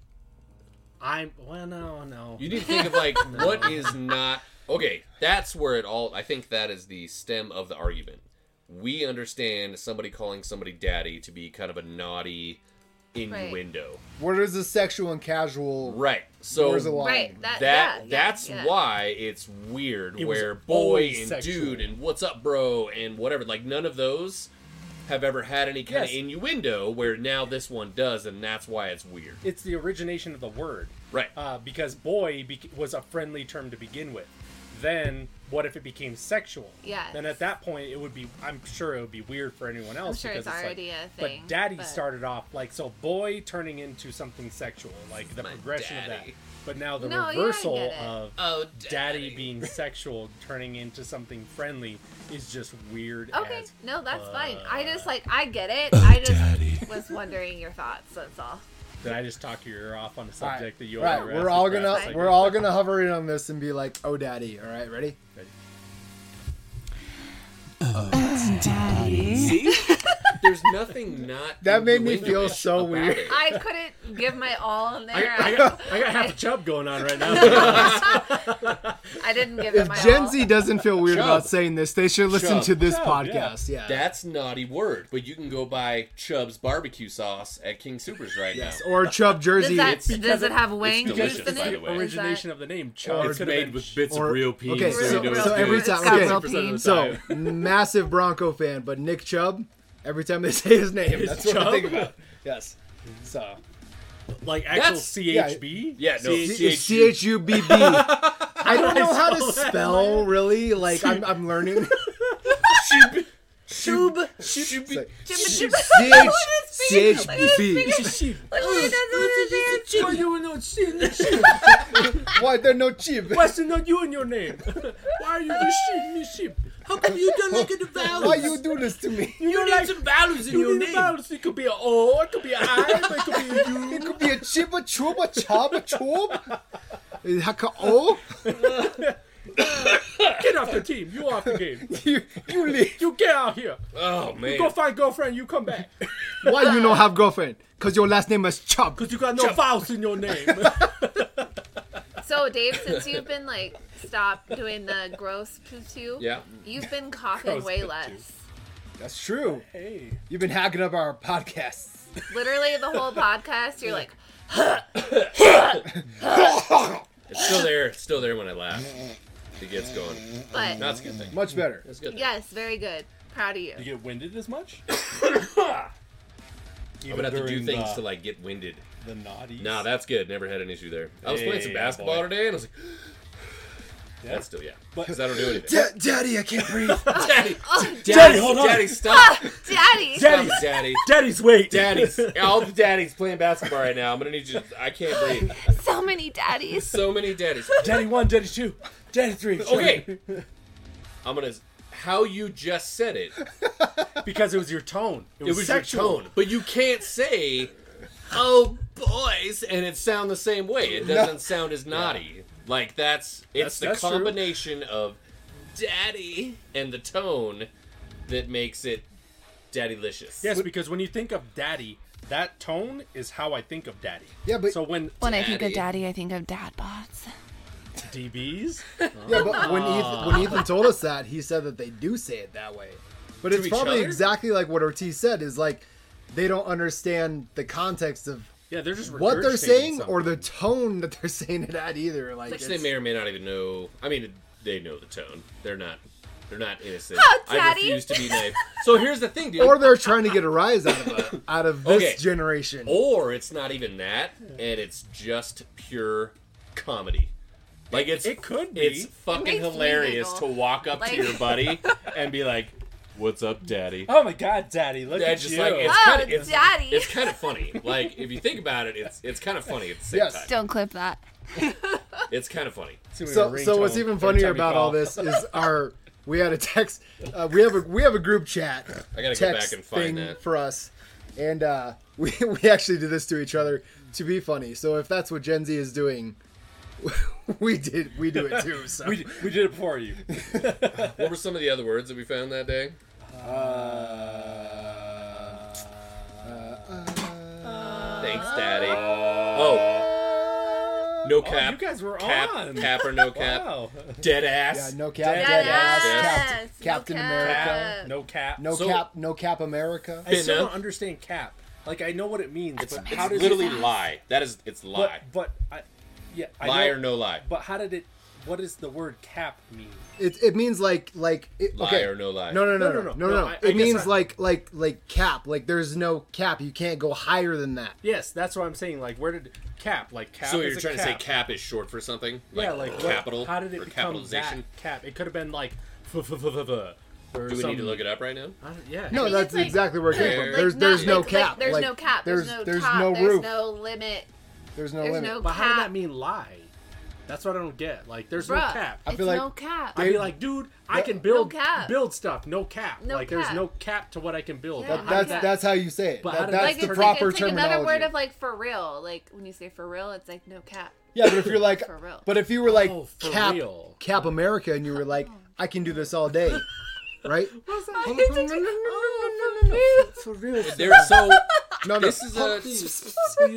D: I'm well no no
C: you need to think of like what is not okay. That's where it all. I think that is the stem of the argument. We understand somebody calling somebody daddy to be kind of a naughty innuendo,
B: Where does the sexual and casual?
C: right? So
B: Where's the line?
A: Right. That,
C: that
A: yeah, yeah,
C: that's
A: yeah.
C: why it's weird
D: It was
C: where boy
D: always
C: and
D: sexual.
C: dude and what's up bro and whatever like none of those have ever had any kind
D: Yes.
C: of innuendo where now this one does and that's why it's weird
D: it's the origination of the word
C: right
D: uh, because boy be- was a friendly term to begin with then what if it became sexual
A: Yes.
D: then at that point it would be I'm sure it would be weird for anyone else
A: sure
D: because
A: it's
D: like-
A: already a thing,
D: but daddy
A: but-
D: started off like so boy turning into something sexual like the
C: My
D: progression of that
C: daddy.
D: but now the
A: No, yeah, I
D: reversal
A: get it.
D: of
C: oh
D: daddy. being sexual turning into something friendly is just weird
A: Okay,
D: as
A: no, that's fine. I just like I get it. I just was wondering your thoughts. That's all.
D: Did I just talk your ear off on a
B: All
D: subject
B: right,
D: that you
B: right.
D: already
B: We're
D: wrapped
B: all
D: the
B: gonna
D: crap
B: we're
A: [LAUGHS]
D: out
B: all gonna hover in on this and be like, "Oh, daddy." All right, ready?
C: there's nothing not
D: [LAUGHS]
B: That made me
C: innuendo-ish
B: feel so
C: about
B: weird.
C: it.
A: I couldn't give my all in
D: of?
A: there.
D: I, I
A: I,
D: got, I got half a chub going on right [LAUGHS] now.
A: didn't give it
B: If
A: my
B: Gen
A: all.
B: Z doesn't feel weird
C: Shove.
B: about saying this, they should listen
C: Shove.
B: to this
D: Shove, yeah.
B: podcast. Yeah.
C: that's naughty word but you can go buy chubb's barbecue sauce at king supers right
B: yes.
C: now
B: Or Chubb
A: does
B: Jersey.
A: that does
D: because
A: it
D: it-
A: have wings in
C: delicious, by
A: it?
C: the way.
A: Is that-
D: Origination of the name chub.
B: It's
D: could have been ch-
B: of real pee, okay,
A: so you know it's
B: so
A: good.
B: every
A: It's
B: time-
A: got
B: okay,
A: real
D: 50% of
A: peen.
D: the
B: So
D: time.
B: massive Bronco fan, but Nick Chubb. Every time they [LAUGHS] say his name, that's what I
D: Chubb.
B: think about. Yes. So
D: like actual
C: That's-
D: CHB.
C: yeah no
B: C H U B B. I don't know how [LAUGHS] to spell really. Like I'm, I'm [LAUGHS] learning.
C: Chub. Chub.
A: Jibba jibba.
B: [LAUGHS] C
A: speak.
B: H C H
A: Look at
B: B.
A: Look, she doesn't understand.
D: Why you not seeing the [LAUGHS] sheep?
B: Why there no chib?
D: Why's it not you in your name? Why are you the sheep, me sheep? How come you don't look at the vowels?
B: Why you do this to me?
D: You, need like,
C: some vowels in
D: you need the vowels. It could be an O, it could be an I, it could be a U.
B: It could be a chib, a chub, a chub, a chub. Is that ca- Oh,
D: Get off the team. You off the game.
B: [LAUGHS]
D: [LAUGHS]
B: you, you leave.
D: You get out here.
C: Oh man.
D: Go find girlfriend. You come back.
B: Why you no have girlfriend? Cause your last name is Chubb.
D: Cause you got no vowels in your name.
A: So Dave, since you've been like stop doing the gross poo,
C: Yeah.
A: you've been coughing
D: Gross
A: way
D: poo.
A: less.
B: That's true.
D: hey.
B: You've been hacking up our podcasts.
A: Literally the whole podcast, you're
B: [LAUGHS]
A: like,
C: It's still there. It's still there when I laugh. It gets going.
A: but
C: That's a good thing.
B: Much better.
C: That's a good. thing.
A: yes, very good. Proud of you. [LAUGHS]
E: You get winded
D: [COUGHS]
E: as much?
C: I'm gonna have to do things to like get winded.
E: the naughty.
C: Nah, that's good. Never had an issue there. I was playing some
E: Yeah,
C: basketball
E: boy.
C: today, and I was like, That's still yeah. Because I don't do anything.
B: [LAUGHS] [LAUGHS] Da- Daddy, I can't breathe.
C: Daddy,
A: Oh,
D: Daddy, hold on.
C: Daddy, stop,
A: Ah, [LAUGHS]
B: [LAUGHS]
A: daddy.
C: stop,
D: Daddy,
C: Daddy.
D: Daddy's wait.
C: Daddy's all the daddies playing basketball right now. I'm gonna need you. I can't breathe.
A: So many daddies.
C: So many daddies.
D: [LAUGHS] Daddy one, Daddy two, Daddy three.
C: Okay, I'm gonna. How you just said it.
D: [LAUGHS] because it was your tone. It
C: It
D: was,
C: was
D: sexual.
C: your tone, but you can't say, "Oh boys," and it sound the same way. It doesn't sound as naughty. Like that's it's
D: That's-
C: the
D: that's true.
C: combination of "daddy" and the tone that makes it "daddylicious."
D: Yes, because when you think of daddy, that tone is how I think of daddy.
B: Yeah, but-
D: so when
A: When I think of
C: Daddy.
A: daddy, I think of dad bots.
D: DBs,
B: [LAUGHS] Yeah, but when Ethan, when Ethan told us that, he said that they do say it that way. But it's
C: each
B: probably
C: other?
B: exactly like what Ortiz said is like they don't understand the context of
D: yeah, they're just
B: what they're
D: regurgitating
B: saying
D: something.
B: or the tone that they're [LAUGHS] saying it at either. Like
C: Which they
B: it's-
C: may or may not even know. I mean, they know the tone. They're not. They're not innocent.
A: Oh,
C: I
A: Daddy.
C: refuse to be naive. So here's the thing, dude.
B: or
C: Or,
B: they're trying to get a rise out of it, out of this
C: Okay.
B: generation.
C: it's not even that, and it's just pure comedy. Like it's
D: It could be.
C: It's
A: makes
C: fucking
A: me
C: hilarious to
A: giggle.
C: walk up
A: Like-
C: to
A: [LAUGHS]
C: your buddy and be like, "What's up, Daddy?"
D: Oh my God, daddy! Look
C: Yeah,
D: at
C: just
D: you.
C: like it's
A: Oh,
C: kind of it's,
A: Daddy.
C: it's kind of funny. Like if you think about it, it's it's kind of funny at the same
B: Yes.
C: time.
A: Don't clip that.
C: It's kind of funny.
B: So, so what's even funnier about all this is our we had a text uh, we have a we have a group chat
C: I gotta go
B: text
C: back and find
B: thing
C: that.
B: for us and uh, [LAUGHS] we we actually do this to each other to be funny so if that's what Gen Z is doing [LAUGHS] we did we do it too so
D: [LAUGHS] We, we did it for you.
C: What were some of the other words that we found that day? Uh, Thanks, Daddy. oh. No cap.
D: Oh, you guys were
C: cap,
D: on.
C: cap or
D: [LAUGHS]
C: no cap.
D: Wow.
C: Dead
B: yeah,
C: ass.
B: no cap
D: Dead
B: dead ass,
D: ass.
C: Yes.
B: Cap-
A: No
B: Captain
A: cap. Uh,
B: America
D: No cap.
B: no
C: So-
B: cap no cap America
D: I still
C: Fitna.
D: don't understand cap. Like I know what it means,
C: It's,
D: but
C: it's
D: how does
C: literally
D: it,
C: lie. That is, it's
D: But,
C: lie.
D: but I, yeah, I
C: lie
D: know,
C: or no lie.
D: But how did it? What does the word cap mean?
B: it, it means like like it,
C: Lie
B: okay.
C: or no lie.
B: No, no, no, no,
D: No, no,
B: no,
D: no.
B: no,
D: No, I- I
B: it
D: guess
B: means
D: I-
B: like, like, like cap. Like there's no cap. You can't go higher than that.
D: Yes, that's what I'm saying. Like where did cap? Like cap.
C: So
D: is
C: you're
D: a
C: trying to say cap is short for something? Like,
D: yeah, like what-
C: capital?
D: how did it
C: or
D: become
C: capitalization?
D: that cap? It could have been like. [LAUGHS] f- f- f- f- f- or
C: Do we need
D: something.
C: to look it up right now?
D: I don't- Yeah.
B: No,
A: think
B: that's
A: it's like-
B: exactly where it came
C: Like,
B: from. There's
A: not-
B: there's no
A: like-
B: cap.
A: like, there's
B: Like,
A: no cap. There's, no
B: there's
A: top.
B: no
A: there's
B: roof.
A: no limit.
B: There's no
A: There's
B: limit.
A: no
D: But
A: cap.
D: how did that mean lie? That's what I don't get. Like, there's no
A: Bruh,
D: cap.
B: I
A: It's
B: feel like
A: no cap.
D: I'd be like, dude, I can build
A: cap.
D: build stuff. No cap.
A: No
D: like,
A: cap.
D: there's no cap to what I can build.
A: Yeah.
B: That,
D: How did
B: that's
A: Yeah.
B: that's how you say it.
D: But
B: That-
D: how did-
B: that's
D: Like,
B: the
A: it's
B: proper
A: like, it's like
B: terminology.
A: another word of like for real. Like when you say for real, it's like no cap.
B: yeah, but if you're like,
A: For real.
B: but if you were like
D: Oh, for
B: cap
D: real.
B: cap America, and you were like, I can do this all day, right?
D: For [LAUGHS] real.
C: They're so.
B: [LAUGHS] No, no.
C: This is a.
B: [LAUGHS]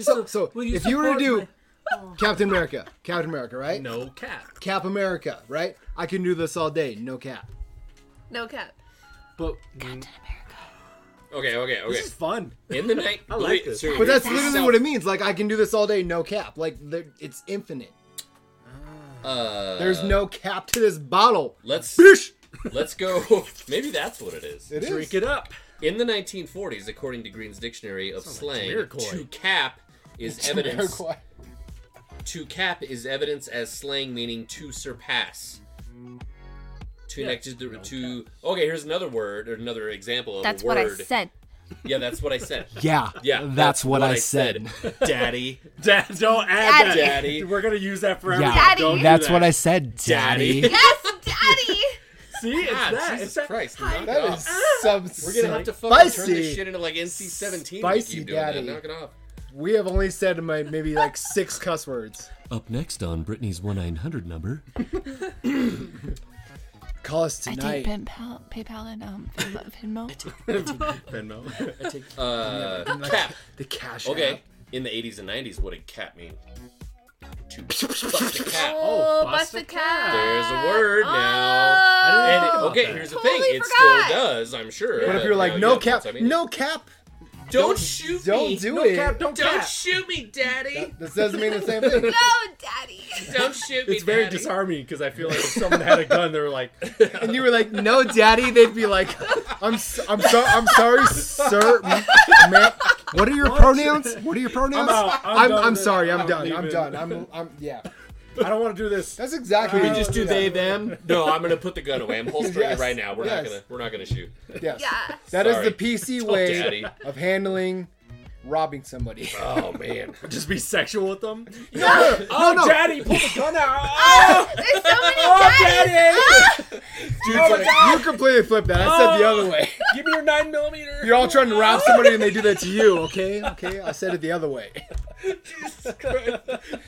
B: so, so if you were to do [LAUGHS] Captain America, Captain America, right?
D: No cap.
B: Cap America, right? I can do this all day, no cap.
A: No cap.
D: But
C: Okay, okay, okay.
D: this is fun.
C: In
D: [LAUGHS]
C: the night.
D: I like this.
B: But that's literally what it means. Like I can do this all day, no cap. Like there- it's infinite.
C: Uh,
B: There's no cap to this bottle.
D: [LAUGHS]
C: Let's
B: Bish.
C: let's go. [LAUGHS] Maybe that's what it is.
B: It is.
D: Drink it up. [LAUGHS]
C: In the 1940s, according to Green's Dictionary of Slang,
D: Jamiroquai.
C: to cap is evidence.
B: Jamiroquai.
C: To cap is evidence as slang meaning to surpass. To
D: Yeah,
C: next to, the- to okay. Here's another word or another example of
A: That's
C: a word.
A: what I said.
C: Yeah, that's what I said.
B: Yeah.
C: Yeah,
B: That's, what, I, said. [LAUGHS]
C: [LAUGHS] Daddy,
D: Dad, don't add
A: Daddy.
D: that.
C: Daddy.
D: We're gonna use that for
B: Yeah.
D: everything.
A: Daddy.
D: Don't do
A: That's
D: that.
B: said,
A: [LAUGHS]
C: Daddy.
A: Yes, [LAUGHS] daddy.
D: see. It's
C: God,
D: that.
C: Ah, Jesus
D: it's that.
C: Christ, knock it
B: That
C: off.
B: is some
C: We're gonna have to fucking
B: spicy.
C: turn this shit into like NC-17. if we
B: Spicy
C: keep doing that.
B: daddy.
C: Knock it off.
B: We have only said my maybe like six cuss words.
C: Up next on Brittany's 1 900 number.
B: Call us
A: I
B: tonight.
A: take PayPal, PayPal and um
B: [LAUGHS]
A: Venmo.
D: Venmo.
C: Uh, cap.
B: the cash.
C: Okay. [LAUGHS]
B: app.
C: In the 80s and 90s, what did cap mean? To bust
D: [LAUGHS]
C: a cap.
A: Oh,
D: bust
A: bust
D: the
A: the cap.
C: There's a word now.
A: Oh.
C: And it-
D: about
C: okay,
D: that.
C: here's the
A: Totally
C: thing. It
A: forgot.
C: still does, I'm sure.
B: But if
C: Uh,
B: you're
C: now
B: like
C: you
B: no
C: know
B: cap,
C: what I mean.
B: no cap,
C: don't shoot me.
B: don't do
D: No
B: it.
D: cap. Don't
C: Don't
D: cap.
C: shoot me, daddy.
B: This doesn't mean the same thing.
A: No, daddy.
C: Don't shoot me,
D: It's very
C: daddy.
D: disarming because I feel like if someone had a gun, they
C: [LAUGHS]
D: were like, "Oh,
B: And you were like, "No, Daddy," they'd be like, "I'm, so, I'm, so, I'm sorry, sir, m- ma- What are your pronouns? What are your pronouns?
D: out. I'm
B: I'm,
D: done
B: I'm
D: with it.
B: sorry. I'm
D: I'm
B: done. I'm
D: leaving."
B: done. I'm, I'm, yeah.
D: I don't want to do this.
B: That's exactly.
D: We
B: how-
D: just
C: Just do
B: yeah.
C: they them? No, I'm gonna put the gun away. I'm holstering
B: Yes,
C: it right now. We're
B: yes.
C: not gonna we're not gonna shoot.
B: Yes.
A: Yeah.
B: That is
C: Sorry.
B: the PC way
C: Daddy.
B: of handling robbing somebody.
C: Oh man.
D: Just be sexual with them. [LAUGHS]
B: oh, no.
D: Daddy, pull the gun out.
A: There's so many
C: Oh,
A: Ah! daddies. [LAUGHS]
B: Dude, it's like, you completely flipped that. I said the other way.
D: Oh [LAUGHS] Give me your nine millimeter.
B: You're all trying to
D: [LAUGHS]
B: rob somebody and they do that to you, okay? Okay, I said it the other way.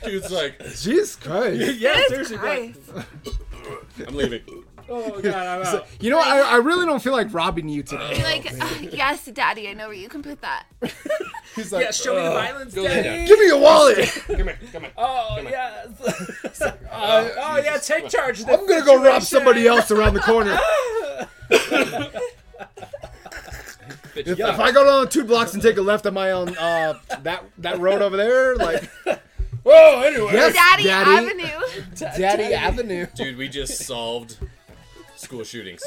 C: Dude's like,
B: Jesus Christ.
D: [LAUGHS] Yeah,
A: Jesus
D: seriously. Like,
A: Christ.
C: I'm leaving.
D: oh god, I'm out.
B: You know, what? I, I really don't feel like robbing you today.
D: Uh,
A: You're like, "Ah, yes, daddy, I know where you can put that.
B: He's like, uh,
D: show me the violence,
C: go lay down.
D: Daddy.
B: give me your wallet.
C: Come here, come here.
D: Oh yes. oh, oh yeah, take charge.
B: I'm gonna go rob somebody else around the corner.
C: Bitch,
B: If,
C: yeah.
B: if I go down two blocks and take a left on my own uh, that that road over there, like, whoa. Anyway, yes,
A: Daddy,
B: Daddy,
A: Avenue.
B: Daddy Avenue.
C: Dude, we just solved school shootings.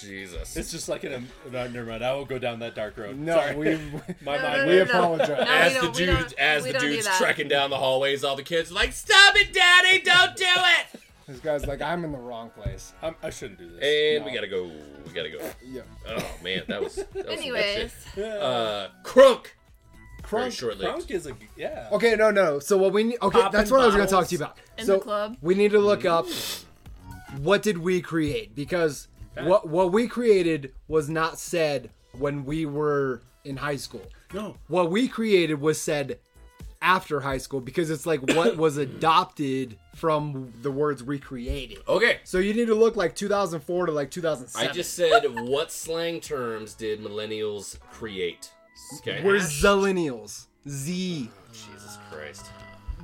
C: Jesus.
E: It's just like an. Um, no, never mind. I won't go down that dark road.
B: No,
E: Sorry.
B: we [LAUGHS]
E: my
A: No,
E: mind.
A: no,
B: we
A: no,
B: apologize.
A: No,
C: as
A: we
C: the
A: don't- we
C: dudes,
A: don't-
C: as
A: we
C: the
A: don't do
C: dudes
A: that.
C: trekking down the hallways, all the kids are like, "Stop it, Daddy! Don't do it!"
B: this guy's like, I'm in the wrong place.
E: I'm, I shouldn't do this.
C: And we
B: No.
C: gotta go. We gotta go.
B: Yeah,
C: Oh man, that was. That was some good
A: Anyways,
C: shit. uh, Crunk. Very
B: Crunk-
C: shortly.
E: Crunk is a yeah.
D: Oh,
B: Okay, no, no. So what we need? Okay,
D: Popping
B: that's what I was gonna talk
D: bottles
B: to you about.
A: in
B: so
A: the club.
B: we need to look up what did we create because what what we created was not said when we were in high school.
D: No.
B: What we created was said after high school because it's like what was adopted from the words we created.
C: Okay.
B: So you need to look like 2004 to like 2007.
C: I just said, what slang terms did millennials create? Okay.
B: we're zillennials. Z.
C: Jesus Christ.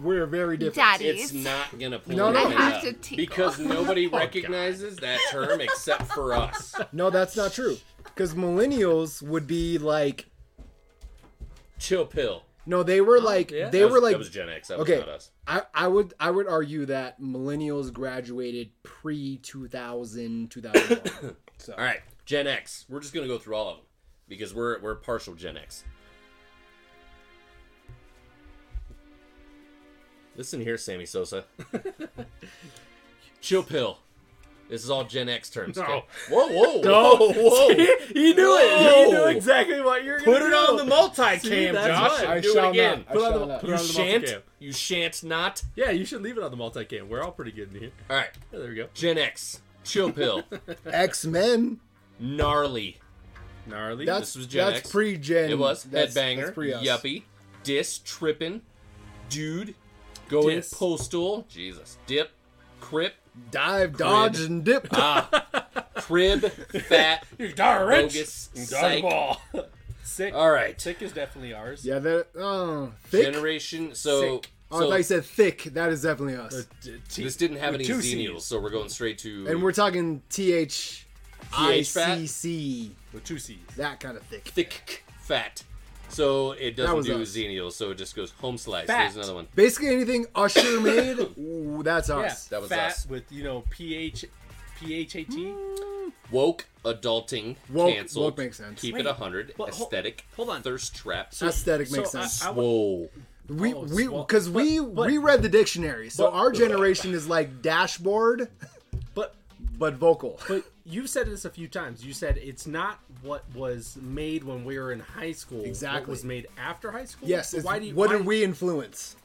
B: We're very different.
C: It's
A: Daddies.
C: not gonna pull
B: No, no.
A: I
C: anything
A: have
C: up
A: to Oh, tinkle. [LAUGHS]
C: because nobody recognizes that term except for us.
B: No, that's not true. Because millennials would be like
C: Chill pill.
B: no, they
C: Oh,
B: were like they
C: That was-
B: were like
C: that was Gen X. That
B: okay.
C: was not us.
B: I, I would I would argue that millennials graduated pre 2000 2001. so
C: All right, Gen X. We're just gonna go through all of them because we're we're partial Gen X. Listen here, Sammy Sosa. Chill pill. This is all Gen X terms. okay? Whoa, whoa, [LAUGHS] whoa,
D: [LAUGHS]
C: whoa.
D: He knew it. He knew
C: Whoa.
D: exactly what you're
C: Put
D: gonna
C: it
D: do.
C: on the
D: See,
C: multicam, [COUGHS]
D: that's
C: Josh.
D: right.
B: I
C: Do
B: shall
C: it again.
B: not. I
C: Put on
B: shall
C: the-
B: not.
D: Put
C: you
D: it on the
C: shan't.
D: multicam.
C: You shan't not.
D: Yeah, you should leave it on the multicam. We're all pretty good in here.
C: All right,
D: Yeah, there we go.
C: Gen X. Chill pill.
B: X-Men.
C: Gnarly.
D: Gnarly.
B: That's
C: was Gen
B: that's
C: X.
B: pre-gen.
C: It was
B: that's,
C: headbanger,
B: That's pre-us.
C: yuppie, dis trippin', dude, going
D: Dis.
C: postal, Jesus, dip, crip,
B: Dive, dodge and dip.
C: Ah. crib, [LAUGHS] fat,
D: You're darn
C: bogus,
E: Dark
C: psych.
E: ball.
D: [LAUGHS] Sick.
C: All right,
E: Sick is definitely ours.
B: yeah, that oh, thick.
C: generation. So,
B: Sick. oh,
C: so
B: if I said thick, that is definitely us.
C: this didn't have
D: With
C: any
D: two
C: xenials,
D: Cs.
C: so we're going straight to
B: And we're talking T H T H
C: fat?
B: C C
D: With two C's.
B: that kind of thick.
C: thick, fat. So it doesn't
B: was
C: do
B: us.
C: xenials, so it just goes home slice.
D: Fat.
C: There's another one.
B: Basically anything Usher
C: [COUGHS]
B: made, ooh, that's
D: Yeah,
B: us.
C: That was
D: fat
C: us. Mm.
D: with you know ph phat.
C: Woke, adulting,
B: Woke-
C: canceled.
B: woke makes sense.
C: Keep
D: Wait,
C: it hundred.
D: but hol-
C: Aesthetic.
D: hold on.
C: Thirst trap.
B: Aesthetic makes
C: uh,
D: so I-
B: sense.
D: I would-
C: Whoa.
B: We
D: Oh,
B: we
D: swell.
B: because
D: But-
B: we
D: but-
B: reread the dictionary, so
D: but-
B: our generation is like dashboard
D: But
B: but
D: [LAUGHS]
B: vocal.
D: but you've said this a few times. You said it's not what was made when we were in high school. What
B: Exactly.
D: was made after high school.
B: yes,
D: So
B: it's,
D: why do you,
B: what
D: why,
B: did we influence?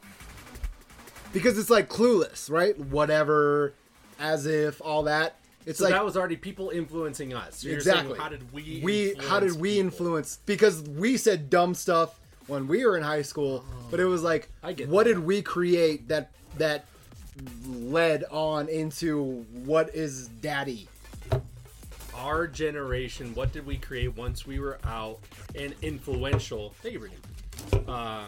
B: Because it's like clueless, right? Whatever, as if, all that. It's
D: So
B: like
D: that was already people influencing us. So you're saying,
B: exactly.
D: how did we?
B: we how did we
D: people?
B: influence? Because we said dumb stuff when we were in high school, but it was like,
D: I get
B: what
D: that.
B: did we create that that led on into what is daddy?
D: our generation? What did we create once we were out and influential? Thank you, Brittany. Uh,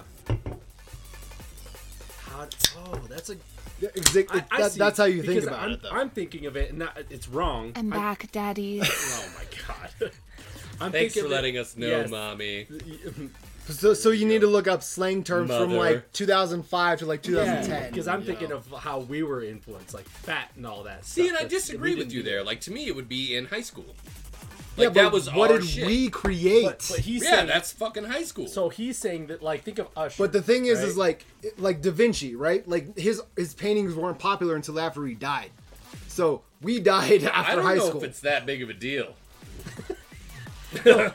D: how? Oh, that's a.
B: Yeah, exa-
D: I, I
B: that-
D: see,
B: that's how you think
D: because
B: about
D: I'm,
B: it, though.
D: I'm thinking of it, and I- it's wrong.
A: I'm
D: I-
A: back, daddies.
D: oh my god. [LAUGHS] I'm
C: Thanks for
D: thinking
C: letting us know,
D: yes.
C: mommy.
B: So, so you need to look up slang terms from
C: Mother.
B: like 2005 to like 2010.
D: Because I'm thinking of how we were influenced, like fat and all that.
C: See,
D: stuff.
C: and I
D: That's- we
C: disagree with
D: didn't-
C: you there. Like to me, it would be in high school. Like
B: yeah,
C: that
B: but
C: was
B: what
C: our
B: did
C: shit.
B: we create?
D: But, but he's
C: yeah,
D: saying
C: that's fucking high school.
D: so he's saying that like think of Usher.
B: But the thing is, is
D: right?
B: like, like Da Vinci, right? Like his his paintings weren't popular until after he died. So we [LAUGHS] died
C: I
B: after
C: don't
B: high
C: know
B: school.
C: if it's that big of a deal.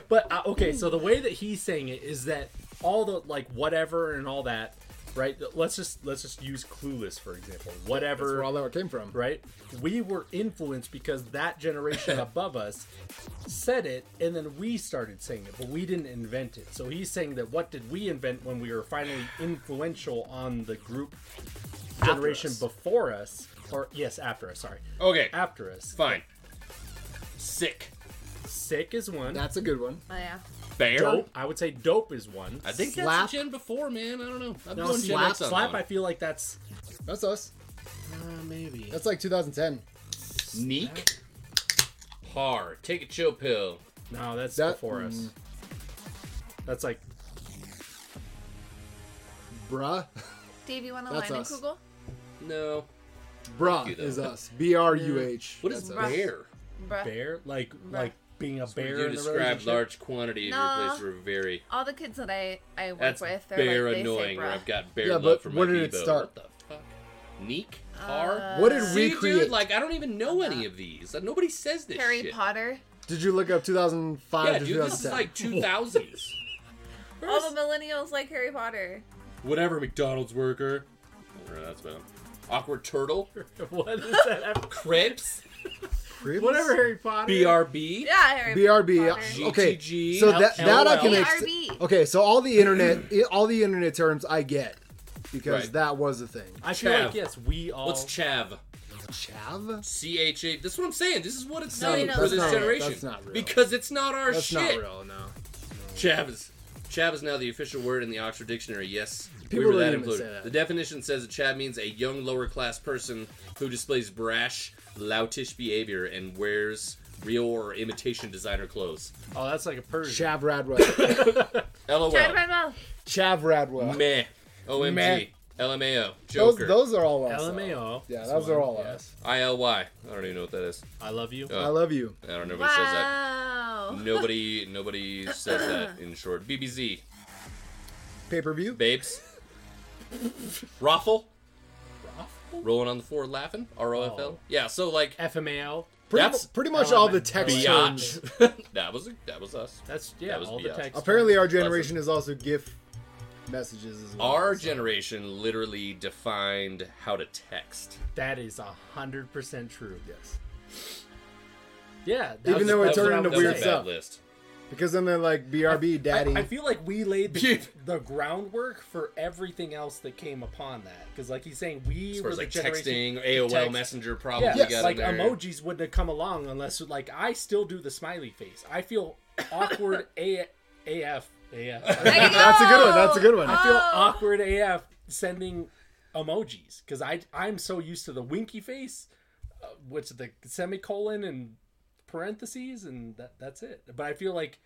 D: But uh, okay, so the way that he's saying it is that all the like whatever and all that, right? Let's just let's just use Clueless for example.
B: That's
D: Whatever,
B: where all that came from.
D: right? We were influenced because that
C: [LAUGHS]
D: generation above us said it, and then we started saying it, but we didn't invent it. So he's saying that what did we invent when we were finally influential on the group generation
B: us.
D: before us, or yes, after us? Sorry,
C: Okay,
D: after us.
C: fine. Sick.
D: Sick is one.
B: That's a good one.
A: Oh, yeah.
C: Bear.
D: dope. I would say dope is one.
C: I think
B: Slap.
C: that's a gen before, man. I don't know. I'm
D: No,
C: going gen
D: slap,
C: X on
D: slap.
C: that
D: I feel like that's
B: That's us.
D: Uh, maybe.
B: That's like 2010.
C: one. Sneak. Har. Take a chill pill.
D: No, that's
B: That-
D: before us.
B: mm.
D: That's like
B: Bruh, [LAUGHS]
A: Dave, you want a
B: That's
A: Linen
B: us.
A: Kugel?
C: No.
B: bruh
C: you, though.
B: is us. B R U H.
C: What is
B: That's us.
C: bear?
A: Bruh.
D: bear, like like being a bear.
C: You
D: in the
C: describe
D: relationship.
C: large quantity of your
A: Nah.
C: place were very.
A: All the kids that I, I work
C: That's
A: with, they're
C: bear
A: like, they say
C: annoying. Where
A: bruh.
C: I've got bear
B: Yeah,
C: love
B: but
C: for my
B: where did it
C: Bebo.
B: start?
C: What the fuck? Neek.
A: Uh,
C: Har.
B: What did we
C: See,
B: create?
C: dude, like I don't even know any of these. Like, Nobody says this
A: Harry
C: shit.
A: Potter.
B: Did you look up 2005
C: Yeah,
B: to
C: dude, this is
B: 2010? [LAUGHS]
C: like 2000s.
A: All the millennials like Harry Potter.
C: Whatever, McDonald's worker. I don't know, that's about Awkward [LAUGHS] turtle.
D: [LAUGHS] what is that? after-
C: Cribs.
B: Cribs?
D: Whatever Harry Potter.
C: BRB.
A: Yeah, Harry
B: BRB.
A: Potter.
C: G-
B: uh, Okay,
C: GTG,
B: so that, that I
D: LOL.
B: can.
A: BRB.
B: okay, so all the internet, [CLEARS THROAT] all the internet terms I get because
C: Right.
B: that was a thing.
D: I feel
C: Chav.
D: like yes, we all.
C: What's Chav?
B: Chav?
C: C H A. This is what I'm saying. This is what it's
A: No,
C: saying
A: no,
C: for
A: that's
C: this
A: not-
C: generation.
B: that's not real.
C: Because it's not our
B: That's
C: shit.
B: not real. No.
C: Chav is. Chav is now the official word in the Oxford Dictionary. Yes,
B: People
C: we were
B: really
C: that
B: didn't
C: included.
B: say that.
C: The definition says that Chav means a young lower class person who displays brash, loutish behavior and wears real or imitation designer clothes.
D: Oh, that's like a Persian.
B: Chav
C: [COUGHS]
B: Radwell.
C: LOL.
A: Chad Manuel.
B: Chav Radwell.
C: Meh. OMG.
B: Meh.
C: LMAO.
B: Those,
C: Joker.
B: those are all us. though.
D: LMAO.
B: Yeah,
D: is
B: those are
D: one,
B: all
D: yeah.
B: us.
C: ILY. I don't even know what that is.
D: I love you.
C: Uh,
B: I love you.
C: I don't know if it says that.
A: Wow.
C: Nobody nobody says
A: [COUGHS]
C: that in short. BBZ.
B: Pay per view.
C: Babes. Raffle. Rolling on the floor laughing. R O F L.
D: Oh.
C: Yeah, so like
D: FMAO.
B: Pretty, mu-
C: That's
B: pretty much all the
D: element.
B: text terms.
C: biatch. [LAUGHS] that was that was us.
D: That's yeah.
C: That was
D: all the
C: BS.
D: text.
B: Apparently, our generation is also GIF messages as well.
C: Our
B: so-
C: generation literally defined how to text.
D: that is a hundred percent true.
B: Yes.
D: Yeah. that
B: Even
D: was-
B: though it
D: that's
B: turned
D: what I
B: into
C: that
D: was
C: was a
B: weird
C: bad
D: saying.
B: stuff.
C: list.
B: Because then they're like BRB, daddy.
D: I, I feel like we laid the,
C: Yeah.
D: the groundwork for everything else that came upon that. Because, like he's saying,
C: As
D: we were
C: far as
D: the
C: like
D: generation-
C: texting, AOL
D: text-
C: Messenger probably
D: Yeah,
B: Yes.
C: got
D: like
C: in there.
D: emojis wouldn't have come along unless, like, I still do the smiley face. I feel [COUGHS] awkward A- AF. AF.
A: There you
B: That's a good one,
A: go.
B: that's a good one.
D: I feel
A: Oh.
D: awkward AF sending emojis because I I'm so used to the winky face, uh, which the semicolon and parentheses and that that's it. But I feel like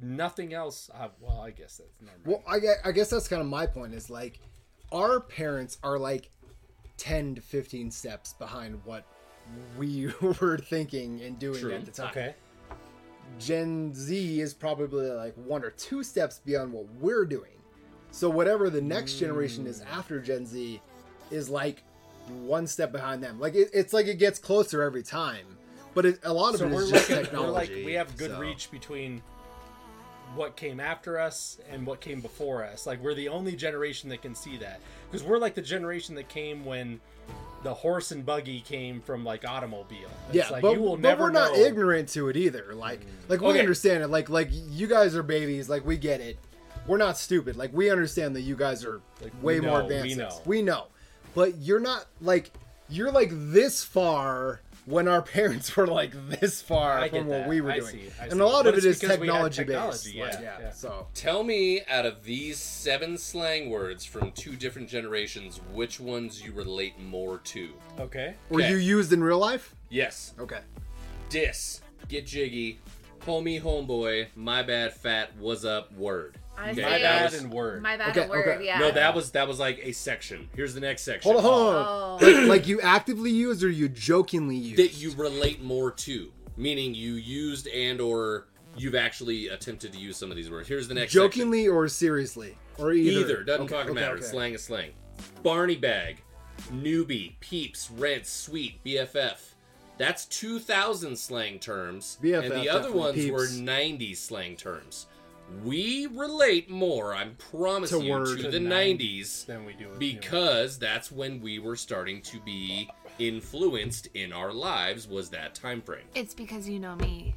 D: nothing else. Uh, well, I guess that's normal.
B: well, I, gue- I guess that's kind of my point is like our parents are like 10 to 15 steps behind what we [LAUGHS] were thinking and doing
C: True.
B: at the time.
D: Okay.
B: Gen Z is probably like one or two steps beyond what we're doing. So whatever the next generation is
D: Mm.
B: after Gen Z is like one step behind them. Like it, it's like it gets closer every time. But it, a lot of
D: So
B: it
D: we're
B: is
D: like,
B: just
D: we're like
B: technology.
D: we have good
B: so.
D: reach between what came after us and what came before us. Like we're the only generation that can see that because we're like the generation that came when the horse and buggy came from like automobile. It's
B: Yeah,
D: like
B: but,
D: you will
B: but
D: never
B: we're not
D: know. Mm.
B: ignorant to it either. Like, like we
C: Okay.
B: understand it. Like, like you guys are babies. Like we get it. We're not stupid. Like we understand that you guys are way
D: we
B: more
D: know, we
B: advanced. than
D: know.
B: us. We know, but you're not like you're like this far when our [LAUGHS] parents were like this far
D: I get
B: from what
D: that.
B: we were
D: I
B: doing.
D: see, I
B: and
D: see.
B: a lot of
D: But
B: it
D: it's
B: is
D: because we had
B: technology, based.
D: technology,
B: Like,
D: yeah,
B: yeah,
D: yeah.
B: So
C: Tell me out of these seven slang words from two different generations, which ones you relate more to?
D: Okay.
B: were you used in real life?
C: Yes.
B: Okay.
C: Dis. Get jiggy. Homie, homeboy. My bad, fat. Was up? Word.
A: I
C: Okay,
A: say
D: My
C: that
D: bad
C: was-
D: in word.
A: My bad
B: Okay,
A: a word,
B: okay.
A: yeah.
C: No, that was that was like a section. Here's the next section.
B: Ah. Hold on, hold on. [COUGHS]
A: Oh.
B: Like, like you actively used or you jokingly used?
C: That you relate more to. meaning you used and or you've actually attempted to use some of these words. Here's the next section.
B: Jokingly or seriously? Or either.
C: Either. Doesn't
B: Okay,
C: fucking
B: okay,
C: matter.
B: okay.
C: Slang is slang. Barney bag, newbie, peeps, rent, sweet, BFF. That's 2000 slang terms. and
B: BFF,
C: the other
B: definitely.
C: ones were
B: Peeps.
C: 90s slang terms. We relate more, I promise
B: To
C: you,
B: word.
C: to
B: To
C: the 90s
E: Then we do it.
C: because that's when we were starting to be influenced in our lives was that time frame.
A: It's because you know me.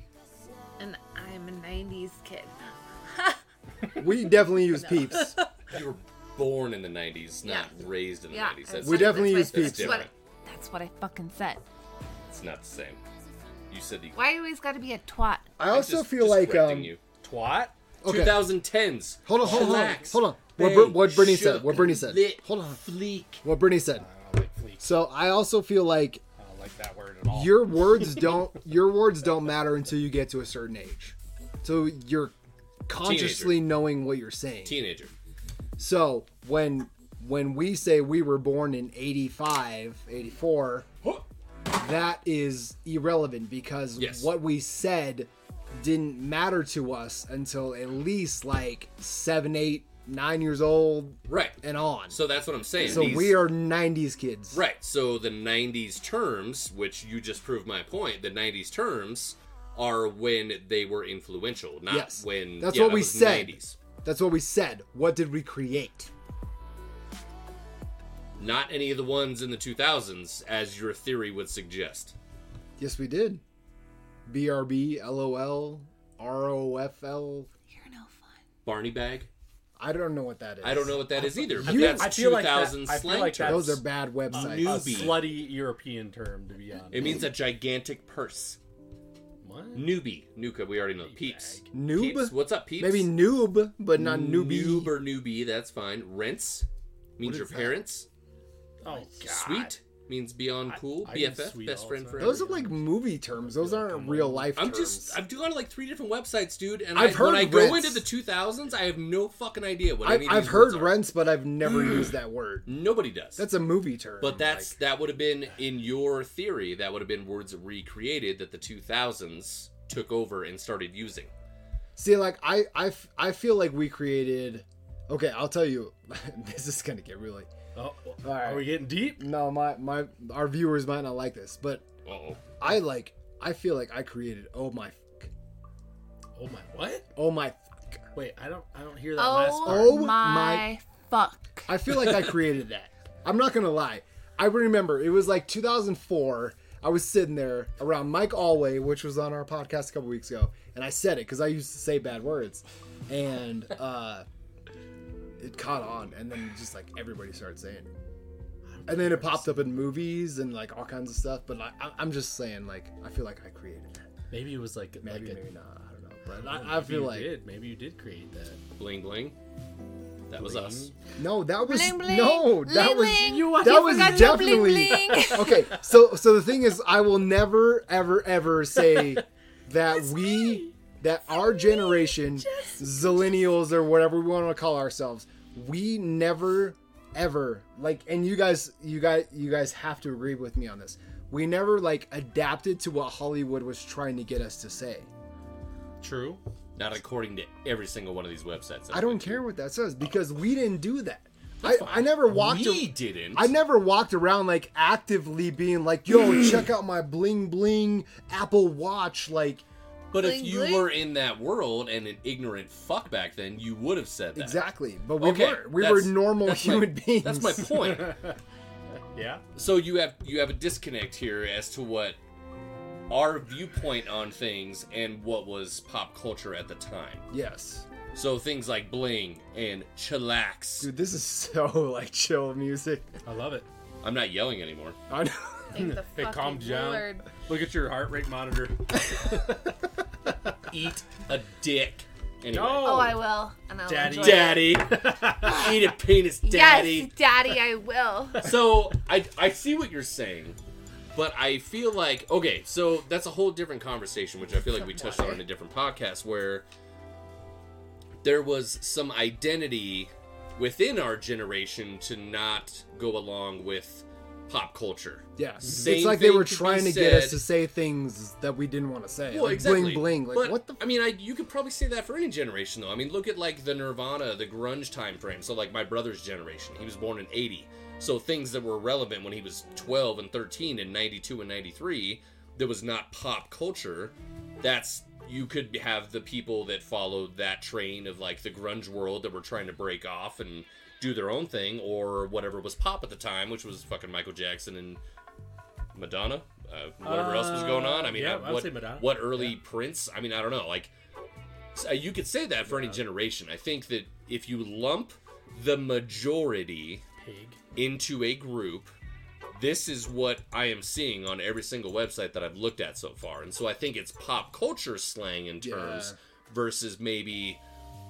A: And I'm a 90s kid.
B: We definitely use peeps.
C: You were born in the 90s, not
A: Yeah.
C: raised in the
A: Yeah.
C: 90s. That's,
B: We definitely
A: that's what-
B: use
A: That's what,
C: peeps.
A: that's what I fucking said.
C: that's not the same. You said the
A: Why you always gotta be a twat?
B: I
C: I'm
B: also
C: just-
B: feel
C: just
B: like
C: correcting
B: um,
C: you.
E: twat.
B: okay.
C: 2010s.
B: Hold on, hold on, hold on,
C: Chillax,
B: hold on. What Br-
C: bang,
B: what Brittany said,
C: shook,
B: what Brittany said.
C: lit,
B: Hold on.
C: Fleek.
B: what Brittany said.
E: I don't like fleek.
B: So I also feel like
E: I don't like that word at all.
B: your words
C: [LAUGHS]
B: don't your words don't matter until you get to a certain age. So you're consciously knowing what you're saying.
C: Teenager.
B: So when when we say we were born in 85, 84, that is irrelevant because
C: Yes.
B: what we said didn't matter to us until at least like seven, eight, nine years old
C: Right.
B: and on. So,
C: So that's what I'm saying. These-
B: we are 90s kids.
C: Right. So the 90s terms, which you just proved my point, the 90s terms are when they were influential, not
B: Yes.
C: when
B: That's
C: yeah,
B: what
C: that
B: we
C: was
B: said.
C: 90s.
B: That's what we said. What did we create?
C: Not any of the ones in the 2000s as your theory would suggest.
B: Yes, we did. BRB, LOL, ROFL.
A: You're no fun.
C: Barney bag?
B: I don't know what that is.
C: I don't know what that is either, but
D: You-
C: that's
D: I feel like that-
C: 2000
D: I feel
C: slang
D: like that-
C: term.
B: Those are bad websites.
D: A
C: Newbie.
D: slutty European term, to be honest.
C: It means a gigantic purse.
D: What?
C: Newbie. Nuka, we already know. Peeps.
B: Noob?
C: Peeps. What's up, peeps?
B: Maybe noob, but not newbie.
C: Noob or newbie, that's fine. Rents means your
B: is that?
C: parents.
D: Oh God.
C: Sweet means beyond cool.
D: I use
C: BFF,
D: sweet
C: best
D: all
C: friend
D: the
C: forever.
D: time.
B: Those are like movie terms. Those aren't real life
C: I'm
B: terms.
C: just I'm doing like three different websites, dude. And
B: I've
C: I,
B: heard
C: when I go
B: rents.
C: into the 2000s, I have no fucking idea what I,
B: I've,
C: any of
B: I've
C: these
B: heard
C: words are.
B: rents, but I've never used that word.
C: Nobody does.
B: That's a movie term.
C: but that's
B: like-
C: that would have been in your theory. That would have been words recreated that the 2000s took over and started using.
B: see, like I, I, f- I feel like we created. Okay, I'll tell you. [LAUGHS] this is gonna get really.
D: Oh,
B: All right.
D: Are we getting deep?
B: No, my my our viewers might not like this, but
C: Oh,
B: I like. I feel like I created. Oh my. Fuck,
D: Oh my what?
B: oh my. Fuck.
D: Wait, I don't I don't hear that last
A: Oh,
D: part.
B: Oh my-
A: my, fuck.
B: I feel like I created that. I'm not gonna lie. I remember it was like 2004. I was sitting there around Mike Alway, which was on our podcast a couple weeks ago, and I said it because I used to say bad words, and uh, it caught on, and then just like everybody started saying, it. and then it popped up in movies and like all kinds of stuff. But like, I, I'm just saying, like I feel like I created that.
D: Maybe it was like
B: Maybe,
D: like a,
B: maybe not. I don't know. But
D: Oh,
B: I, I
D: maybe
B: feel
D: you
B: like
D: did. maybe you did create that.
C: bling bling. That was us.
B: No, that was
A: Bling, bling.
B: no,
A: Bling,
B: that was
A: bling.
B: you
A: You
B: that
A: forgot
B: was
A: your
B: definitely
A: bling, [LAUGHS] bling.
B: okay. So, so the thing is, I will never, ever, ever say that we, that our generation, zillennials or whatever we want to call ourselves, we never, ever like. And you guys, you guys, you guys have to agree with me on this. We never like adapted to what Hollywood was trying to get us to say.
D: True.
C: Not according to every single one of these websites.
B: I don't care what that says because we didn't do that. I, I never walked.
C: We
B: a-
C: didn't.
B: I never walked around like actively being like,
C: [CLEARS THROAT]
B: "Yo, check out my bling bling Apple Watch." Like,
C: But if
A: Bling,
C: you
A: bling.
C: were in that world and an ignorant fuck back then, you would have said that.
B: exactly, but we
C: Okay,
B: weren't. We were
C: that's-
B: normal
C: that's my-
B: human beings.
C: That's
B: [LAUGHS]
C: my point.
D: Yeah.
C: so you have you have a disconnect here as to what our viewpoint on things and what was pop culture at the time.
B: yes,
C: So things like bling and chillax.
B: dude, this is so like chill music.
D: I love it.
C: I'm not yelling anymore.
B: I know. [LAUGHS]
A: Thank the
D: Hey, calm
A: fucking
D: down.
A: Lord.
D: Look at your heart rate monitor.
C: Eat a dick. Anyway.
A: Oh, I will. And I'll
D: Daddy.
A: enjoy it.
C: Daddy, eat a penis, daddy.
A: Yes, daddy, I
C: [LAUGHS]
A: will.
C: So I I see what you're saying, but I feel like okay, so that's a whole different conversation, which I feel like we touched on in a different podcast where there was some identity within our generation to not go along with pop culture.
B: Yeah, it's
C: Same
B: like they
C: thing
B: were
C: could be
B: trying to get us
C: said-
B: to say things that we didn't want to say.
C: Well,
B: like,
C: exactly.
B: Bling bling. Like
C: but,
B: what the?
C: I mean, I you could probably say that for any generation, though. I mean, look at like the Nirvana, the grunge time frame. So, like my brother's generation, he was born in '80. So things that were relevant when he was 12 and 13 in '92 and '93 that was not pop culture. That's you could have the people that followed that train of like the grunge world that were trying to break off and do their own thing, or whatever was pop at the time, which was fucking Michael Jackson and Madonna, uh, whatever else was going on. I mean,
D: Uh, yeah,
C: I-
D: I would
C: what,
D: say Madonna.
C: what early Prince? I mean, I don't know. Like, so you could say that for any generation. I think that if you lump the majority
D: Pig.
C: into a group, this is what I am seeing on every single website that I've looked at so far. And so I think it's pop culture slang in terms versus maybe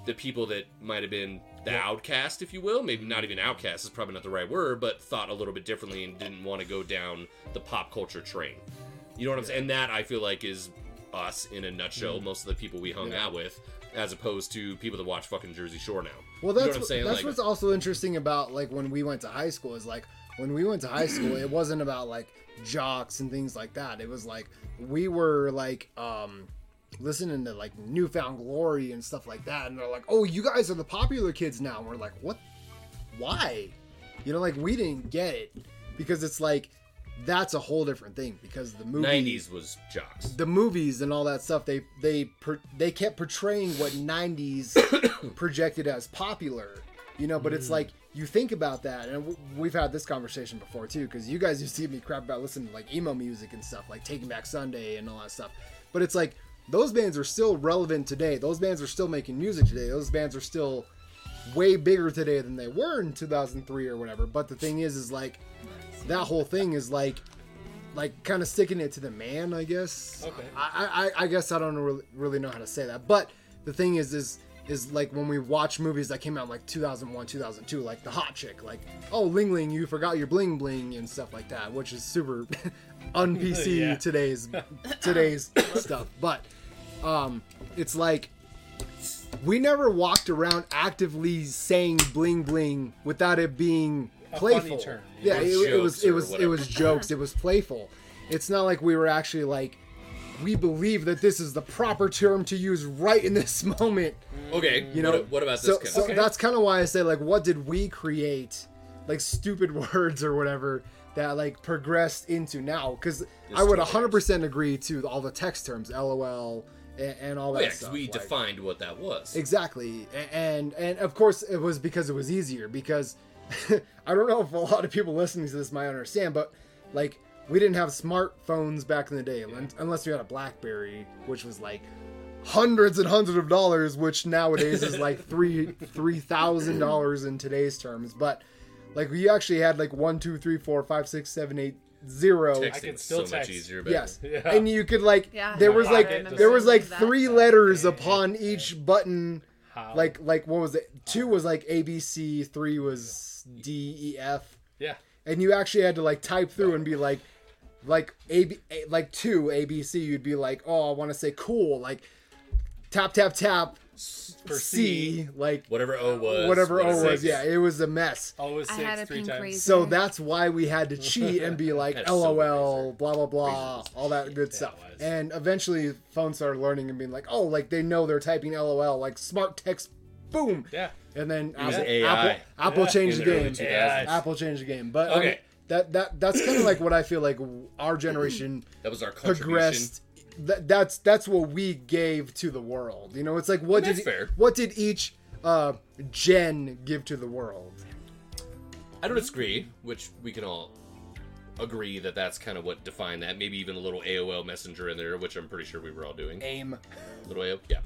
C: the people that might have been the outcast, if you will. Maybe not even outcast is probably not the right word, but thought a little bit differently and didn't want to go down the pop culture train. You know what I'm saying? And that I feel like is us in a nutshell,
B: Mm.
C: most of the people we hung out with, as opposed to people that watch fucking Jersey Shore now.
B: Well,
C: You know
B: that's
C: what I'm
B: what-
C: saying?
B: that's
C: Like-
B: what's also interesting about like when we went to high school is like when we went to high school, it wasn't about like jocks and things like that. It was like we were like um listening to like Newfound Glory and stuff like that, and they're like, "Oh, you guys are the popular kids now." And we're like, "What? Why?" You know, like we didn't get it because it's like that's a whole different thing because the movie
C: 90s was jocks.
B: the movies and all that stuff they they per, they kept portraying what 90s projected as popular you know but it's like you think about that and w- we've had this conversation before too because you guys used to give me crap about listening to like emo music and stuff like taking back sunday and all that stuff but it's like those bands are still relevant today those bands are still making music today those bands are still way bigger today than they were in 2003 or whatever but the thing is is like that whole thing is like like kind of sticking it to the man i guess
D: Okay.
B: i i, I guess i don't really, really know how to say that but the thing is is is like when we watch movies that came out in like 2001 2002 like the hot chick like oh ling ling you forgot your bling bling and stuff like that which is super [LAUGHS] un pc
D: [LAUGHS] Yeah.
B: today's today's stuff but um it's like we never walked around actively saying bling bling without it being
D: funny
B: playful.
D: term,
B: yeah,
C: Or
B: it, it was
C: jokes
B: it
C: or
B: was it
C: whatever.
B: was jokes. It was playful. It's not like we were actually like we believe that this is the proper term to use right in this [LAUGHS] moment.
C: Okay,
B: You know.
C: what, what about
B: so,
C: this? Ken?
B: So that's kind of why I say like, what did we create? Like stupid [LAUGHS] words or whatever that like progressed into now because I would
C: totally
B: 100% agree to all the text terms lol and, and all that
C: Oh, yeah, 'cause
B: stuff
C: we
B: like-
C: defined what that was.
B: Exactly, A- and and of course it was because it was easier. Because [LAUGHS] I don't know if a lot of people listening to this might understand, but like we didn't have smartphones back in the day, un- unless you had a BlackBerry, which was like hundreds and hundreds of dollars, which nowadays is like three three thousand dollars in today's terms. But like we actually had like one, two, three, four, five, six, seven, eight, zero.
C: Texting
D: I can
C: was
D: still
C: so much
D: text.
C: easier. Back
B: Yes,
D: Yeah.
B: and you could like
A: Yeah,
B: there
A: I
B: was like
A: remember
B: there was like
A: that.
B: three letters upon each button.
D: How?
B: Like like what was it? Two was like A B C, three was D E F,
D: Yeah.
B: and you actually had to like type through and be like like A B A- like two A B C. You'd be like, oh, I want to say cool, like tap tap tap
D: For
B: C, like
C: Whatever O was.
B: whatever O was.
C: six.
B: Yeah, it was a mess.
D: Always
A: I
D: six,
A: had a
D: three
A: pink
D: times.
A: razor.
B: So that's why we had to cheat and be like,
C: That's so
B: LOL, blah blah blah, all that good stuff.
D: was.
B: And eventually, phones started learning and being like, oh, like they know they're typing LOL, like smart text, boom.
D: Yeah.
B: And then
C: was
B: Apple,
C: AI.
B: Apple, Apple
D: Yeah.
B: changed the
C: In the early
B: game.
C: 2000s.
B: Apple changed the game. But
C: Okay.
B: um, that that that's kind of like what I feel like our generation
C: That was our [CLEARS THROAT] contribution.
B: progressed. That, that's that's what we gave to the world. You know, it's like what
C: That's
B: did e,
C: fair.
B: what did each uh, gen give to the world?
C: I don't disagree, which we can all agree that that's kind of what defined that. Maybe even a little AOL Messenger in there, which I'm pretty sure we were all doing.
B: Aim.
C: Little AOL. Yeah.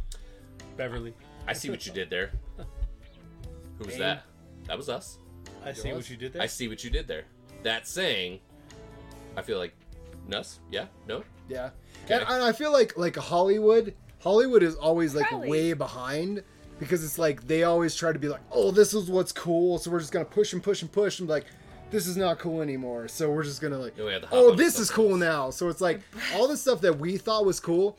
D: Beverly.
C: I see what you did there. Who was that? That was us.
D: I see
B: was?
D: what you did there.
C: I see what you did there. That saying, I feel like, Nuss? Yeah? No?
B: Yeah,
C: Okay.
B: and, and I feel like like Hollywood, Hollywood is always like
A: Probably.
B: way behind because it's like they always try to be like, oh, this is what's cool, so we're just gonna push and push and push and be like, this is not cool anymore, so we're just gonna like,
C: Yeah, we had to hop
B: oh,
C: on
B: this
C: something
B: is cool
C: else.
B: now. So it's like all the stuff that we thought was cool,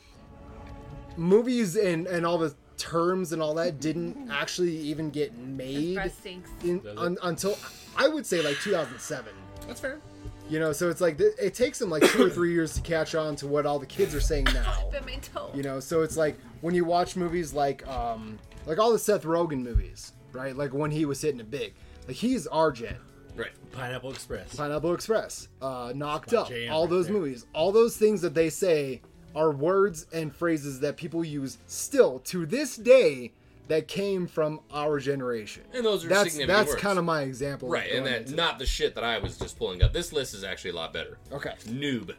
B: movies and and all the terms and all that didn't actually even get made
A: Breast stinks.
B: in, un, until I would say like 2007.
C: That's fair.
B: You know, so it's like th- it takes them like two or three years to catch on to what all the kids are saying now.
A: Bit my toe.
B: You know, so it's like when you watch movies like um like all the Seth Rogen movies, right? Like when he was hitting it big. Like he's our gen.
C: Right.
D: Pineapple Express.
B: Pineapple Express, uh, Knocked
D: my
B: Up,
D: jam
B: all
D: right
B: those
D: there.
B: movies, all those things that they say are words and phrases that people use still to this day that came from our generation.
C: And those are
B: that's
C: significant
B: that's
C: words.
B: kind of my example. of
C: Right, and
B: going
C: that
B: into-
C: not the shit that I was just pulling up. This list is actually a lot better.
B: okay.
C: Noob.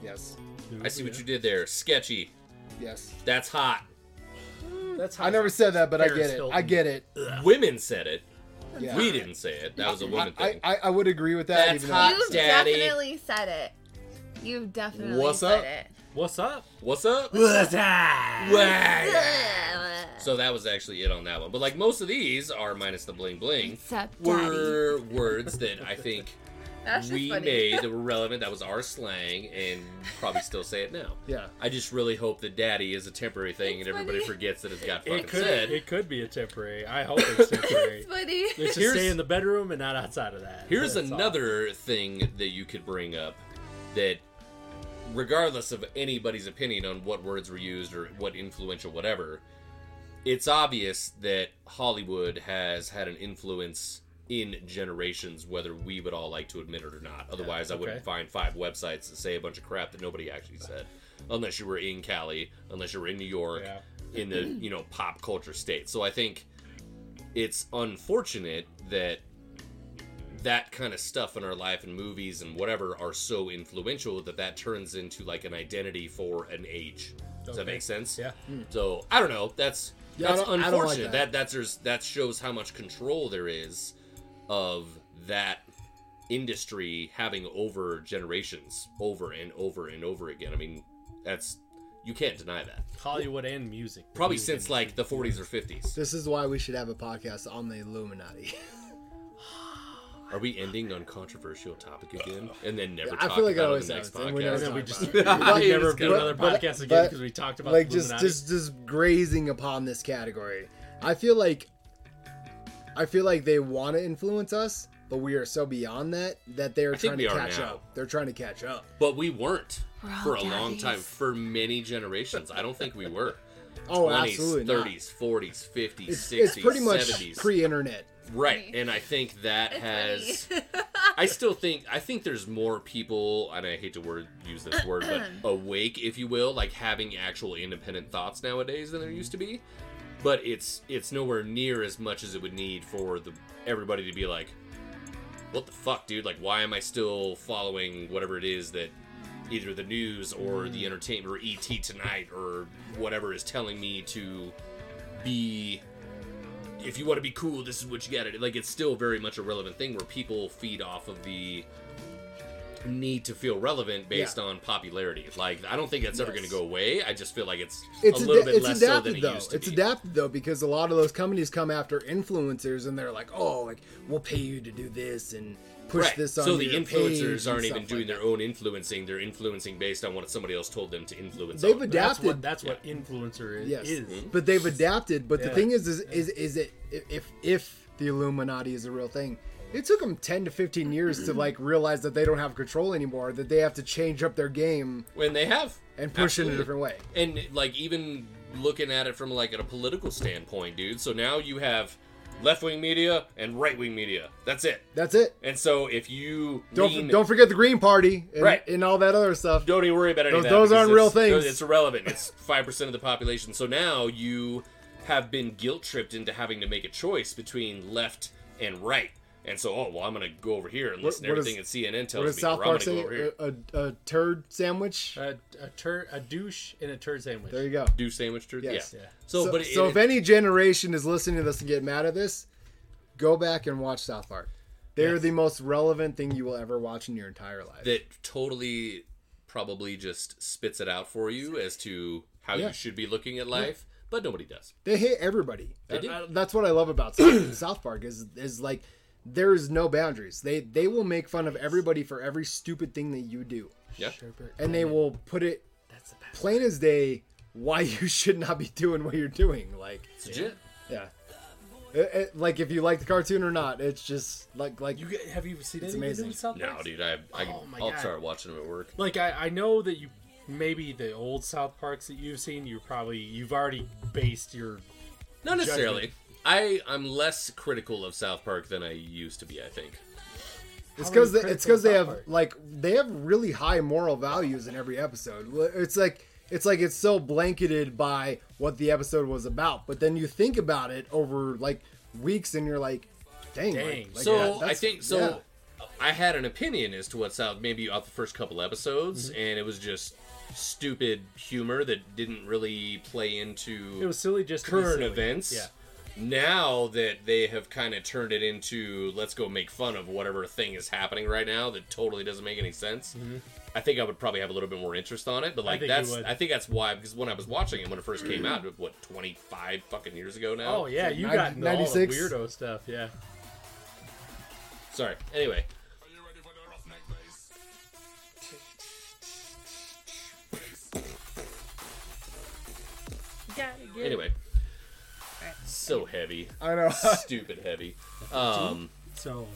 B: Yes.
C: I see what you did there. Sketchy.
B: Yes.
C: That's hot.
D: That's
B: I never said that, but I
D: Paris
B: get it. I
D: Hilton.
B: get it.
C: Women said it.
B: Yeah.
C: We didn't say it. That was a woman
B: I,
C: thing.
B: I, I would agree with that.
C: That's
B: even though-
C: hot.
A: You've
C: Daddy.
A: definitely said it. You've definitely
C: What's
A: said
C: up?
A: it.
D: What's up?
C: What's up?
D: What's up?
C: Wag.
A: Ugh.
C: So that was actually it on that one. But like most of these are minus the bling bling
A: What's up, Daddy?
C: were words that I think
A: That's just
C: we
A: funny.
C: made that were relevant. That was our slang, and probably still say it now.
B: Yeah.
C: I just really hope that daddy is a temporary thing
A: It's
C: and everybody
A: funny.
C: forgets that it's got fucking
D: It could
C: said.
D: it could be a temporary. I hope [LAUGHS] it's temporary.
A: It's funny.
D: Let's just
C: Here's-
D: stay in the bedroom and not outside of that.
C: Here's
D: That's all.
C: another thing that you could bring up that, regardless of anybody's opinion on what words were used or what influential whatever, it's obvious that Hollywood has had an influence in generations, whether we would all like to admit it or not. Otherwise, I wouldn't
D: okay.
C: find five websites that say a bunch of crap that nobody actually said. Unless you were in Cali, unless you were in New York,
D: Yeah.
C: in the you know pop culture state. So I think it's unfortunate that that kind of stuff in our life and movies and whatever are so influential that that turns into like an identity for an age. Does that
D: Okay.
C: make sense?
D: Yeah.
C: So I don't know. That's
B: Hmm. Yeah, I don't-
C: that's
B: I don't like
C: unfortunate.
B: that.
C: that. that's there's that shows how much control there is of that industry having over generations, over and over and over again. I mean, that's you can't deny that.
D: Hollywood and music. The
C: Probably
D: music
C: since like the 40s or 50s.
B: This is why we should have a podcast on the Illuminati.
C: Are we ending on controversial topic again, and then never?
B: I
C: Talk
B: feel like I
C: about it
B: always
C: in the next
B: ask, and we never
C: podcast.
D: industry.
B: talk
D: And we
B: about it.
D: just we [LAUGHS]
C: It's
D: never do
C: good.
D: another
B: But-
D: podcast again
B: but-
D: because we talked about
B: like
D: the
B: just
D: Illuminati.
B: just just grazing upon this category. I feel like I feel like they want to influence us, but we are so beyond that that they are
C: think
B: trying
C: we
B: to
C: are
B: catch
C: now.
B: up. They're trying to catch up.
C: But we weren't
A: We're all
C: for a long
A: daddies.
C: time, for many generations. I don't think we were.
B: [LAUGHS] Oh,
C: 20s,
B: absolutly
C: 30s,
B: not.
C: 40s, 50s,
B: It's,
C: 60s,
B: it's pretty much
C: 70s.
B: pre-internet.
C: right, and I think that has.
A: [LAUGHS] It's funny.
C: I still think I think there's more people, and I hate to word use this word,
A: [CLEARS THROAT]
C: but awake, if you will, like having actual independent thoughts nowadays than there used to be. But it's it's nowhere near as much as it would need for the everybody to be like, what the fuck, dude? Like, why am I still following whatever it is that either the news
B: Hmm.
C: or the entertainment or ET tonight or whatever is telling me to be if you want to be cool, this is what you got to do. Like, it's still very much a relevant thing where people feed off of the need to feel relevant based on popularity. Like, I don't think that's ever going to go away. I just feel like it's,
B: It's
C: a
B: ad-
C: little bit
B: it's
C: less so
B: adapted
C: than it
B: though.
C: used to
B: It's
C: be.
B: adapted though because a lot of those companies come after influencers and they're like, "Oh, like we'll pay you to do this and push
C: Right.
B: this on
C: so the
B: your page and
C: influencers
B: stuff
C: aren't even doing
B: like
C: their
B: that.
C: own influencing. They're influencing based on what somebody else told them to influence.
B: They've
C: on.
D: that's
B: adapted
D: what that's what influencer is.
B: Yes,
D: is.
C: Mm-hmm.
B: but they've adapted. But the
D: Yeah.
B: thing is, is is, is it if if the Illuminati is a real thing, it took them ten to fifteen years to
C: Mm-hmm.
B: like realize that they don't have control anymore. That they have to change up their game
C: when they have
B: and push it in a
C: Absolutely.
B: different way.
C: and like even looking at it from like a political standpoint, dude. So now you have left wing media and right wing media. That's it.
B: That's it.
C: And so if you
B: Don't
C: lean-
B: don't forget the Green Party and,
C: Right.
B: and all that other stuff.
C: don't even worry about any
B: Those-
C: of that.
B: those
C: because
B: aren't real
C: it's-
B: things.
C: It's irrelevant. It's five percent of the population. So now you have been guilt tripped into having to make a choice between left and right. And so, oh well, I'm gonna go over here and listen to
B: what is-
C: everything that CNN
B: What
C: tells
B: does
C: me,
B: South
C: or I'm
B: Park Uh,
C: gonna go
B: say?
C: over here.
B: A, a, a turd sandwich.
D: A, a tur a douche and a turd sandwich.
B: There you go.
C: Do sandwich truth?
B: Yes.
C: Yeah.
D: Yeah.
C: So,
B: so
C: but it,
B: so
C: it-
B: if any generation is listening to this and get mad at this, go back and watch South Park. They're the most relevant thing you will ever watch in your entire life.
C: that totally probably just spits it out for you as to how
B: Yeah.
C: you should be looking at life, but nobody does.
B: They hate everybody.
C: They do.
B: Uh, That's what I love about South, [CLEARS THROAT] South Park is is like there is no boundaries. They they will make fun of everybody for every stupid thing that you do,
C: Yeah.
B: and they will put it
D: That's the best.
B: plain [LAUGHS] as day why you should not be doing what you're doing. Like
C: It's legit.
B: yeah, It- it- like if you like the cartoon or not, it's just like like
D: You get, have you seen
B: It's
D: anything to do
B: amazing.
D: with South
C: No,
D: Park?
C: dude, I, I
D: Oh my
C: I'll
D: God.
C: start watching them at work.
D: Like I, I know that you maybe the old South Parks that you've seen, you probably you've already based your
C: Not necessarily. I I'm less critical of South Park than I used to be. I think.
B: It's
D: How
B: because
D: many
B: it's
D: credits
B: because
D: on
B: they
D: that
B: have
D: part?
B: like they have really high moral values in every episode. Well, It's like it's like it's so blanketed by what the episode was about, but then you think about it over like weeks, and you're like, dang. like-
D: Dang.
B: like, yeah,
C: so I
B: that's-
C: think so.
B: yeah.
C: I had an opinion as to what's out maybe off the first couple episodes, and it was just stupid humor that didn't really play into
D: it was silly just to be
C: current
D: silly.
C: events.
D: Yeah.
C: Now that they have kind of turned it into let's go make fun of whatever thing is happening right now that totally doesn't make any sense. I think I would probably have a little bit more interest on it, but like
D: Mm-hmm. think you
C: that's
D: would.
C: I think that's why because when I was watching it when it first came out, what twenty five fucking years ago now.
D: Oh yeah, you
B: Nin-
D: got into all the
B: 96?
D: weirdo stuff. Yeah.
C: Sorry. Anyway, anyway, so heavy,
B: I know.
C: stupid heavy. Um,
D: So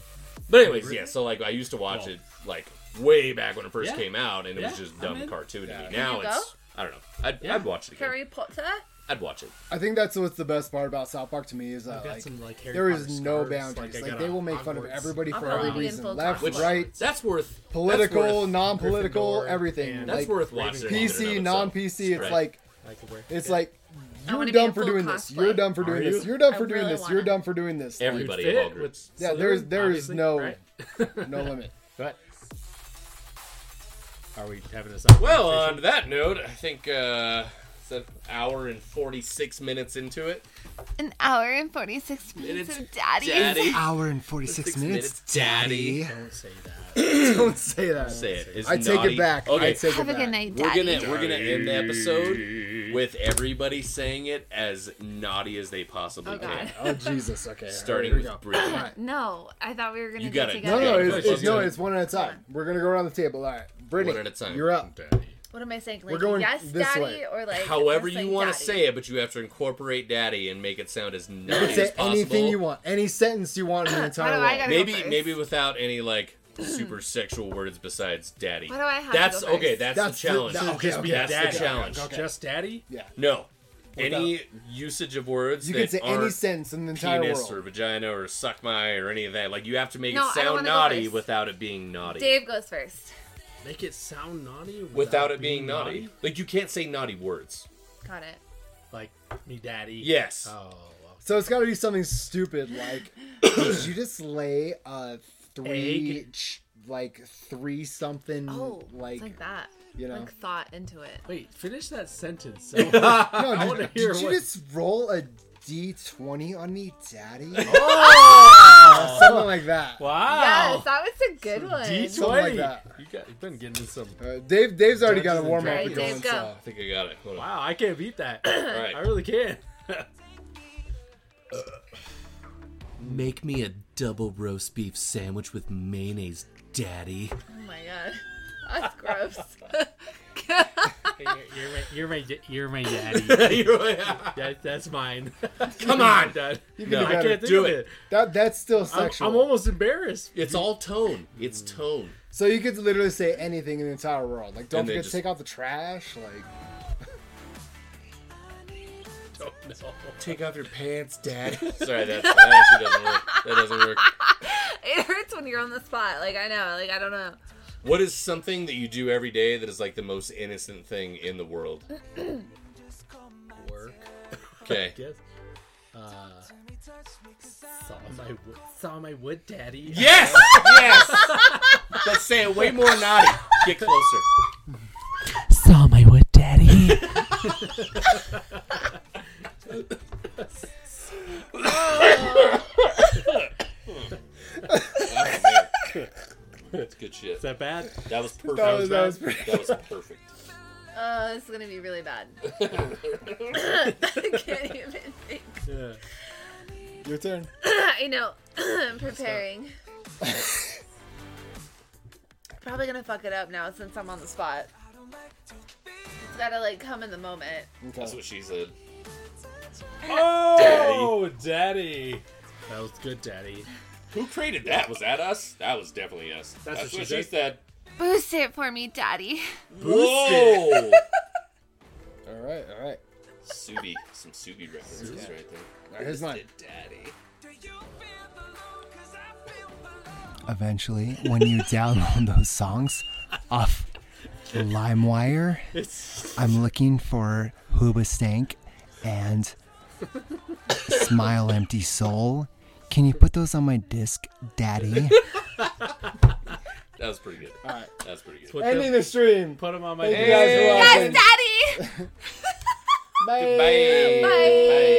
C: but anyways, yeah. So like I used to watch
D: Well.
C: it like way back when it first
D: Yeah.
C: came out, and it was
D: Yeah,
C: just dumb
D: I'm in.
C: cartoon to
D: Yeah.
C: me. Now
A: you go?
C: it's I don't know. I'd,
D: Yeah.
C: I'd watch it
A: [LAUGHS]
C: again.
A: Harry Potter.
C: I'd watch it.
B: [LAUGHS] I think that's what's the best part about South Park to me is that
D: got
B: like,
D: some, like, Harry
B: there
D: Potter
B: is no
D: scarves, like,
B: boundaries.
D: I
B: Like,
D: got
B: they
D: a
B: will make fun of
D: Hogwarts-
B: everybody
A: I'll
B: for
A: probably
B: every
A: be in
B: reason,
A: full
B: left,
A: costume.
B: right,
C: That's worth That's
B: political,
C: worth,
B: non-political,
D: Gryffindor
B: everything.
D: and-
C: that's
B: Like
C: worth watching. it in and
B: PC,
C: of
B: non-PC.
C: Right.
B: It's like
D: I could wear.
B: It's like
A: I
B: you're
A: wanna be
B: dumb
A: in
B: for
A: full
B: doing this.
A: cosplay.
B: You're dumb for
D: Are
B: doing this.
D: you?
B: You're dumb
A: I
B: for doing
A: really
B: this.
A: wanna.
B: You're dumb for doing this.
C: Every-
B: Like,
C: Everybody
D: Fit
C: of all groups.
D: with
B: Yeah,
D: Slytherin,
B: there's- there is
D: obviously,
B: no-
D: right?
B: no
C: [LAUGHS]
B: limit.
D: But are we having this? up?
C: Well, on that note, I think uh, it's an hour and forty-six minutes into it.
H: An hour and 46 minutes of daddy.
C: Daddy,
B: Hour and forty six
C: Six minutes, daddy.
D: don't say that.
B: [LAUGHS] Don't say that.
C: Say it. It's
B: I take
C: naughty.
B: it back.
C: Okay,
B: I take
H: Have
B: it
H: a good
B: back.
H: night,
C: we're
H: daddy.
C: gonna we're gonna end the episode with everybody saying it as naughty as they possibly
A: Oh,
C: can.
A: God.
B: Oh Jesus. Okay.
C: Starting
B: Here we go.
C: with Brittany.
B: All right.
A: No, I thought we were gonna
C: You
A: do
C: got it.
B: No,
A: together.
B: no,
C: Yeah,
B: it's, it's,
C: yeah.
B: no, it's one at a time. We're gonna go around the table. All right, Brittany,
C: One at a time.
B: you're up.
A: What am I saying? Like
B: We're going
A: yes,
B: this
A: daddy,
B: way.
A: or like
C: However
A: yes,
C: you
A: like,
C: want to
A: daddy?
C: say it, but you have to incorporate daddy and make it sound as
B: You
C: naughty
B: can say
C: as possible.
B: anything you want, any sentence you want in the
H: Why
B: entire
H: do I gotta
B: world.
H: go
C: Maybe
H: first?
C: maybe without
A: [LAUGHS]
C: any like super sexual words besides daddy.
A: Why do I have to
C: That's
A: go first?
C: okay. That's,
B: That's
C: the
B: the-
C: challenge.
B: that- okay, okay,
C: that's
B: okay,
C: the
B: okay,
C: challenge.
B: okay.
D: Just daddy.
B: Yeah,
C: No, any usage of words
B: you
C: that
B: can say
C: aren't
B: any sentence in the entire
C: penis or
B: world.
C: vagina or suck my or any of that. Like you have to make
A: No, I
C: it
A: don't
C: sound
A: wanna go
C: naughty
A: first.
C: without it being naughty.
A: Dave goes first.
D: Make it sound naughty without,
C: without it being naughty. Like you can't say naughty words.
A: Got it.
D: Like me, daddy.
C: Yes.
D: Oh, well,
B: So it's got to be something stupid like, did you just lay a three, ch- like three something,
A: Oh,
B: Mm, like,
A: it's like that.
B: you know?
A: like thought into it.
D: wait. Finish that sentence. [LAUGHS]
B: no, did,
D: wanna
B: did
D: hear
B: you
D: what-
B: just roll a d twenty on me, daddy?
D: Oh!
B: Uh, [LAUGHS] something like that.
A: Yes, that was a good one.
D: D20.
B: Something like that.
D: You got, you've been getting in some.
B: Uh, Dave, Dave's already got a
D: Dungeons and
B: warm up
A: Dragons.
B: going.
A: Dave, go.
B: So.
C: I think I got it. Hold on.
D: Wow, I can't beat that.
C: All right.
D: I really can.
I: Make me a double roast beef sandwich with mayonnaise,
C: [LAUGHS]
I: daddy. [LAUGHS]
A: Oh my god, [LAUGHS] that's gross.
D: you're, you're my, you're my, you're my daddy.
C: You're like,
D: [LAUGHS] that, that's [LAUGHS] mine.
C: Come on.
D: That-
C: No,
D: I can't
C: do
D: do
C: it.
D: it.
B: That that's still
D: I'm,
B: sexual.
D: I'm almost embarrassed.
C: It's all tone. It's tone.
B: So you could literally say anything in the entire world. Like, don't
C: And they
B: forget
C: just-
B: to take out the trash. Like,
D: Oh, no.
C: Take off your pants, dad. Sorry, that's, that actually doesn't work. That doesn't work.
A: [LAUGHS] it hurts when you're on the spot. Like I know. Like I don't know.
C: What is something that you do every day that is like the most innocent thing in the world?
D: Work.
C: Okay.
D: Yes. Uh, saw my wood, saw my wood, daddy.
C: Yes! Yes! Let's say it way more naughty. Get closer.
I: Saw my wood, daddy.
C: Oh, man. That's good shit.
D: Is that bad?
C: That was perfect.
B: That was- that was pretty-
C: That was perfect.
A: Oh, this is gonna be really [LAUGHS] bad. I can't even think.
D: Yeah.
B: [LAUGHS] your turn.
A: I know. [CLEARS THROAT] I'm preparing.
B: [LAUGHS]
A: Probably gonna fuck it up now since I'm on the spot. It's gotta like come in the moment.
B: Okay.
C: That's what she said.
D: Oh, daddy. That was good, daddy.
C: Who created that? Was that us? That was definitely us.
D: That's what she
C: she said.
H: Boost it for me, daddy.
D: Oh!
C: [LAUGHS] Whoa!
B: All right, all right.
C: Subi, some Subi references right there.
B: All right, here's mine.
C: Did daddy.
B: Eventually, when you download those songs off LimeWire, I'm looking for Hoobastank and Smile Empty Soul. Can you put those on my disc, Daddy?
C: That was pretty good. All right, that was pretty good.
D: Put,
B: Ending
D: them,
B: the stream.
D: put 'em on my
B: Oh, Thank you guys for
H: Yes,
B: watching.
H: daddy.
B: Bye.
C: Bye. Bye.